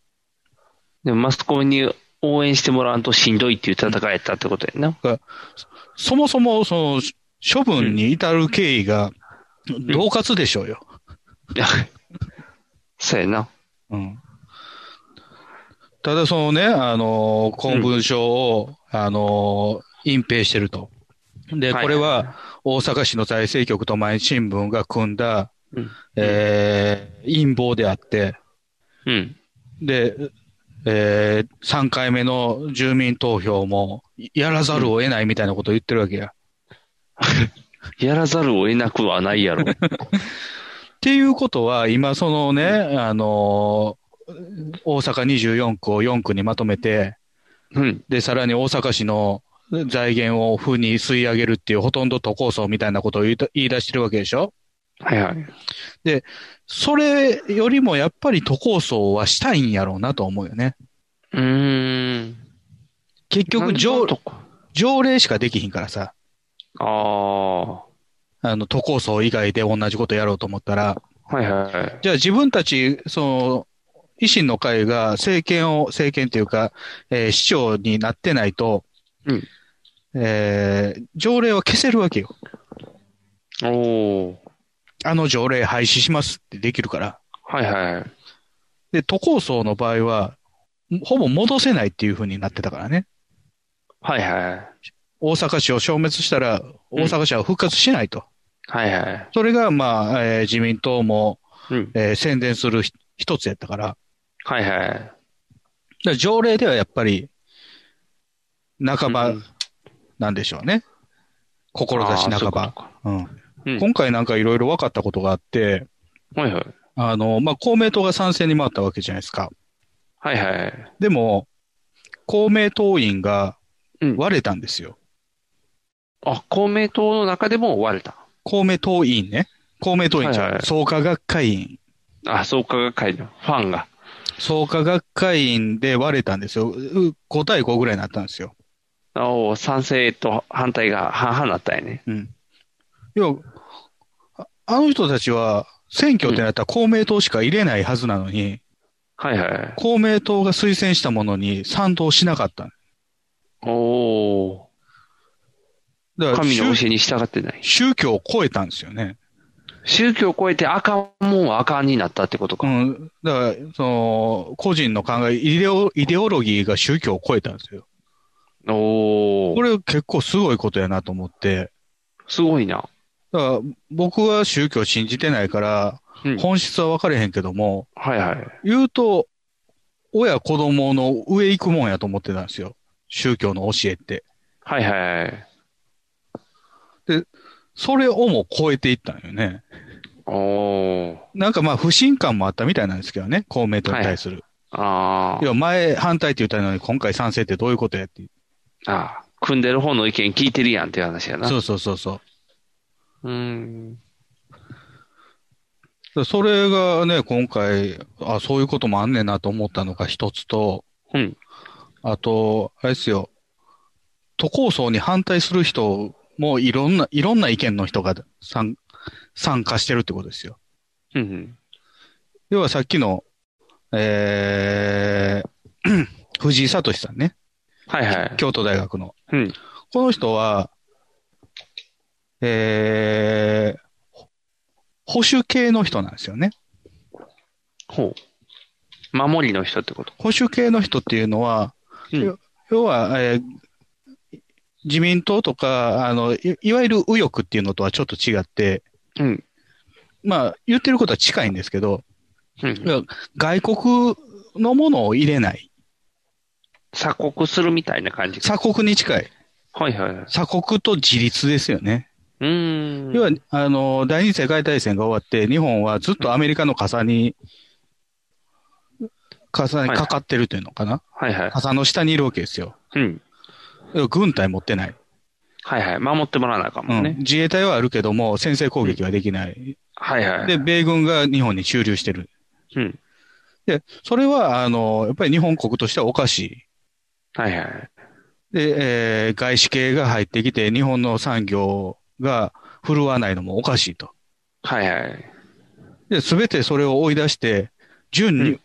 Speaker 3: でもマスコミに応援してもらわんとしんどいっていう戦いやったってことや な。
Speaker 4: そもそも、その、処分に至る経緯が、恫喝でしょうよ。
Speaker 3: そうやな。
Speaker 4: うん。ただ、そのね、あのー、公文書を、あのー、隠蔽してると。で、
Speaker 3: はい
Speaker 4: これは、大阪市の財政局と毎日新聞が組んだ、
Speaker 3: うん
Speaker 4: えー陰謀であって、
Speaker 3: うん。
Speaker 4: で、えー、3回目の住民投票も、やらざるを得ないみたいなことを言ってるわけや。
Speaker 3: やらざるを得なくはない やろ。
Speaker 4: っていうことは、今、そのね、あのー大阪24区を4区にまとめて、
Speaker 3: うん。
Speaker 4: で、さらに大阪市の財源を府に吸い上げるっていう、ほとんど都構想みたいなことを言い言い出してるわけでしょ
Speaker 3: はいはい。
Speaker 4: で、それよりもやっぱり都構想はしたいんやろうなと思うよね。
Speaker 3: うーん。
Speaker 4: 結局条、条例しかできひんからさ、
Speaker 3: ああ。は
Speaker 4: あの、都構想以外で同じことやろうと思ったら、
Speaker 3: いはい。
Speaker 4: じゃあ自分たち、その、維新の会が政権を、政権というか、えー市長になってないと、
Speaker 3: うん
Speaker 4: えー条例は消せるわけよ。
Speaker 3: おお。
Speaker 4: あの条例廃止しますってできるから。
Speaker 3: はいはい。
Speaker 4: で、都構想の場合は、ほぼ戻せないっていう風になってたからね。
Speaker 3: はいはい。
Speaker 4: 大阪市を消滅したら、大阪市は復活しないと。
Speaker 3: はいはい。
Speaker 4: それが、まあ、えー自民党も、
Speaker 3: うん。
Speaker 4: えー宣伝するひ一つやったから、だか
Speaker 3: はいはい。
Speaker 4: ら条例ではやっぱり、半
Speaker 3: う
Speaker 4: ば
Speaker 3: ん
Speaker 4: なんでしょうね。志
Speaker 3: あーそ
Speaker 4: 半
Speaker 3: うか
Speaker 4: ば。うん
Speaker 3: うん
Speaker 4: 今回なんかいろいろ分かったことがあって、
Speaker 3: はいはい。
Speaker 4: あの、まあ、公明党が賛成に回ったわけじゃないですか。
Speaker 3: はいはい。
Speaker 4: でも、公明党員が
Speaker 3: うん
Speaker 4: 割れたんですよ。
Speaker 3: あ、公明党の中でも割れた。
Speaker 4: 公明党委員ね。公明党委員じゃん、
Speaker 3: はいはい
Speaker 4: 創価学会委員。
Speaker 3: あ、創価学会のファンが。
Speaker 4: 創価学会委員で割れたんですよ。う5対5ぐらいになったんですよ。
Speaker 3: おお、賛成と反対が半々だったよね。
Speaker 4: うん。要は、ああの人たちは選挙ってなったら公明党しか入れないはずなのに、
Speaker 3: はいはい。
Speaker 4: 公明党が推薦したものに賛同しなかった。
Speaker 3: おお。
Speaker 4: だから
Speaker 3: 神の教
Speaker 4: 宗
Speaker 3: えに従ってない。
Speaker 4: 宗教を超えたんですよね。
Speaker 3: 宗教を超えてあかんもんはあかんになったってこと
Speaker 4: う
Speaker 3: か。
Speaker 4: ん。だから、その、個人の考え、イデオ、イデオロギーが宗教を超えたんですよ。
Speaker 3: おお。
Speaker 4: これ結構すごいことやなと思って。
Speaker 3: すごいな。
Speaker 4: だから、僕は宗教信じてないから
Speaker 3: うん、
Speaker 4: 本質は分かれへんけども、
Speaker 3: はいはい。
Speaker 4: 言うと、親子供の上行くもんやと思ってたんですよ。宗教の教えって。
Speaker 3: はいはい。
Speaker 4: それをも超えていったんよね。
Speaker 3: おお。
Speaker 4: なんかまあ不信感もあったみたいなんですけどね、公明党に対する。
Speaker 3: あ
Speaker 4: 要は前反対って言ったのに今回賛成ってどういうことやって。
Speaker 3: あ。ああ。組んでる方の意見聞いてるやんっていう話やな。。
Speaker 4: そうそうそうそう
Speaker 3: うん。
Speaker 4: でそれがね、今回、あ、そういうこともあんねんなと思ったのが一つと、
Speaker 3: うん。
Speaker 4: あと、あれですよ、都構想に反対する人もいろんな、いろんな意見の人が参参加してるってことですよ。
Speaker 3: うん。
Speaker 4: 要はさっきの、えー、 藤井聡さんね。
Speaker 3: はいはい。
Speaker 4: 京都大学の。
Speaker 3: うん。
Speaker 4: この人は、えー、保守系の人なんですよね。
Speaker 3: ほう。守りの人ってこと。
Speaker 4: 保守系の人っていうのは、
Speaker 3: うん。
Speaker 4: 要は、えー自民党とか、あの、いいわゆる右翼っていうのとはちょっと違って、
Speaker 3: うん。
Speaker 4: まあ、言ってることは近いんですけど、
Speaker 3: うん。
Speaker 4: 要は外国のものを入れない。
Speaker 3: 鎖国するみたいな感じか。
Speaker 4: 鎖国に近い。
Speaker 3: はいはいはい。う
Speaker 4: 鎖国と自立ですよね。
Speaker 3: ーん。
Speaker 4: 要は、あの、第二次世界大戦が終わって、日本はずっとアメリカの傘に、傘にかかってるというのかな、
Speaker 3: はいはい。
Speaker 4: 傘の下にいるわけですよ。
Speaker 3: うん。
Speaker 4: 要は軍隊持ってない。
Speaker 3: はいはい。守ってもらわなあかん
Speaker 4: う
Speaker 3: も
Speaker 4: ん
Speaker 3: んね。
Speaker 4: 自衛隊はあるけども、先制攻撃はできない。
Speaker 3: はいはい。
Speaker 4: で、米軍が日本に駐留してる。
Speaker 3: うん。
Speaker 4: で、それは、あの、やっぱり日本国としてはおかし
Speaker 3: はいはい。
Speaker 4: い。で、えー外資系が入ってきて、日本の産業が振るわないのもおかしいと。
Speaker 3: はいはい。
Speaker 4: で、すべてそれを追い出して、純に、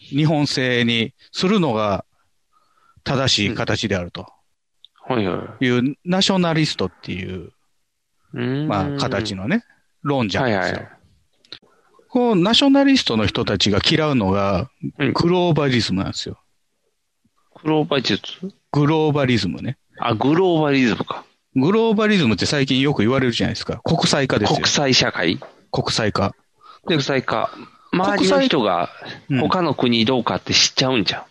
Speaker 4: 日本製にするのが正しい形であると
Speaker 3: はいはい。
Speaker 4: いう、ナショナリストっていう、
Speaker 3: うーん。
Speaker 4: まあ、形
Speaker 3: の。
Speaker 4: のね、論者
Speaker 3: は
Speaker 4: ないんです
Speaker 3: は
Speaker 4: よ。
Speaker 3: い。
Speaker 4: このナショナリストの人たちが嫌うのが
Speaker 3: うん、
Speaker 4: グローバリズムなんですよ。
Speaker 3: グローバリズム
Speaker 4: グローバリズムね。
Speaker 3: あ、グローバリズムか。
Speaker 4: グローバリズムって最近よく言われるじゃないですか。国際化ですよ
Speaker 3: 国。際社会
Speaker 4: 国際化。で
Speaker 3: 国際化。周りの人が
Speaker 4: うん
Speaker 3: 他の国どうかって知っちゃうんじゃ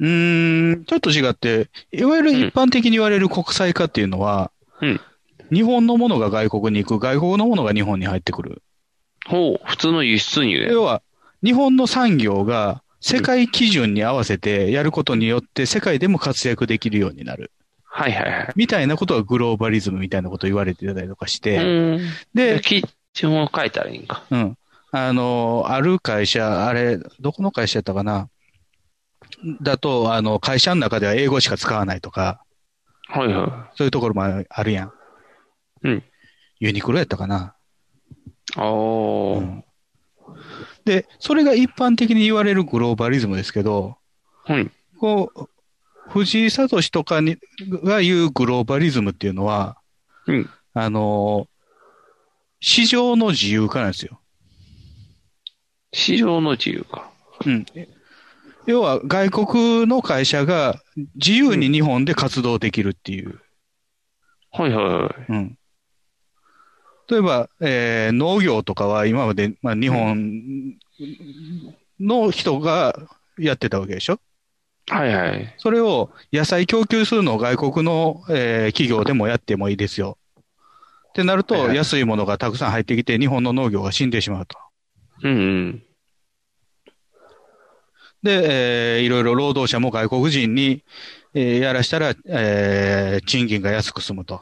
Speaker 3: ん。
Speaker 4: うーん、ちょっと違って、いわゆる一般的に言われる国際化っていうのは、
Speaker 3: うん
Speaker 4: 日本のものが外国に行く、外国のものが日本に入ってくる。
Speaker 3: ほう、普通の輸出入で。
Speaker 4: 要は、日本の産業が世界基準に合わせてやることによって世界でも活躍できるようになる。
Speaker 3: はいはいはい。
Speaker 4: みたいなことはグローバリズムみたいなことを言われてたりとかし
Speaker 3: う
Speaker 4: て、
Speaker 3: ーん。
Speaker 4: で
Speaker 3: で、、基準を書いたらいいんか。
Speaker 4: うん。あの、ある会社、あれ、どこの会社やったかなだと、あの、会社の中では英語しか使わないとか、
Speaker 3: はいは
Speaker 4: そういうところもあるやん。
Speaker 3: い。うん。
Speaker 4: ユニクロやったかな。
Speaker 3: おー。
Speaker 4: うんで、それが一般的に言われるグローバリズムですけど、
Speaker 3: はい。
Speaker 4: こう、藤井聡とかにが言うグローバリズムっていうのは、
Speaker 3: うん。
Speaker 4: あの、市場の自由化なんですよ。
Speaker 3: 市場の自由か。
Speaker 4: うん。要は外国の会社が自由に日本で活動できるっていう。
Speaker 3: はいはいはい。
Speaker 4: うん。例えば、えー農業とかは今まで、まあ、日本の人がやってたわけでしょ
Speaker 3: はいはい。
Speaker 4: それを野菜供給するのを外国の、えー企業でもやってもいいですよ。ってなる
Speaker 3: はい
Speaker 4: と、
Speaker 3: はい
Speaker 4: 安いものがたくさん入ってきて、日本の農業が死んでしまうと。
Speaker 3: うんうん。
Speaker 4: で、えーいろいろ労働者も外国人に、えーやらしたら、えー賃金が安く済むと。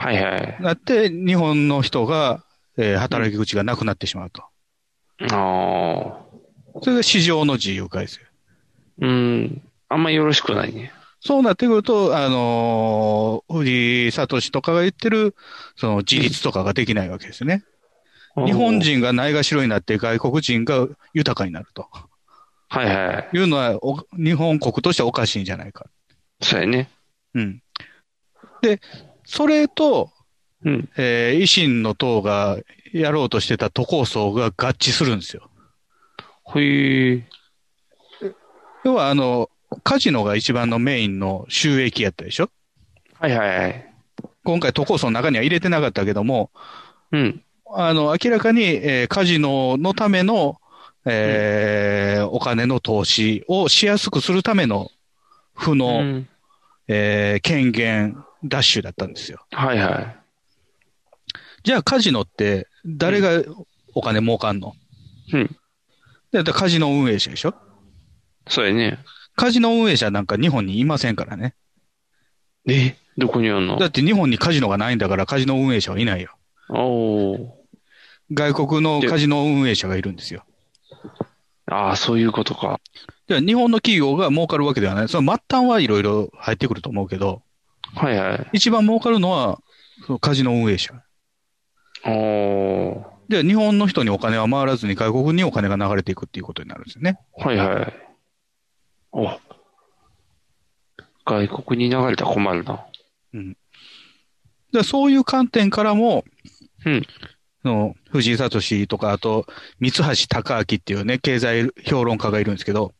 Speaker 3: はいはい。
Speaker 4: なって、日本の人が、えー働き口がなくなってしまうと。
Speaker 3: あ
Speaker 4: それが市場の自由化ですよ。
Speaker 3: ー。うん。あんまよろしくないね。
Speaker 4: そうなってくると、あのー藤井聡とかが言ってる、その自立とかができないわけですね。日本。人がないがしろになって外国人が豊かになると
Speaker 3: はいはい。
Speaker 4: いうのは、お日本国としてはおかしいんじゃないか。
Speaker 3: そうやね。
Speaker 4: うん。で、それと、
Speaker 3: うん。
Speaker 4: えー維新の党がやろうとしてた都構想が合致するんですよ。
Speaker 3: ほい。
Speaker 4: 要は、あの、カジノが一番のメインの収益やったでしょ
Speaker 3: はいはいはい。
Speaker 4: 今回都構想の中には入れてなかったけども、
Speaker 3: うん。
Speaker 4: あの、明らかに、えーカジノのための、えーお金の投資をしやすくするための、負
Speaker 3: う
Speaker 4: の、
Speaker 3: ん。
Speaker 4: えー権限ダッシュだったんですよ。
Speaker 3: はいはい。
Speaker 4: じゃあカジノって誰がお金儲かんの、
Speaker 3: うん。
Speaker 4: だってカジノ運営者でしょ
Speaker 3: そうやね。
Speaker 4: カジノ運営者なんか日本にいませんからね。
Speaker 3: えどこにあるの
Speaker 4: だって日本にカジノがないんだから、カジノ運営者はいないよ。
Speaker 3: おー
Speaker 4: 外国のカジノ運営者がいるんですよ。
Speaker 3: ああ、そういうことか。
Speaker 4: じゃあ日本の企業が儲かるわけではない。その末端はいろいろ入ってくると思うけど、
Speaker 3: はいはい。
Speaker 4: 一番儲かるのは、そのカジノ運営者。
Speaker 3: おー
Speaker 4: で、日本の人にお金は回らずに外国にお金が流れていくっていうことになるんですよね。
Speaker 3: はいはい。お外国に流れたら困るな。
Speaker 4: でそういう観点からも、
Speaker 3: うん。
Speaker 4: その藤井聡とか、あと、三橋隆明っていうね、経済評論家がいるんですけど、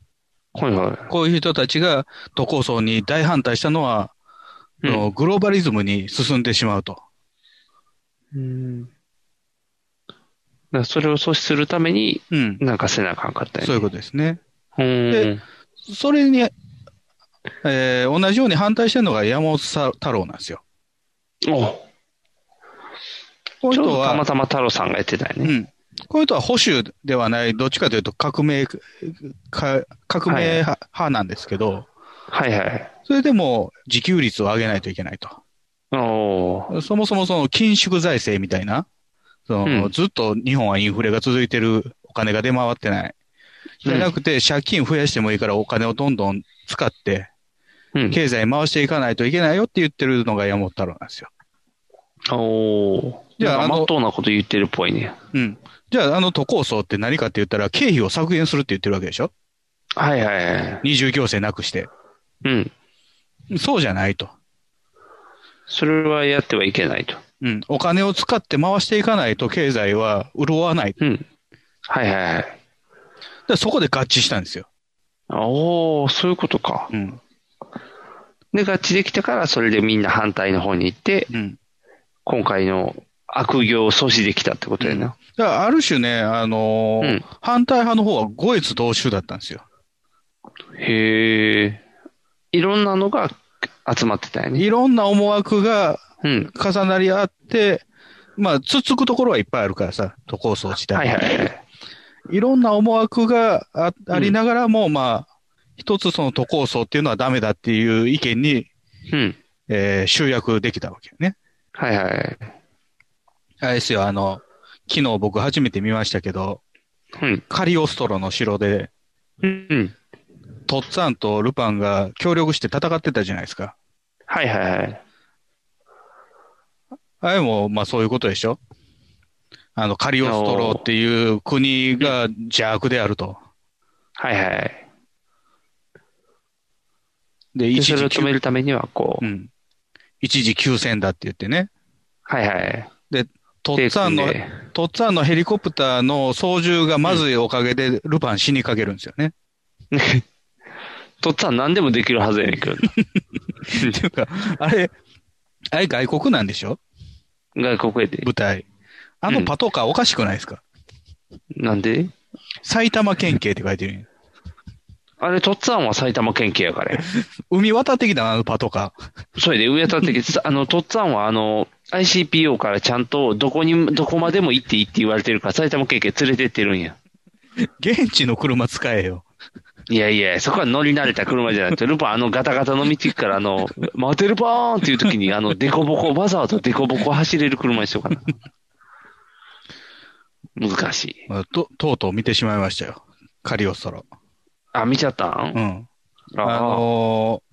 Speaker 3: はいはい。
Speaker 4: こういう人たちが都構想に大反対したのは、そのグローバリズムに進んでしまうと。
Speaker 3: うん。だからそれを阻止するために、
Speaker 4: うん。
Speaker 3: なんかせなあかんかった。
Speaker 4: そういうこととですね。
Speaker 3: うーん。
Speaker 4: それに、えー同じように反対してるのが山本さ太郎なんですよ。
Speaker 3: お
Speaker 4: この
Speaker 3: ち
Speaker 4: 人
Speaker 3: ょうどたま
Speaker 4: は、
Speaker 3: たま太郎さんがやってたよ
Speaker 4: う
Speaker 3: ね。
Speaker 4: ん。この人は保守ではない、どっちかというと革命、か革命派派なんですけど、
Speaker 3: はいはい。
Speaker 4: それでも自給率を上げないといけない
Speaker 3: おー
Speaker 4: と。そもそもその緊縮財政みたいな、その
Speaker 3: うん
Speaker 4: ずっと日本はインフレが続いてる、お金が出回ってない。じゃなくて、借金増やしてもいいからお金をどんどん使って、
Speaker 3: うん。
Speaker 4: 経済回していかないといけないよって言ってるのが山本太郎なんですよ。
Speaker 3: おー
Speaker 4: じゃあ
Speaker 3: なん
Speaker 4: あ
Speaker 3: か
Speaker 4: の
Speaker 3: まっとうなこと言ってるっぽいね。
Speaker 4: うん。じゃあ、あの都構想って何かって言ったら、経費を削減するって言ってるわけでしょ
Speaker 3: はいはいはい。
Speaker 4: 二重行政なくして。
Speaker 3: うん。
Speaker 4: そうじゃないと。
Speaker 3: それはやってはいけないと。
Speaker 4: うん。お金を使って回していかないと経済は潤わない。
Speaker 3: うん。はいはいはい。
Speaker 4: でそこで合致したんですよ。
Speaker 3: おーそういうことか。
Speaker 4: うん。
Speaker 3: で、合致できたから、それでみんな反対の方に行って、
Speaker 4: うん。
Speaker 3: 今回の悪行を阻止できたってことやな。
Speaker 4: だからある種ね、あのー
Speaker 3: うん
Speaker 4: 反対派の方は五越同州だったんですよ。
Speaker 3: へえ。いろんなのが集まってたよね。
Speaker 4: いろんな思惑が
Speaker 3: うん。
Speaker 4: 重なり合って、まあ、つっつくところはいっぱいあるからさ、都構想自体は
Speaker 3: はいはいはい。
Speaker 4: いろんな思惑があありながらも、まあ、一つその都構想っていうのはダメだっていう意見に、
Speaker 3: うん。
Speaker 4: えー集約できたわけよね。
Speaker 3: はいはい。
Speaker 4: あれですよ、あの、昨日僕初めて見ましたけど、
Speaker 3: うん。
Speaker 4: カリオストロの城で、
Speaker 3: うん。
Speaker 4: トッツァンとルパンが協力して戦ってたじゃないですか。
Speaker 3: はいはいはい。
Speaker 4: あれも、まあそういうことでしょあの、カリオストロっていう国が邪悪であると。
Speaker 3: はいはい。
Speaker 4: で、
Speaker 3: で
Speaker 4: 一
Speaker 3: それ
Speaker 4: 時
Speaker 3: を止
Speaker 4: 休
Speaker 3: め、るためには、こう
Speaker 4: う。ん。一時休戦だって言ってね。
Speaker 3: はいはい。
Speaker 4: トッツァンの
Speaker 3: 手、組んで
Speaker 4: トッツァンのヘリコプターの操縦がまずいおかげで、ルパン死にかけるんですよね。
Speaker 3: とっつぁん何でもできるはずやねんけど な
Speaker 4: っていうか、あれ、あれ外国なんでしょ
Speaker 3: 外国へで。
Speaker 4: 舞台。あのパトカーおかしくないですか、
Speaker 3: なんで
Speaker 4: 埼玉県警って書いてるんや
Speaker 3: あれ、とっつぁんは埼玉県警やから や。
Speaker 4: 海渡ってきたな、あのパトカ
Speaker 3: それで、上田的、 あの、とっつぁんは、あの、ICPO からちゃんと、どこに、どこまでも行っていいって言われてるから、埼玉県警連れてってるんや。
Speaker 4: ー。現地の車使えよ。
Speaker 3: いやいや、そこは乗り慣れた車じゃないと、ルパン、あのガタガタの道行くから、あの、待てルパーンっていう時に、あの、デコボコ、わざわざデコボコ走れる車にしよう かな。難しい。
Speaker 4: まあと、とうとう見てしまいましたよ。カリオストロ。
Speaker 3: あ、見ちゃったん、
Speaker 4: うん。
Speaker 3: あ
Speaker 4: あのー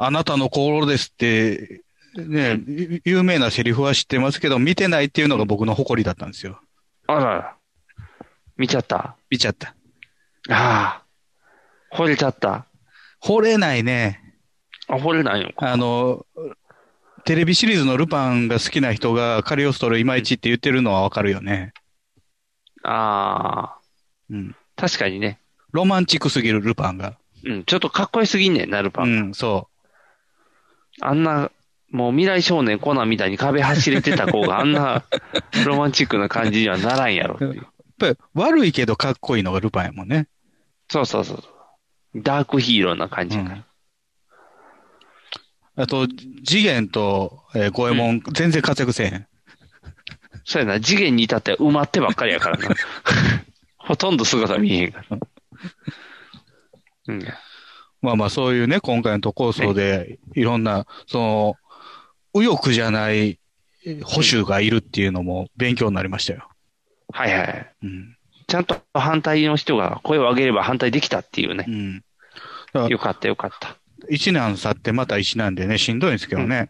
Speaker 4: あなたの心ですって、ね、ゆ有名なセリフは知ってますけど、見てないっていうのが僕の誇りだったんですよ。
Speaker 3: あらら。見ちゃった。
Speaker 4: 見ちゃった。
Speaker 3: ああ。惚れちゃった。
Speaker 4: 惚れないね。
Speaker 3: あ、惚れないの
Speaker 4: あのーテレビシリーズのルパンが好きな人がカリオストロいまいちって言ってるのはわかるよね。
Speaker 3: ああ。
Speaker 4: うん。
Speaker 3: 確かにね。
Speaker 4: ロマンチックすぎるルパンが。
Speaker 3: うん、ちょっとかっこよすぎんねんな、ルパ
Speaker 4: う
Speaker 3: ン。
Speaker 4: ん、そ
Speaker 3: あんな、もう未来少年コナンみたいに壁走れてた子 があんなロマンチックな感じにはならんやろっていう。
Speaker 4: う。やっぱり悪いけどかっこいいのがルパンやもんね。
Speaker 3: そうそうそう。ダークヒーローな感じ
Speaker 4: う
Speaker 3: やから
Speaker 4: ん。あと、次元と、えー、五右衛門、全然活躍せえへん。
Speaker 3: そうやな、次元に至っては埋まってばっかりやからな。 ほとんど姿見えへんから。うん。
Speaker 4: まあまあ、そういうね、今回の都構想で、いろんな、その、右翼じゃない保守がいるっていうのも勉強になりましたよ。
Speaker 3: はいはい。
Speaker 4: うん。
Speaker 3: ちゃんと反対の人が声を上げれば反対できたっていうね。よかったよかった。
Speaker 4: 一難去ってまた一難でね、しんどいんですけどね。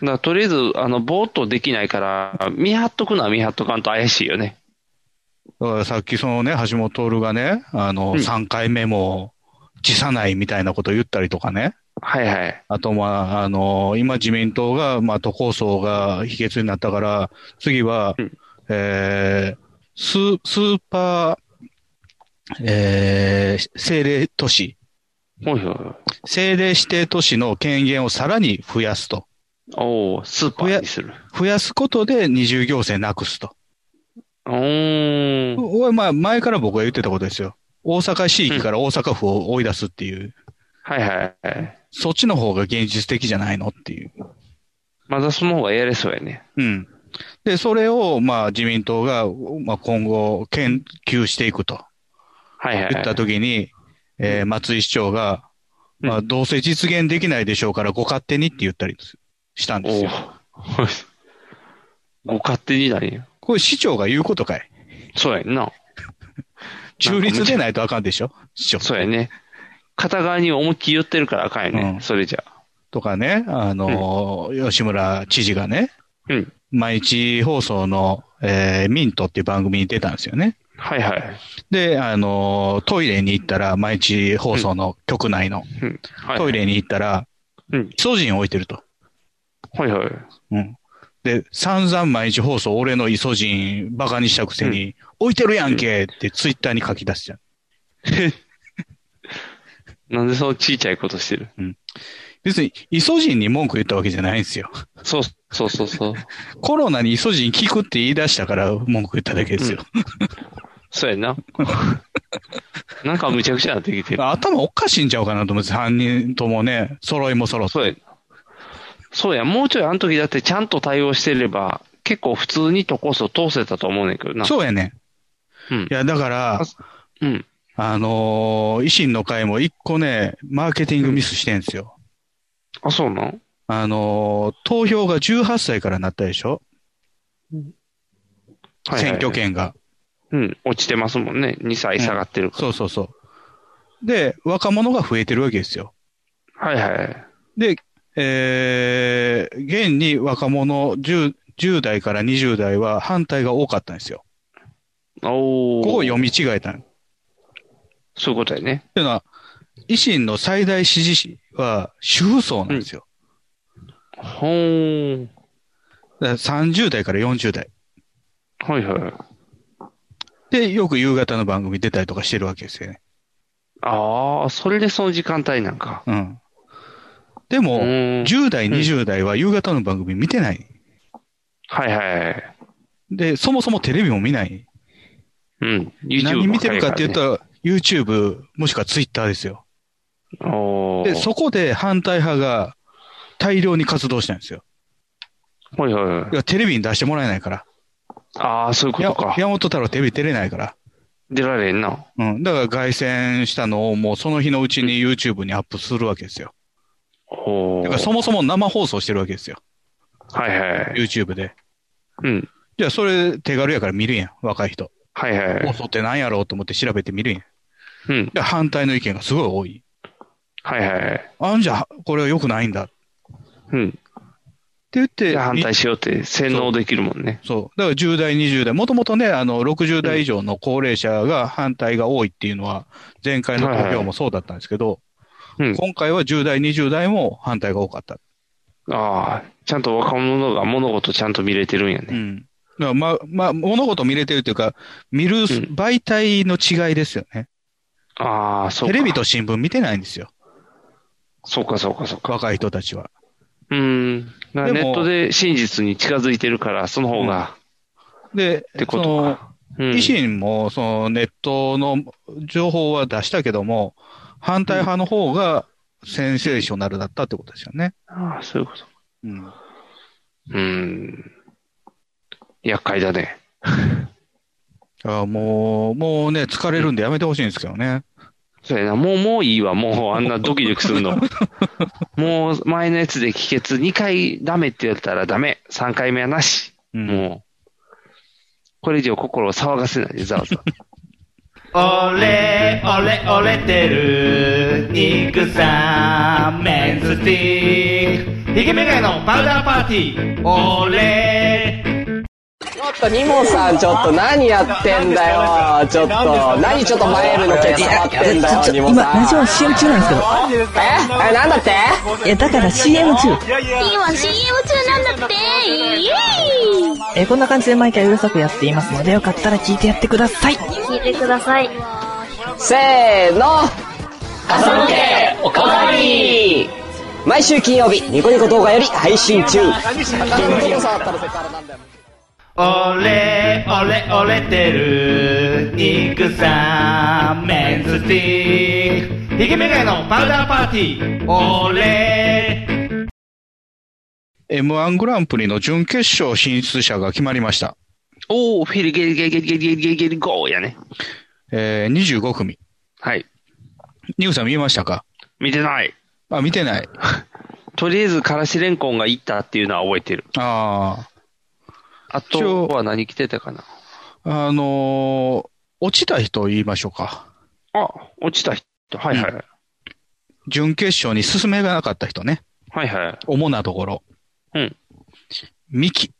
Speaker 3: だからとりあえず、あの、ぼーっとできないから、見張っとくのは見張っとかんと怪しいよね。
Speaker 4: だからさっきそのね、橋本徹がね、あの、
Speaker 3: うん
Speaker 4: 3回目も辞さないみたいなこと言ったりとかね。
Speaker 3: はいはい。
Speaker 4: あと、まあ、あの、今自民党が、まあ、都構想が否決になったから、次は、えースー、スーパー、えー、政令都市。政令指定都市の権限をさらに増やすと。
Speaker 3: おおスーパーにする。
Speaker 4: 増やすことで二重行政なくすと。
Speaker 3: おー
Speaker 4: これまあ、前から僕が言ってたことですよ。大阪市域から大阪府を追い出すっていう。
Speaker 3: はいはい。
Speaker 4: そっちの方が現実的じゃないのっていう。
Speaker 3: まだその方がやれそうやね。
Speaker 4: うん。で、それを、まあ、自民党が、まあ、今後、研究していくと。
Speaker 3: はいはいはい
Speaker 4: 言ったときに、えー松井市長が、まあ、どうせ実現できないでしょうから、ご勝手にって言ったりしたんですよ。
Speaker 3: ご勝手にだね。
Speaker 4: これ、市長が言うことかい。
Speaker 3: そうやんな。
Speaker 4: 中立でないとあかんでしょ市長。
Speaker 3: そうやね。片側に思いっきり言ってるからあかんよね。それじゃ。
Speaker 4: とかね、あのー吉村知事がね、毎日放送の、えーミントっていう番組に出たんですよね。
Speaker 3: はいはい。
Speaker 4: で、あのートイレに行ったら、毎日放送の局内の、
Speaker 3: うんはい
Speaker 4: トイレに行ったら、
Speaker 3: うん。
Speaker 4: 基礎人置いてると。
Speaker 3: はいはい。
Speaker 4: うん。で、散々毎日放送、俺のイソジン、バカにしたくせに、置いてるやんけってツイッターに書き出すじゃん。
Speaker 3: なんでそのちいちゃいことしてる
Speaker 4: 別に、イソジンに文句言ったわけじゃないんですよ。
Speaker 3: そう、そうそうそう。
Speaker 4: コロナにイソジン効くって言い出したから文句言っただけですよ。
Speaker 3: そうやんな。なんかむちゃくちゃなってきてる。
Speaker 4: 頭おかしいんちゃうかなと思って、3人ともね、揃いも揃って。
Speaker 3: そうや。そうや、もうちょいあの時だってちゃんと対応してれば、結構普通にとこそ通せたと思うねんけどな。
Speaker 4: そう
Speaker 3: や。
Speaker 4: やね。
Speaker 3: うん。
Speaker 4: いや、だから、
Speaker 3: うん。
Speaker 4: あのー維新の会も一個ね、マーケティングミスしてんですよ。
Speaker 3: あ、そうなん
Speaker 4: あのー投票が18歳からなったでしょ
Speaker 3: はいはい
Speaker 4: 選挙権が。
Speaker 3: うん。落ちてますもんね。2歳下がってるから。
Speaker 4: そうそうそう。で、若者が増えてるわけですよ。
Speaker 3: はいはい。
Speaker 4: で、えー、現に若者 10, 10代から20代は反対が多かったんですよ。こ
Speaker 3: お
Speaker 4: こを読み違えたの。
Speaker 3: そういうことやね。
Speaker 4: っていうのは、維新の最大支持は主婦層なんですよ。
Speaker 3: ほーん。
Speaker 4: 30代から40代。
Speaker 3: はいはい。
Speaker 4: で、よく夕方の番組出たりとかしてるわけですよね。
Speaker 3: ああ、それでその時間帯なんか。
Speaker 4: うん。でも、10代、20代は夕方の番組見てない。
Speaker 3: はいはい。
Speaker 4: で、そもそもテレビも見ない。
Speaker 3: うん。
Speaker 4: 何見てるかって言った
Speaker 3: ら
Speaker 4: ら、YouTube、もしくは Twitter ですよ。
Speaker 3: ね。お
Speaker 4: で、
Speaker 3: ー
Speaker 4: そこで反対派が大量に活動したんですよ。
Speaker 3: はいはいはい
Speaker 4: いや、テレビに出してもらえないから。
Speaker 3: ああ、そういうこと
Speaker 4: や
Speaker 3: か。
Speaker 4: 山本太郎テレビ出れないから。
Speaker 3: 出られんな。
Speaker 4: うん。だから凱旋したのをもうその日のうちに YouTube にアップするわけですよ。
Speaker 3: ほ
Speaker 4: だからそもそも生放送してるわけですよ。
Speaker 3: はいはい。
Speaker 4: YouTube で。
Speaker 3: うん。
Speaker 4: じゃあそれ手軽やから見るやん、若い人。
Speaker 3: はいはい。
Speaker 4: 放送って何やろうと思って調べてみるやん。
Speaker 3: うん。
Speaker 4: で、反対の意見がすごい多い。
Speaker 3: はいはい。
Speaker 4: あんじゃ、これは良くないんだ。
Speaker 3: うん。って
Speaker 4: 言って。
Speaker 3: 反対しようって洗脳できるもんね。
Speaker 4: そう。だから10代、20代、もともとね、あの、60代以上の高齢者が反対が多いっていうのは、前回の投票もそうだったんですけど、今回は10代、20代も反対が多かった。
Speaker 3: ああ、ちゃんと若者が物事ちゃんと見れてるんやね。
Speaker 4: だからま、まあ、物事見れてるというか、見る媒体の違いですよね。
Speaker 3: ああ、そう
Speaker 4: テ
Speaker 3: か。
Speaker 4: レビと新聞見てないんですよ。
Speaker 3: そうか、そうか、そうか。
Speaker 4: 若い人たちは。
Speaker 3: うん。だから
Speaker 4: で
Speaker 3: ネ
Speaker 4: も
Speaker 3: ットで真実に近づいてるから、その方が。
Speaker 4: で、
Speaker 3: てこ
Speaker 4: そ
Speaker 3: と
Speaker 4: の、
Speaker 3: うん
Speaker 4: 維新も、その、ネットの情報は出したけども、反対派の方がセンセーショナルだったってことですよね。
Speaker 3: ああ、そういうこと。
Speaker 4: うん。
Speaker 3: うん。厄介だね。
Speaker 4: あもう、もうね、疲れるんでやめてほしいんですけどね。
Speaker 3: そうやな、もう、もういいわ、もう、あんなドキドキするの。もう、前のやつで帰結2回ダメってやったらダメ。3回目はなし。もう、これ以上心を騒がせないで、ざわざわ。
Speaker 5: 俺、俺、俺てる、肉さん、メンズティック。ヒゲメガネのパウダーパーティー。俺、
Speaker 12: ちょっとニモさんちょっと何やってんだよちょっと何ちょっと前よりの毛触ってんだよニモ
Speaker 13: 今、ラジ
Speaker 12: さん
Speaker 13: オ CM 中なんですけど。
Speaker 12: ええなんだって
Speaker 13: え、だから CM 中。
Speaker 14: 今 CM 中なんだってイエーイ
Speaker 13: え、こんな感じで毎回うるさくやっていますので、よかったら聞いてやってください。
Speaker 14: 聞いてください
Speaker 12: せーの朝向けおかわり毎週金曜日ニコニコ動画より配信中
Speaker 5: 俺、俺、俺てる、肉さん、メンズティック。ヒゲメガネのパウダーパーティー。俺、
Speaker 4: M1 グランプリの準決勝進出者が決まりました。
Speaker 3: おー、フィリゲリゲリゲリゲリゲリゲリゴーやね。
Speaker 4: えー、25組。
Speaker 3: はい。
Speaker 4: ニューさん見えましたか
Speaker 3: 見てない。
Speaker 4: あ、見てない。
Speaker 3: とりあえず、からしれんこんが行ったっていうのは覚えてる。
Speaker 4: あ
Speaker 3: あ。あとは何着てたかな。
Speaker 4: あのー落ちた人言いましょうか。
Speaker 3: あ、落ちた人。はいはい。
Speaker 4: 準決勝に進めがなかった人ね。
Speaker 3: はいはい。
Speaker 4: 主なところ。
Speaker 3: うん。
Speaker 4: ミキ、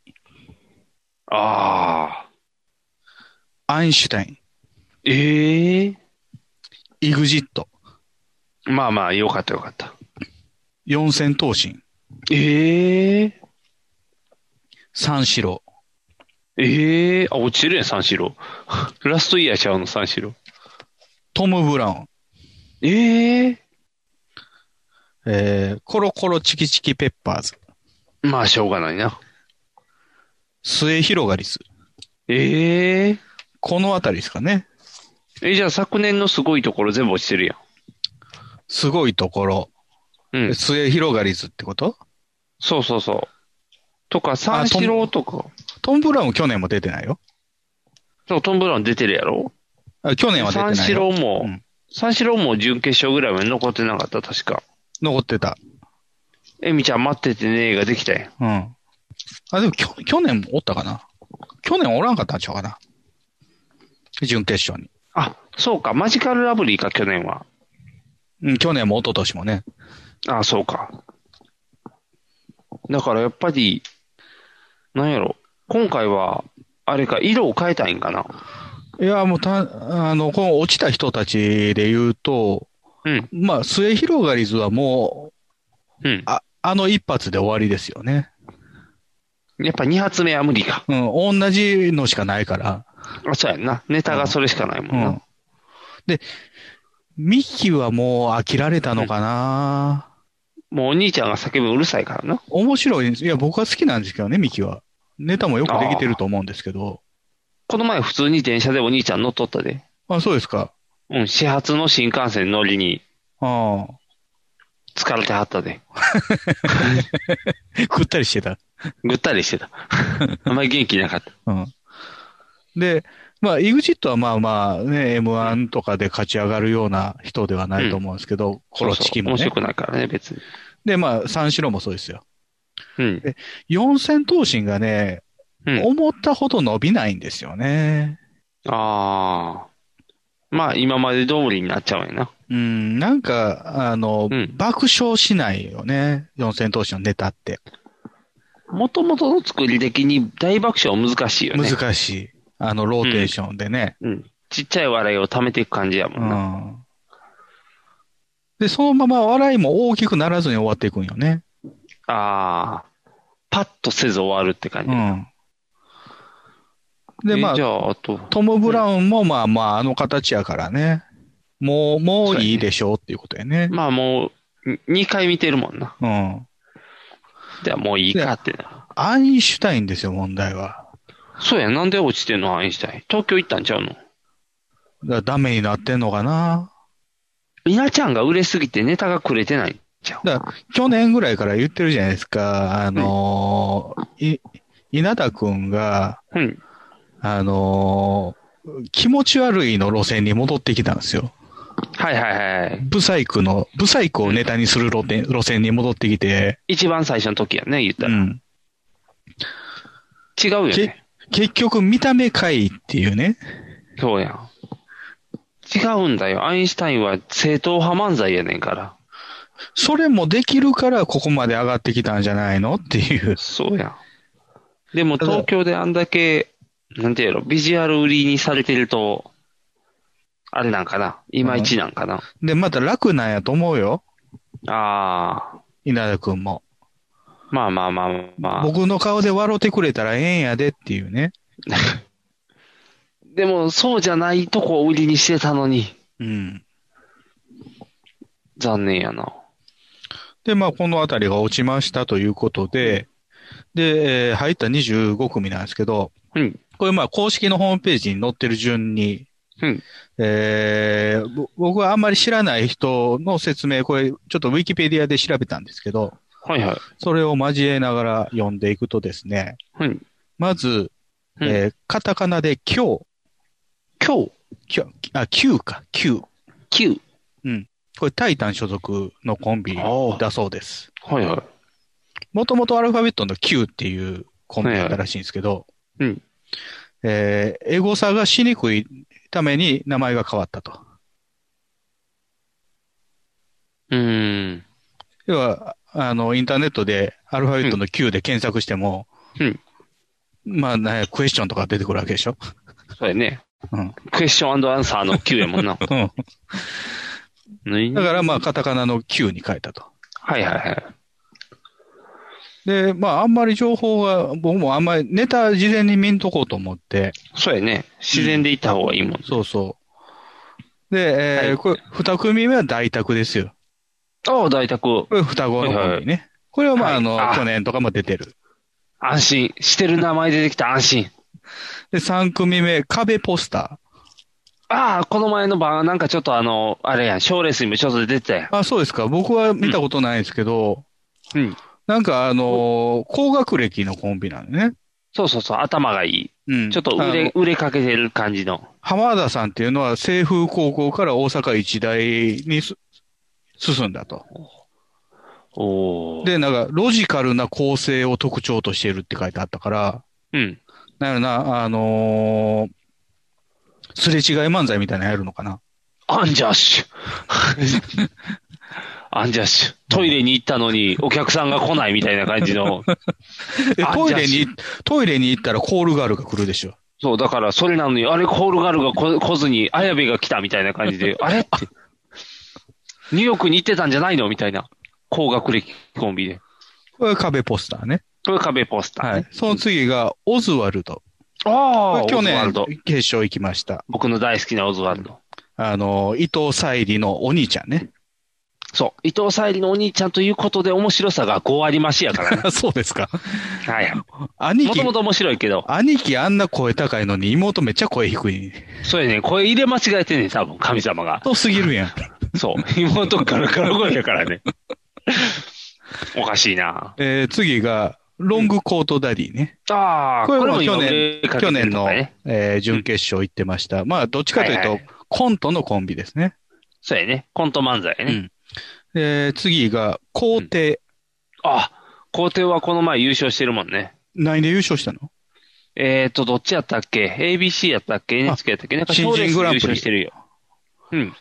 Speaker 3: あ
Speaker 4: アインシュタイン。
Speaker 3: ええ
Speaker 4: イグジット。
Speaker 3: あ。まあまあ、よかったよかった。
Speaker 4: 四千頭身。
Speaker 3: ええ
Speaker 4: 三四郎。
Speaker 3: ええあ、落ちるやん、三四郎。 ラストイヤーちゃうの、三四郎。
Speaker 4: トム・ブラウン。
Speaker 3: ええ
Speaker 4: えー、コロコロチキチキペッパーズ。
Speaker 3: まあ、しょうがないな。
Speaker 4: 末広がりす。
Speaker 3: ええ
Speaker 4: このあたりですかね。
Speaker 3: え、じゃあ昨年のすごいところ全部落ちてるやん。
Speaker 4: すごいところ。
Speaker 3: うん。
Speaker 4: 末広がりずってこと
Speaker 3: そうそうそう。とか、三四郎とか。
Speaker 4: トム・ブラウン去年も出てないよ。
Speaker 3: そう、トンブラウン出てるやろ
Speaker 4: あ去年は出てないよ。
Speaker 3: 三四郎も、三四郎も準決勝ぐらいまで残ってなかった、確か。
Speaker 4: 残ってた。
Speaker 3: エミちゃん待っててねーができたやん。
Speaker 4: うん。あ、でもきょ去年もおったかな。去年おらんかったんちゃうかな。準決勝に。
Speaker 3: あ、そうか、マジカルラブリーか、去年は。
Speaker 4: うん、去年も一昨年もね。
Speaker 3: あ、そうか。だからやっぱり、なんやろ、今回は、あれか、色を変えたいんかな。
Speaker 4: いや、もうた、あの、この落ちた人たちで言うと、まあ、末広がりずはも
Speaker 3: う、
Speaker 4: あ、あの一発で終わりですよね。
Speaker 3: やっぱ二発目は無理か。
Speaker 4: うん、同じのしかないから。
Speaker 3: あ、そうやんな。ネタがそれしかないもんな。
Speaker 4: うんで、ミキはもう飽きられたのかな、
Speaker 3: もうお兄ちゃんが叫ぶのうるさいからな。
Speaker 4: 面白いんです。いや、僕は好きなんですけどね、ミキは。ネタもよくできてると思うんですけど。
Speaker 3: この前普通に電車でお兄ちゃん乗っとったで。
Speaker 4: あそうですか。
Speaker 3: うん、始発の新幹線乗りに
Speaker 4: ああ。
Speaker 3: 疲れてはったで。
Speaker 4: ぐったりしてた。
Speaker 3: ぐったりし てた。あんまり元気なかった。
Speaker 4: うん。で、まあ、イグジットはまあまあ、ね、M1 とかで勝ち上がるような人ではないと思うんですけど、コロチキもね。
Speaker 3: そうそう面白くないからね、別に。
Speaker 4: で、まあ、三四郎もそうですよ。
Speaker 3: うん。
Speaker 4: で、四千頭身がね、思ったほど伸びないんですよね。
Speaker 3: ああ。まあ、今まで通りになっちゃうんやな。
Speaker 4: うん、なんか、あの、爆笑しないよね。四千頭身のネタって。
Speaker 3: もともとの作り的に大爆笑は難しいよね。
Speaker 4: 難しい。あの、ローテーションでね。
Speaker 3: うん。ちっちゃい笑いを溜めていく感じやもんな。
Speaker 4: で、そのまま笑いも大きくならずに終わっていくんよね。
Speaker 3: ああ。パッとせず終わるって感じ。
Speaker 4: うん。で、
Speaker 3: え
Speaker 4: まあ
Speaker 3: じゃあ、あと、
Speaker 4: トム・ブラウンもまあまあ、あの形やからね。もう、もういいでしょうっていうことやね。
Speaker 3: まあもう、2回見てるもんな。
Speaker 4: うん。
Speaker 3: じゃあもういいかってな。
Speaker 4: アインシュタインですよ、問題は。
Speaker 3: そうや、なんで落ちてんのアインシュタイン。東京行ったんちゃうの
Speaker 4: だからダメになってんのかな。
Speaker 3: 稲ちゃんが売れすぎてネタがくれてない。
Speaker 4: だから去年ぐらいから言ってるじゃないですか。あのーい、稲田くんが、あのー気持ち悪いの路線に戻ってきたんですよ。
Speaker 3: はいはいはい。
Speaker 4: ブサイクの、ブサイクをネタにする路線路線に戻ってきて、
Speaker 3: 一番最初の時やね、言ったら。違うよ
Speaker 4: け
Speaker 3: ね。
Speaker 4: 結局見た目かいっていうね。
Speaker 3: そうやん。違うんだよ。アインシュタインは正統派漫才やねんから。
Speaker 4: それもできるからここまで上がってきたんじゃないのっていう。
Speaker 3: そうやん。でも東京であんだけ、なんていうの、ビジュアル売りにされてると、あれなんかな。いまいちなんかな。
Speaker 4: で、また楽なんやと思うよ。
Speaker 3: ああ。
Speaker 4: 稲田くんも。
Speaker 3: まあまあまあまあ。
Speaker 4: 僕の顔で笑ってくれたらええんやでっていうね。
Speaker 3: でも、そうじゃないとこを売りにしてたのに。
Speaker 4: うん。
Speaker 3: 残念やな。
Speaker 4: で、まあ、このあたりが落ちましたということで、で、えー入った25組なんですけど、これ、まあ、公式のホームページに載ってる順に、えーぼ僕はあんまり知らない人の説明、これ、ちょっとウィキペディアで調べたんですけど、
Speaker 3: はいはい。
Speaker 4: それを交えながら読んでいくとですね、
Speaker 3: はい。
Speaker 4: まず、えーカタカナで今日。
Speaker 3: 今
Speaker 4: 日あ、9か、9。
Speaker 3: 9。
Speaker 4: うん。これ、タイタン所属のコンビだそうです。
Speaker 3: はいはい。
Speaker 4: もともとアルファベットの Q っていうコンビだったらしいんですけど、
Speaker 3: うん。
Speaker 4: えー、エゴサがしにくいために名前が変わったと。
Speaker 3: うーん。
Speaker 4: 要は、あの、インターネットでアルファベットの Q で検索しても、
Speaker 3: うん。
Speaker 4: まあ、ね、クエスチョンとか出てくるわけでしょ。
Speaker 3: そうやね。
Speaker 4: うん。
Speaker 3: クエスチョンアンサーの Q やも んな。
Speaker 4: うん。
Speaker 3: だ
Speaker 4: から、まあ、カタカナの Q に変えたと。
Speaker 3: はいはいはい。
Speaker 4: で、まあ、あんまり情報が、僕もあんまりネタ事前に見んとこうと思って。
Speaker 3: そうやね。自然でいた方がいいもん。
Speaker 4: そうそう。で、えーこれ、二組目は大宅ですよ。
Speaker 3: ああ、大宅。こ
Speaker 4: れ双子のコンビね。これはまあ、あの、去年とかも出てる。
Speaker 3: 安心。してる名前出てきた安心。
Speaker 4: で、三組目、壁ポスタ
Speaker 3: ああ、この前の晩、なんかちょっとあの、あれやん、賞レースにもちょっと出てたやん。
Speaker 4: ー。あ、そうですか。僕は見たことないですけど、
Speaker 3: うん。
Speaker 4: なんかあのー高学歴のコンビなんでね。
Speaker 3: そうそうそう、頭がいい。
Speaker 4: うん
Speaker 3: ちょっと売れ、
Speaker 4: あの
Speaker 3: 売れかけてる感じの。
Speaker 4: 浜田さんっていうのは、西風高校から大阪一大にす進んだと。で、なんか、ロジカルな構成を特徴としているって書いてあったから、
Speaker 3: うん。
Speaker 4: なるな、あのーすれ違い漫才みたいなのやるのかな。
Speaker 3: アンジャッ シュ。アンジャッシュ。トイレに行ったのに、お客さんが来ないみたいな感じの。
Speaker 4: え
Speaker 3: アン
Speaker 4: トイ
Speaker 3: ジャッ
Speaker 4: レ
Speaker 3: シュ
Speaker 4: に、トイレに行ったらコールガールが来るでしょ。
Speaker 3: そう、だから、それなのに、あれ、コールガールがこ来ずに、綾部が来たみたいな感じで、あれって。ニューヨークに行ってたんじゃないのみたいな。高学歴コンビで。
Speaker 4: これ壁ポスターね。
Speaker 3: これ壁ポスター。
Speaker 4: はい。その次が、オズワルド。
Speaker 3: あ
Speaker 4: 去
Speaker 3: オズワ
Speaker 4: 年
Speaker 3: ルド、
Speaker 4: 決勝行きました。
Speaker 3: 僕の大好きなオズワルド。
Speaker 4: あの、伊藤沙莉のお兄ちゃんね。
Speaker 3: そう。伊藤沙莉のお兄ちゃんということで面白さが5割増し やからね。
Speaker 4: そうですか。
Speaker 3: はい。
Speaker 4: 兄貴
Speaker 3: もともと面白いけど。
Speaker 4: 兄貴あんな声高いのに妹めっちゃ声低い。
Speaker 3: そうやね。声入れ間違えてんねん、多分、神様が。
Speaker 4: とすぎるやん。
Speaker 3: そう。妹ガラガラ声やからね。おかしいな。
Speaker 4: えー、次が、ロングコートダディね。
Speaker 3: ああ、
Speaker 4: これも
Speaker 3: 今
Speaker 4: 去
Speaker 3: 売
Speaker 4: 年
Speaker 3: れ、かけ
Speaker 4: 去
Speaker 3: て
Speaker 4: 年
Speaker 3: ると
Speaker 4: の
Speaker 3: か、ね
Speaker 4: えー準決勝行ってました。まあ、どっちかというと、
Speaker 3: はいはい
Speaker 4: コントのコンビですね。
Speaker 3: そうやね。コント漫才やね。
Speaker 4: えー、次が、皇帝。
Speaker 3: あ、皇帝はこの前優勝してるもんね。
Speaker 4: 何で優勝したの
Speaker 3: えっ、ー、と、どっちやったっけ ?ABC やったっけ ?NHK やったっけなんか
Speaker 4: 新人
Speaker 3: 賞レースで
Speaker 4: グランプリ
Speaker 3: 優勝してるよ。うん。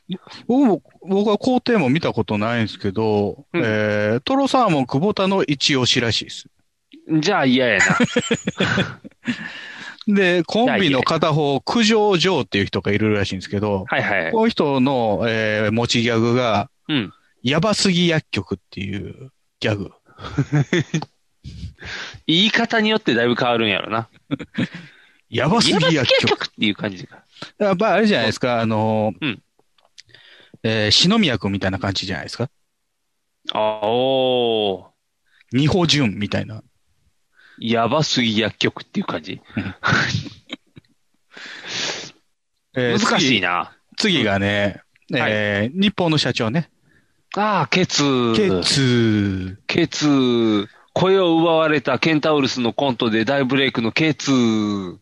Speaker 4: 僕も、僕は皇帝も見たことないんですけど、えー、トロサーモン久保田の一押しらしいです。
Speaker 3: じゃあ嫌や な。
Speaker 4: で、コンビの片方、九条城っていう人がいるらしいんですけど、
Speaker 3: はいはい
Speaker 4: こ。の人の、えー、持ちギャグが、
Speaker 3: うん。
Speaker 4: やばすぎ薬局っていうギャグ。
Speaker 3: 言い方によってだいぶ変わるんやろな。
Speaker 4: やばすぎ薬局
Speaker 3: やばすぎ局っていう感じか。
Speaker 4: やっぱあれじゃないですか、あのー、
Speaker 3: うん
Speaker 4: えー、篠宮君みたいな感じじゃないですか。
Speaker 3: あお
Speaker 4: 二歩順みたいな。
Speaker 3: ーやばすぎ薬局っていう感じ。
Speaker 4: えー
Speaker 3: 難しいな。
Speaker 4: 次。次がね、えー日本の社長ね。
Speaker 3: ああ、ケツ。
Speaker 4: ケ。ツ。
Speaker 3: ケツ。声を奪われたケンタウルスのコントで大ブレイクのケツ。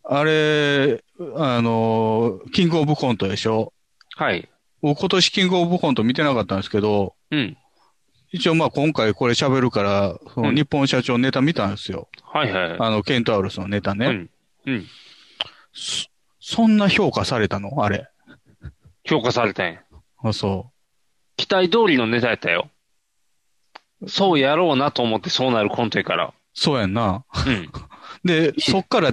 Speaker 4: あれ、あのー、キングオブコントでしょ
Speaker 3: はい。
Speaker 4: 僕今年キングオブコント見てなかったんですけど、
Speaker 3: うん。
Speaker 4: 一応まあ今回これ喋るから、その日本社長ネタ見たんですよ。
Speaker 3: はいはい。
Speaker 4: あの、ケントアウルスのネタね。
Speaker 3: うん。うん。
Speaker 4: そんな評価されたのあれ。
Speaker 3: 評価されたんや。
Speaker 4: あ、そ
Speaker 3: 期待通りのネタやったよ。そうやろうなと思ってそうなるコントやから。
Speaker 4: う。そうやんな。
Speaker 3: うん。
Speaker 4: で、そっから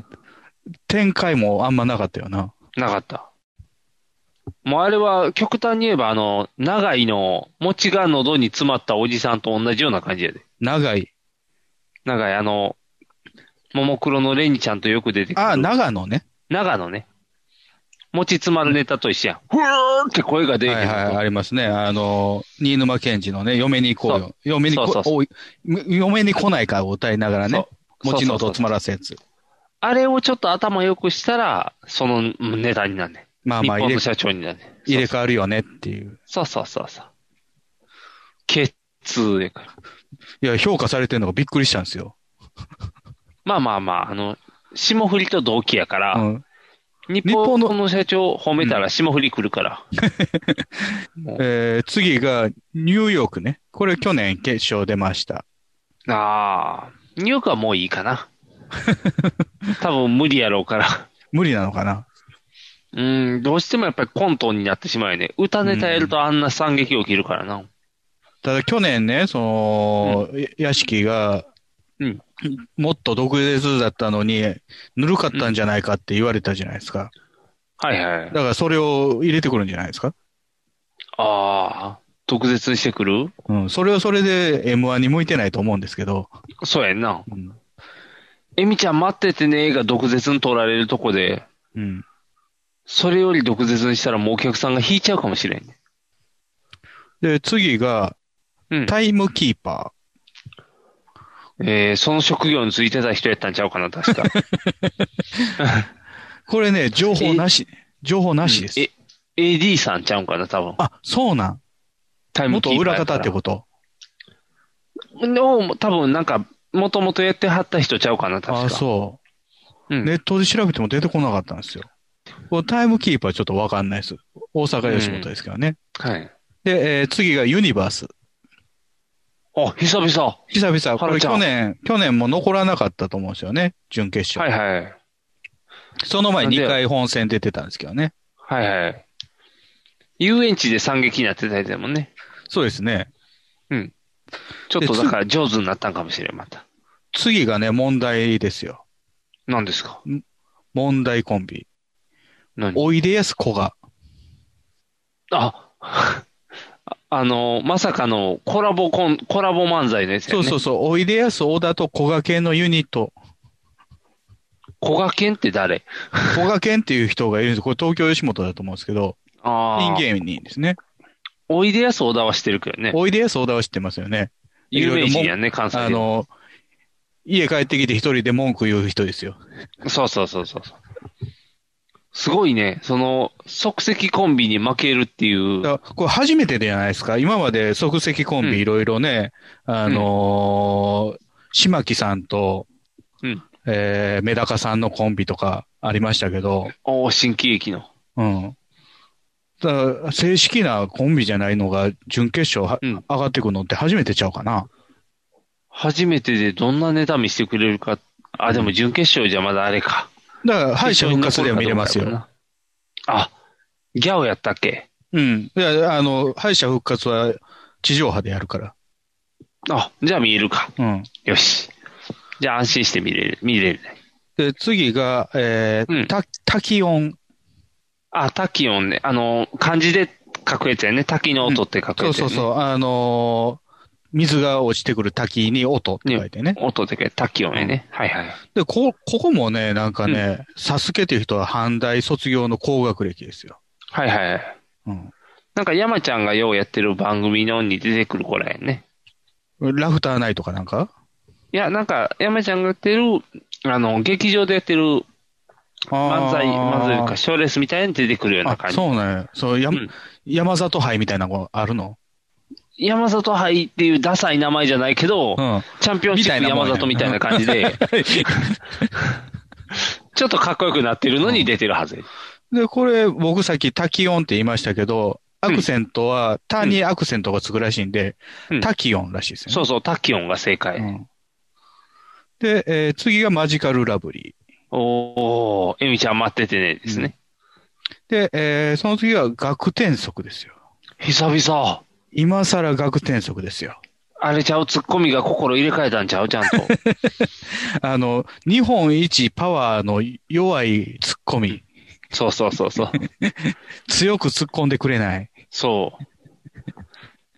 Speaker 4: 展開もあんまなかったよな。
Speaker 3: なかった。もうあれは極端に言えば、あの、長いの、餅が喉に詰まったおじさんと同じような感じやで。
Speaker 4: 長い。
Speaker 3: 長い、あの、ももクロのレニちゃんとよく出てくる。
Speaker 4: あ、長野ね。
Speaker 3: 長野ね。餅詰まるネタと一緒やん。ふーって声が出る。
Speaker 4: はいはい、ありますね。あの、新沼賢治のね、嫁に行こうよ。嫁にこ
Speaker 3: そうそうそう
Speaker 4: おい嫁に来ないかを歌いながらね、
Speaker 3: そ
Speaker 4: 持
Speaker 3: う
Speaker 4: ちの
Speaker 3: そうそうそう
Speaker 4: 音詰まらせやつ。
Speaker 3: あれをちょっと頭良くしたら、そのネタになんねん。
Speaker 4: まあまあ
Speaker 3: 日
Speaker 4: 入
Speaker 3: 本
Speaker 4: れ
Speaker 3: の社長になんねん。
Speaker 4: 入れ替わるよねっていう。
Speaker 3: そうそうそうそう。ケツやから。
Speaker 4: いや、評価されてるのがびっくりしたんですよ。
Speaker 3: まあまあまあ、あの、霜降りと同期やから、日本の社長褒めたら霜降り来るから。
Speaker 4: えー次が、ニューヨークね。これ去年決勝出ました。
Speaker 3: ああ、ニューヨークはもういいか な。多分無理やろうから。
Speaker 4: 無理なのかな
Speaker 3: うん、どうしてもやっぱりコントになってしまうよね。歌ネタやるとあんな惨劇起きるからな。
Speaker 4: ただ去年ね、その、や屋敷が、もっと独立だったのに、ぬるかったんじゃないかって言われたじゃないですか。
Speaker 3: はいはい
Speaker 4: だ。からそれを入れてくるんじゃないですか
Speaker 3: ああ、特別にしてくる
Speaker 4: うん、それはそれで M1 に向いてないと思うんですけど、
Speaker 3: そうやんな。えみちゃん待っててねが毒舌に取られるとこで、
Speaker 4: うん。
Speaker 3: それより毒舌にしたらもうお客さんが引いちゃうかもしれんね。
Speaker 4: で、次が、タイムキーパ
Speaker 3: えー、その職業についてた人やったんちゃうかな、確か。
Speaker 4: ー。これね、情報なし、情報なしです。
Speaker 3: え、AD さんちゃうんかな、多分。
Speaker 4: あ、そうなん。
Speaker 3: タイム
Speaker 4: 元
Speaker 3: キーパー
Speaker 4: 裏
Speaker 3: やから
Speaker 4: 方ってこと
Speaker 3: の、多分なんか、もともとやってはった人ちゃうかな、確か。
Speaker 4: あ、そう、ネットで調べても出てこなかったんですよ。このタイムキーパーちょっとわかんないです。大阪吉本ですけどね。
Speaker 3: はい。
Speaker 4: で、えー次がユニバース。
Speaker 3: あ、久々。
Speaker 4: 久々、こ
Speaker 3: は
Speaker 4: れ
Speaker 3: るちゃん
Speaker 4: 去年、去年も残らなかったと思うんですよね。準決勝。
Speaker 3: はいはい。
Speaker 4: その前2回本戦出てたんですけどね。
Speaker 3: はいはい。遊園地で惨劇になってたやつだもんね。
Speaker 4: そうですね。
Speaker 3: うん。ちょっとだから上手になったんかもしれん、また。
Speaker 4: 次がね、問題ですよ。
Speaker 3: 何ですか
Speaker 4: 問題コンビ。
Speaker 3: 何
Speaker 4: おいでやすこが。
Speaker 3: あ、 あの、まさかのコラボコン、コラボ漫才のやつや
Speaker 4: そ
Speaker 3: ね。
Speaker 4: うそうそう。おいでやす小田とこがけんのユニッ ト。
Speaker 3: こがけんって誰
Speaker 4: こがけんっていう人がいるんです。これ東京吉本だと思うんですけど、
Speaker 3: ああ。
Speaker 4: ピン芸人ですね。
Speaker 3: おいでやす小田はしてるけどね。
Speaker 4: おいでやす小田は知ってますよね。
Speaker 3: 有名人
Speaker 4: いろい
Speaker 3: や
Speaker 4: ろ
Speaker 3: ん
Speaker 4: も
Speaker 3: ね、関西では
Speaker 4: あの、家帰ってきて一人で文句言う人ですよ。
Speaker 3: そうそうそうそうそう。すごいね、その、即席コンビに負けるっていう。
Speaker 4: だからこれ初めてじゃないですか。今まで即席コンビいろいろね、あのー島木さんと、
Speaker 3: うん。
Speaker 4: えー、メダカさんのコンビとかありましたけど、
Speaker 3: おー新喜劇の。
Speaker 4: うん。だから正式なコンビじゃないのが準決勝は、上がってくるのって初めてちゃうかな。
Speaker 3: 初めてでどんなネタ見せてくれるか。あ、でも準決勝じゃまだあれか。
Speaker 4: だから敗者復活では見れます
Speaker 3: 決勝に残るかどうかやもん
Speaker 4: よ。
Speaker 3: な。あ、ギャオやったっけ
Speaker 4: うん。いや、あの、敗者復活は地上波でやるから。
Speaker 3: あ、じゃあ見えるか。
Speaker 4: うん。
Speaker 3: よし。じゃあ安心して見れる、見れるね。
Speaker 4: で、次が、えーた、タキオン。
Speaker 3: あ、タキオンね。あの、漢字で書くやつやね。滝の音って書く
Speaker 4: そ
Speaker 3: や
Speaker 4: う
Speaker 3: つやね。
Speaker 4: そうそう。あのー水が落ちてくる滝に音って書いてね。
Speaker 3: 音って書いて、滝音やね。はいはい。
Speaker 4: で、こ、ここもね、なんかね、サスケっていう人は阪大卒業の高学歴ですよ。
Speaker 3: はいはい。なんか山ちゃんがようやってる番組のに出てくる子らやね。
Speaker 4: ラフターナイトかなんか
Speaker 3: いや、なんか山ちゃんがやってる、あの、劇場でやってる漫才、漫才というか、賞レースみたいに出てくるような感じ。
Speaker 4: そうね。そう、や、山里杯みたいなのあるの
Speaker 3: 山里杯っていうダサい名前じゃないけど、チャンピオンシップ山里みたいな感じ で、 ちょっとかっこよくなってるのに出てるはず。
Speaker 4: で、これ、僕さっき滝音って言いましたけど、アクセントは、タにアクセントがつくらしいんで、タキオンらしいですよね。
Speaker 3: そうそう、タキオンが正解。
Speaker 4: で、えー次がマジカルラブリ
Speaker 3: おー、エミちゃん待っててね、ですね。
Speaker 4: ー。で、えーその次は学天則ですよ。
Speaker 3: 久々。
Speaker 4: 今更学天則ですよ。
Speaker 3: あれちゃう、ツッコミが心入れ替えたんちゃうちゃん と。
Speaker 4: あの、日本一パワーの弱いツッコミ。
Speaker 3: そうそうそうそう。
Speaker 4: 強く突っ込んでくれない。
Speaker 3: そう。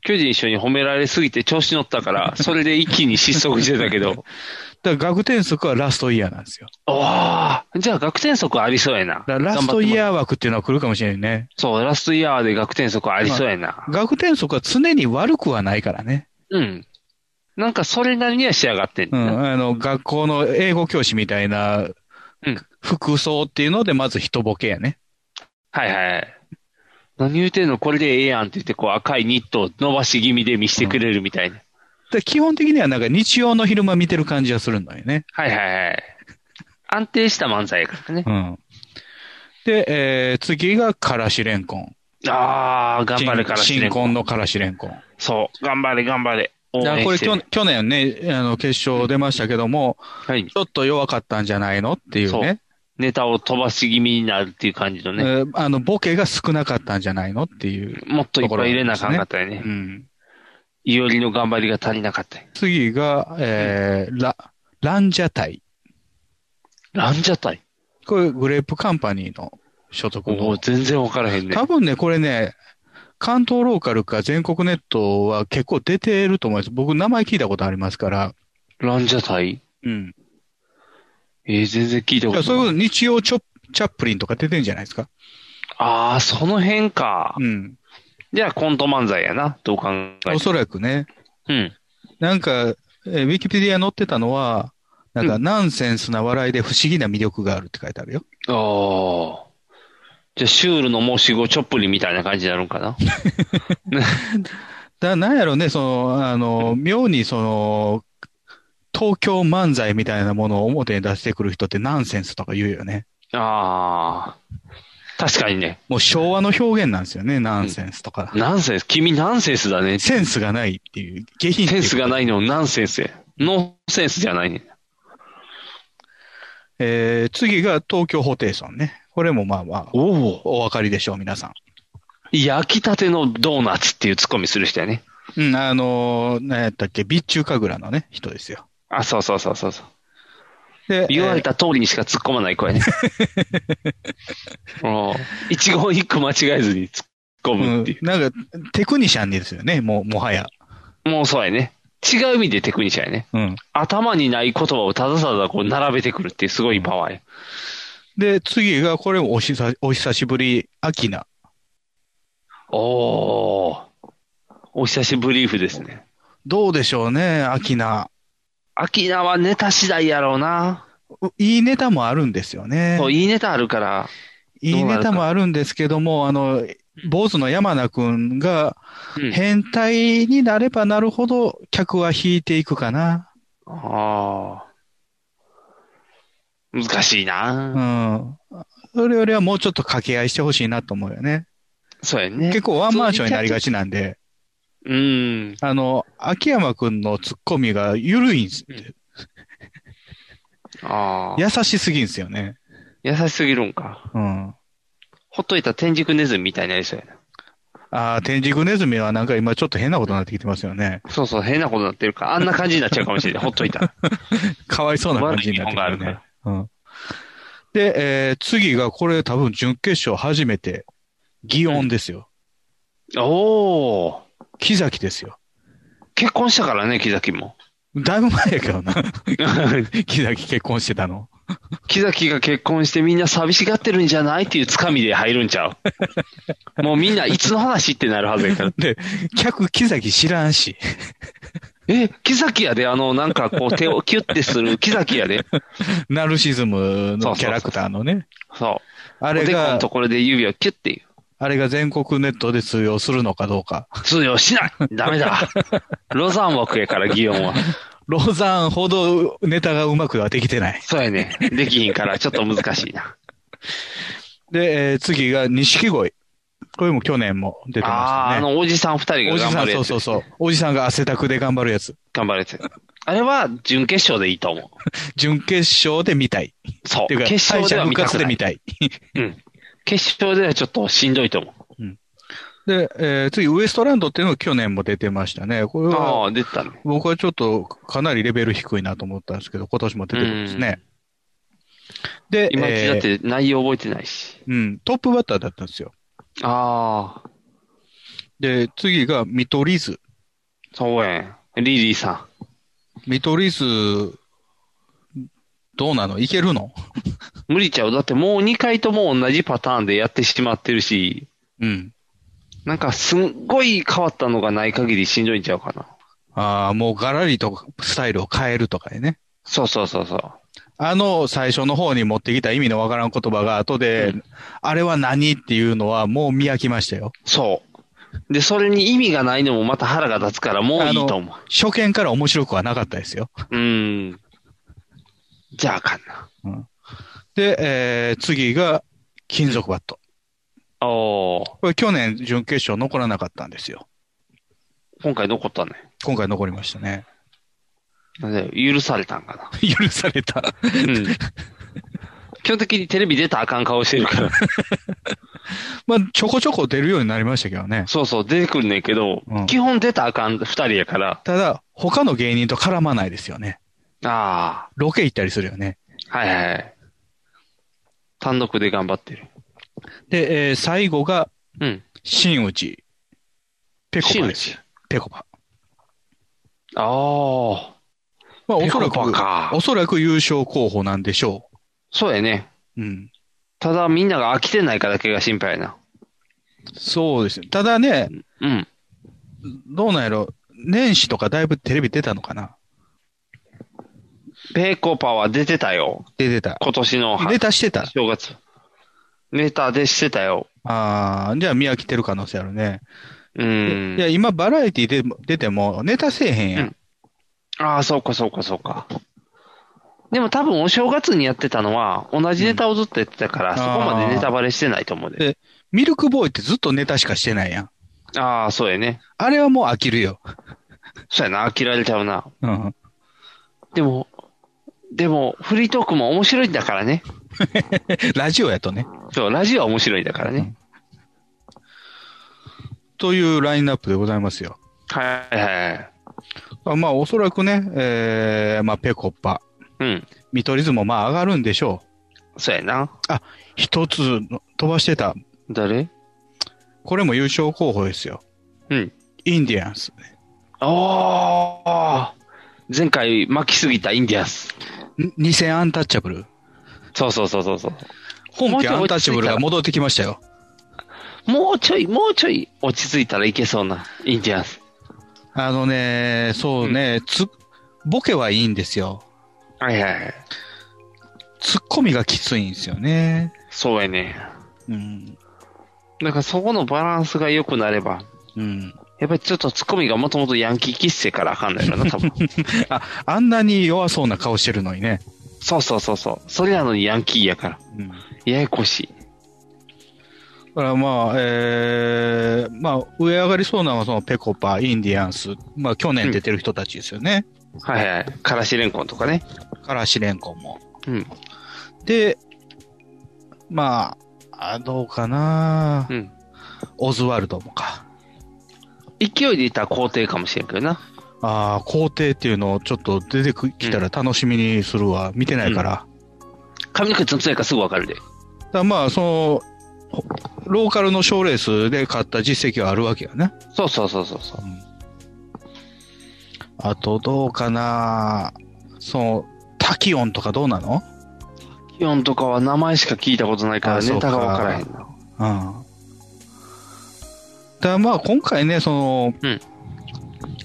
Speaker 3: 巨人一緒に褒められすぎて調子乗ったから、それで一気に失速してたけ ど。
Speaker 4: だから学天則はラストイヤーなんですよ。
Speaker 3: ああ、じゃあ学天則ありそうやな。
Speaker 4: ラストイヤー枠っていうのは来るかもしれないね。
Speaker 3: そう、ラストイヤーで学天則ありそうやな。
Speaker 4: 学天則は常に悪くはないからね。
Speaker 3: うん。なんかそれなりには仕上がってん
Speaker 4: う
Speaker 3: ねんな、
Speaker 4: ん。あの、学校の英語教師みたいな、服装っていうので、まず人ボケやね。
Speaker 3: はいはい。何言うてんのこれでええやんって言って、こう赤いニットを伸ばし気味で見せてくれるみたいな。
Speaker 4: で基本的にはなんか日曜の昼間見てる感じがするのよね。
Speaker 3: はいはいはい。安定した漫才やからね。
Speaker 4: うん。で、えー次がからしれんこん。
Speaker 3: ああ、頑張れからしれ
Speaker 4: 新
Speaker 3: んこん
Speaker 4: 婚のからしれんこん。
Speaker 3: そう、頑張れ頑張れ。応
Speaker 4: だから
Speaker 3: 援
Speaker 4: これ
Speaker 3: してる
Speaker 4: 去去年ね、あの、決勝出ましたけども、
Speaker 3: ち
Speaker 4: ょっと弱かったんじゃないのっていうね。
Speaker 3: ネタを飛ばし気味になるっていう感じのね。
Speaker 4: えーあの、ボケが少なかったんじゃないのっていう。
Speaker 3: もっといっぱい入れなあかんかったよね。いおりの頑張りが足りなかったよ。
Speaker 4: 次が、えー、ラ、ランジャタイ。
Speaker 3: ランジャタイ
Speaker 4: これ、グレープカンパニーの所得
Speaker 3: も
Speaker 4: の
Speaker 3: う。全然わからへんね。
Speaker 4: 多分ね、これね、関東ローカルか全国ネットは結構出てると思います。僕、名前聞いたことありますから。
Speaker 3: ランジャタイ
Speaker 4: うん。
Speaker 3: えー全然聞い
Speaker 4: だ
Speaker 3: たこ
Speaker 4: からそ
Speaker 3: と
Speaker 4: ういう
Speaker 3: ない。
Speaker 4: こと、日曜チョチャップリンとか出てんじゃないですか。
Speaker 3: ああ、その辺か。
Speaker 4: うん。
Speaker 3: じゃあコント漫才やな、どう考えても
Speaker 4: おそらくね。
Speaker 3: うん。
Speaker 4: なんか、えーウィキペディア載ってたのは、なんか、ナンセンスな笑いで不思議な魅力があるって書いてあるよ。
Speaker 3: ああ。じゃあ、シュールの申し子チョップリンみたいな感じになるん かな
Speaker 4: だなんやろね、その、あの、妙にその、東京漫才みたいなものを表に出してくる人ってナンセンスとか言うよね。
Speaker 3: ああ。確かにね。
Speaker 4: もう昭和の表現なんですよね、ナンセンスとか。
Speaker 3: ナンセンス、君ナンセンスだね。
Speaker 4: センスがないっていう、下品
Speaker 3: センスがないのをナンセンスや。ノーセンスじゃないね。
Speaker 4: えー、次が東京ホテイソンね。これもまあまあ、お分かりでしょう、皆さん。
Speaker 3: 焼きたてのドーナツっていうツッコミする人やね。
Speaker 4: うん、あのー、何やったっけ、備中神楽のね、人ですよ。
Speaker 3: あ、そうそうそうそうそう。
Speaker 4: で
Speaker 3: 言われた通りにしか突っ込まない 声ね。もう一言一句間違えずに突っ込むっていう。
Speaker 4: なんか、テクニシャンですよね、もう、もはや。
Speaker 3: もうそうやね。違う意味でテクニシャンやね。
Speaker 4: うん。
Speaker 3: 頭にない言葉をただただこう並べてくるっていうすごいパワーや。
Speaker 4: で、次が、これもおしさ、お久しぶり、アキナ。
Speaker 3: おー。お久しぶりーふですね。
Speaker 4: どうでしょうね、アキナ。
Speaker 3: アキナはネタ次第やろうな。
Speaker 4: いいネタもあるんですよね。
Speaker 3: そう、いいネタあるから。
Speaker 4: いいネタもあるんですけども、あの、坊主の山名くんが、変態になればなるほど、客は引いていくかな。
Speaker 3: ああ。難しいな。
Speaker 4: うん。それよりはもうちょっと掛け合いしてほしいなと思うよね。
Speaker 3: そうやね。
Speaker 4: 結構ワンマンションになりがちなんで。
Speaker 3: うん。
Speaker 4: あの、秋山くんのツッコミが緩いんです。
Speaker 3: ああ。
Speaker 4: 優しすぎんですよね。
Speaker 3: 優しすぎるんか。
Speaker 4: うん。
Speaker 3: ほっといた天竺ネズミみたいになりそうやな。
Speaker 4: ああ、天竺ネズミはなんか今ちょっと変なことになってきてますよね。
Speaker 3: そうそう、変なことになってるから、あんな感じになっちゃうかもし れない。ほっといたら。
Speaker 4: かわいそうな感じになってきて
Speaker 3: 悪
Speaker 4: る
Speaker 3: い日本がある
Speaker 4: ね。うん。で、えー次がこれ多分準決勝初めて、祇園ですよ。
Speaker 3: おお。
Speaker 4: 木崎ですよ。
Speaker 3: 結婚したからね、木崎も。
Speaker 4: だいぶ前やけどな。 木崎結婚してたの。
Speaker 3: 木崎が結婚してみんな寂しがってるんじゃないっていうつかみで入るんちゃう。もうみんないつの話ってなるはずやから。
Speaker 4: で、客木崎知らんし。
Speaker 3: え、木崎やで、あの、なんかこう手をキュッてする木崎やで。
Speaker 4: ナルシズムのキャラクターのね。
Speaker 3: そう。
Speaker 4: あれが
Speaker 3: おでこのところで指をキュッて
Speaker 4: あれが全国ネットで通用するのかどうか。
Speaker 3: 通用しないダメ だロザン枠やから、祇園は。
Speaker 4: ロザンほどネタがうまくはできてない。
Speaker 3: そうやね。できひんから、ちょっと難しいな。
Speaker 4: で、えー次が錦鯉。これも去年も出て
Speaker 3: あ
Speaker 4: ました
Speaker 3: あ、あ
Speaker 4: ね。
Speaker 3: の、おじさん二人
Speaker 4: お
Speaker 3: が
Speaker 4: じ
Speaker 3: 頑
Speaker 4: さ
Speaker 3: 張
Speaker 4: ん、
Speaker 3: る
Speaker 4: そ
Speaker 3: や
Speaker 4: う
Speaker 3: つ。
Speaker 4: そうそう。おじさんが汗だくで頑張るやつ。
Speaker 3: 頑張るやつ。あれは、準決勝でいいと思
Speaker 4: 準決勝で見たい。
Speaker 3: そう
Speaker 4: っていうか、
Speaker 3: 決勝では見たくな
Speaker 4: 敗者復活で
Speaker 3: い
Speaker 4: 見たい。
Speaker 3: う。うん。決勝ではちょっとしんどいと思う。
Speaker 4: で、えー次、ウエストランドっていうのが去年も出てましたね。これ
Speaker 3: あ
Speaker 4: は
Speaker 3: あ、、出てたね。
Speaker 4: 僕はちょっとかなりレベル低いなと思ったんですけど、今年も出てるんですね。で、
Speaker 3: 今
Speaker 4: えー
Speaker 3: だって内容覚えてないし。
Speaker 4: うん、トップバッターだったんですよ。
Speaker 3: ああ。
Speaker 4: で、次が見取り図。
Speaker 3: そうやん。リリーさ
Speaker 4: 見取り図、どうなのいけるの
Speaker 3: ん。無理ちゃう。だってもう2回とも同じパターンでやってしまってるし。
Speaker 4: うん。
Speaker 3: なんかすんごい変わったのがない限りしんどいんちゃうかな。
Speaker 4: ああ、もうガラリとスタイルを変えるとかでね。
Speaker 3: そうそうそうそう。
Speaker 4: あの、最初の方に持ってきた意味のわからん言葉が後で、あれは何っていうのはもう見飽きましたよ。
Speaker 3: そう。で、それに意味がないのもまた腹が立つからもういいと思う。
Speaker 4: 初見から面白くはなかったですよ。
Speaker 3: うーん。じゃああかんな。
Speaker 4: で、えー次が、金属バット。
Speaker 3: おー
Speaker 4: これ去年準決勝残らなかったんですよ。
Speaker 3: 今回残ったね。
Speaker 4: 今回残りましたね。
Speaker 3: なんだよ許されたんかな。
Speaker 4: 許された。
Speaker 3: うん。基本的にテレビ出たらあかん顔してるから。
Speaker 4: まあ、ちょこちょこ出るようになりましたけどね。
Speaker 3: そうそう、出てくるねんけど、基本出たらあかん二人やから。
Speaker 4: ただ、他の芸人と絡まないですよね。
Speaker 3: あ
Speaker 4: ロケ行ったりするよね。
Speaker 3: あ、はいはい。単独で頑張ってる。
Speaker 4: で、えー最後が、
Speaker 3: うん。
Speaker 4: 新内。ペコパです
Speaker 3: 新内。
Speaker 4: ペコパ。
Speaker 3: ああ。
Speaker 4: まあ、おそら
Speaker 3: ペコパか
Speaker 4: く、おそらく優勝候補なんでしょ
Speaker 3: そうやね。
Speaker 4: うん。
Speaker 3: ただみんなが飽きてないかだけが心配やな。
Speaker 4: う。そうですね。ただね、
Speaker 3: うん。
Speaker 4: どうなんやろ。年始とかだいぶテレビ出たのかな
Speaker 3: ペコパは出てたよ。
Speaker 4: 出てた。
Speaker 3: 今年の。
Speaker 4: ネタしてた
Speaker 3: 正月。ネタでしてたよ。
Speaker 4: ああ、じゃあ見飽きてる可能性あるね。
Speaker 3: うん
Speaker 4: い。や、今バラエティでも出てもネタせえへんやん。
Speaker 3: ああ、そうかそうかそうか。でも多分お正月にやってたのは、同じネタをずっとやってたから、そこまでネタバレしてないと思うで。
Speaker 4: で、ミルクボーイってずっとネタしかしてないやん。
Speaker 3: ああ、そうやね。
Speaker 4: あれはもう飽きるよ。
Speaker 3: そうやな、飽きられちゃうな。
Speaker 4: うん。
Speaker 3: でも、でも、フリートークも面白いんだからね。
Speaker 4: ラジオやとね。
Speaker 3: そう、ラジオは面白いんだからね。
Speaker 4: というラインナップでございますよ。
Speaker 3: はいはいはい。
Speaker 4: あまあ、おそらくね、えー、まあ、ペコパ。
Speaker 3: うん。
Speaker 4: 見取り図もまあ上がるんでしょ
Speaker 3: そうやな。
Speaker 4: う。あ、一つの飛ばしてた。
Speaker 3: 誰
Speaker 4: これも優勝候補ですよ。
Speaker 3: うん。
Speaker 4: インディアンス。
Speaker 3: ああ前回巻きすぎたインディアンス。
Speaker 4: ん2000アンタッチャブル。
Speaker 3: そうそうそうそうそう。
Speaker 4: 本家アンタッチャブルが戻ってきましたよ。
Speaker 3: もうちょい、もうちょい落ち着いたらいけそうなインディアンス。
Speaker 4: あのね、そうね、つ、ボケはいいんですよ。
Speaker 3: はいはいはい。
Speaker 4: ツッコミがきついんですよね。
Speaker 3: そうやね。
Speaker 4: うん。
Speaker 3: だからそこのバランスが良くなれば、
Speaker 4: うん。
Speaker 3: やっぱりちょっとツッコミがもともとヤンキー気質やからあかんのやろな、多 分。
Speaker 4: あ、あんなに弱そうな顔してるのにね。
Speaker 3: そうそうそうそう。それなのにヤンキーやから。
Speaker 4: うん。
Speaker 3: ややこしい。
Speaker 4: だからまあ、えー、まあ、上上がりそうなのはそのペコパ、インディアンス、まあ去年出てる人たちですよね。
Speaker 3: はいはい。からしれんこんとかね。
Speaker 4: からしれんこんも。
Speaker 3: うん。
Speaker 4: で、まあ、あどうかな、
Speaker 3: うん。
Speaker 4: オズワルドもか。
Speaker 3: 勢いでいったら皇帝かもしれんけどな。
Speaker 4: ああ、皇帝っていうのをちょっと出てくきたら楽しみにするわ。見てないから。
Speaker 3: 髪の毛ツンツンやからすぐわかるで。
Speaker 4: だからまあ、その、ほローカルの賞ーレースで勝った実績はあるわけやね。
Speaker 3: そうそうそうそうそう。
Speaker 4: あと、どうかなその、タキオンとかどうなの
Speaker 3: キヨンとかは名前しか聞いたことないから
Speaker 4: あそう
Speaker 3: ネ
Speaker 4: か
Speaker 3: タがわからへん
Speaker 4: うん。
Speaker 3: な。
Speaker 4: だからまあ、今回ね、その、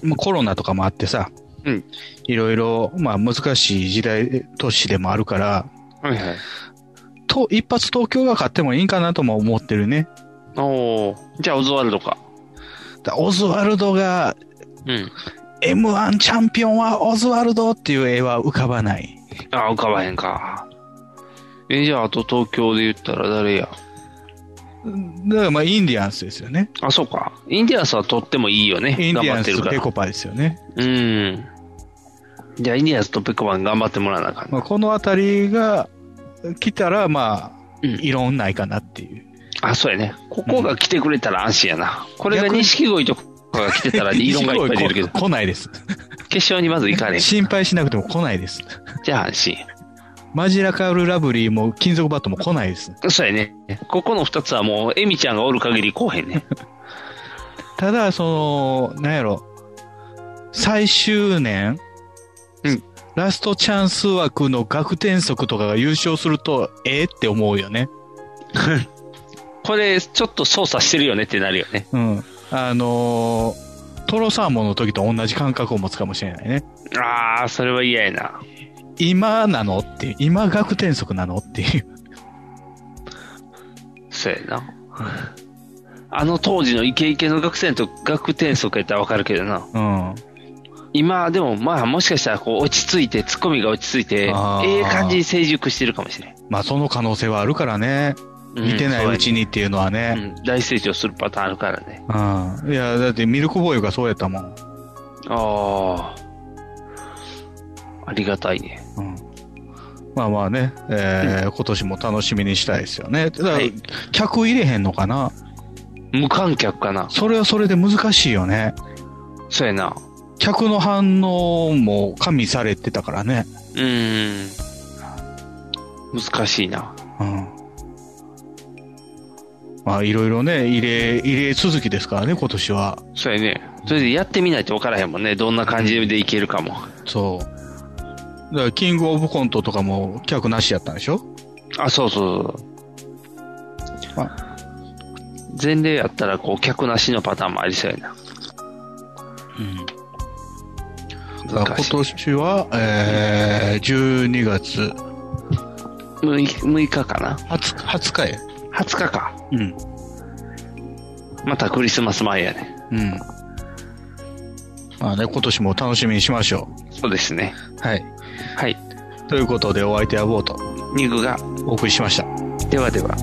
Speaker 4: まあコロナとかもあってさ、
Speaker 3: うん
Speaker 4: いろいろ、まあ、難しい時代、都市でもあるから、
Speaker 3: はいはい。
Speaker 4: と、一発東京が勝ってもいいんかなとも思ってるね。
Speaker 3: おお。じゃあオズワルドか。
Speaker 4: だオズワルドが、
Speaker 3: うん。
Speaker 4: M1 チャンピオンはオズワルドっていう絵は浮かばない。
Speaker 3: ああ、浮かばへんか。え、じゃあ、あと東京で言ったら誰や
Speaker 4: だからまあインディアンスですよね。
Speaker 3: あ、そうか。インディアンスはとってもいいよね。
Speaker 4: インデ
Speaker 3: 頑
Speaker 4: ィ
Speaker 3: 張
Speaker 4: ア
Speaker 3: っ
Speaker 4: ンス
Speaker 3: てる
Speaker 4: と
Speaker 3: から
Speaker 4: ペ。コパですよね。
Speaker 3: うん。じゃあ、インディアンスとペコパン頑張ってもらわなあかん。
Speaker 4: まあ、この辺りが来たら、まあ、異論ないかなっていう。
Speaker 3: あ、そうやね。ここが来てくれたら安心やな。これが錦鯉とかが来てたら、異論がいっぱい出 るけど。
Speaker 4: 来ないです。
Speaker 3: 決勝にまず行かれへん。
Speaker 4: 心配しなくても来ないです。
Speaker 3: じゃあ安心。
Speaker 4: マジラカルラブリーも金属バットも来ないです。
Speaker 3: そうやね。ここの二つはもう、エミちゃんがおる限り来おへ んね。
Speaker 4: ただ、その、なんやろ、最終年、ラストチャンス枠の学転則とかが優勝すると、ええって思うよね。
Speaker 3: これ、ちょっと操作してるよねってなるよね。
Speaker 4: うん。あのートロサーモンの時と同じ感覚を持つかもしれないね。
Speaker 3: ああ、それは嫌やな。
Speaker 4: 今なのっていう、今学転則なのっていう。
Speaker 3: そうやな。あの当時のイケイケの学生と学転則やったらわかるけどな。
Speaker 4: うん。
Speaker 3: 今、でも、まあ、もしかしたら、こう、落ち着いて、ツッコミが落ち着いて、
Speaker 4: あー
Speaker 3: ええ感じに成熟してるかもしれん。
Speaker 4: まあ、その可能性はあるからね。
Speaker 3: うん
Speaker 4: 見てないうちにっていうのはね。
Speaker 3: 大成長するパターンあるからね。
Speaker 4: うん。いや、だってミルクボーイがそうやったもん。
Speaker 3: ああ。ありがたいね。
Speaker 4: まあまあね、えー今年も楽しみにしたいですよね。ただ、客入れへんのかな
Speaker 3: 無観客かな。
Speaker 4: それはそれで難しいよね。
Speaker 3: そうやな。
Speaker 4: 客の反応も加味されてたからね。
Speaker 3: うーん。難しいな。
Speaker 4: うん。まあ、いろいろね、入れ、入れ続きですからね、今年は。
Speaker 3: そうやね。それでやってみないと分からへんもんね。どんな感じでいけるかも。
Speaker 4: そう。だから、キングオブコントとかも客なしやったんでしょ
Speaker 3: あ、そうそうそう。前例やったら、こう、客なしのパターンもありそうやな。
Speaker 4: だから今年は、えー、12月
Speaker 3: 6, 6日かな。
Speaker 4: 20, 20日へ。
Speaker 3: 20日か。
Speaker 4: うん。
Speaker 3: またクリスマス前やね。
Speaker 4: うん。まあね、今年も楽しみにしましょ
Speaker 3: そうですね。
Speaker 4: う。はい。
Speaker 3: はい。
Speaker 4: ということで、お相手はボート。
Speaker 3: ニグが
Speaker 4: お送りしました。
Speaker 3: ではでは。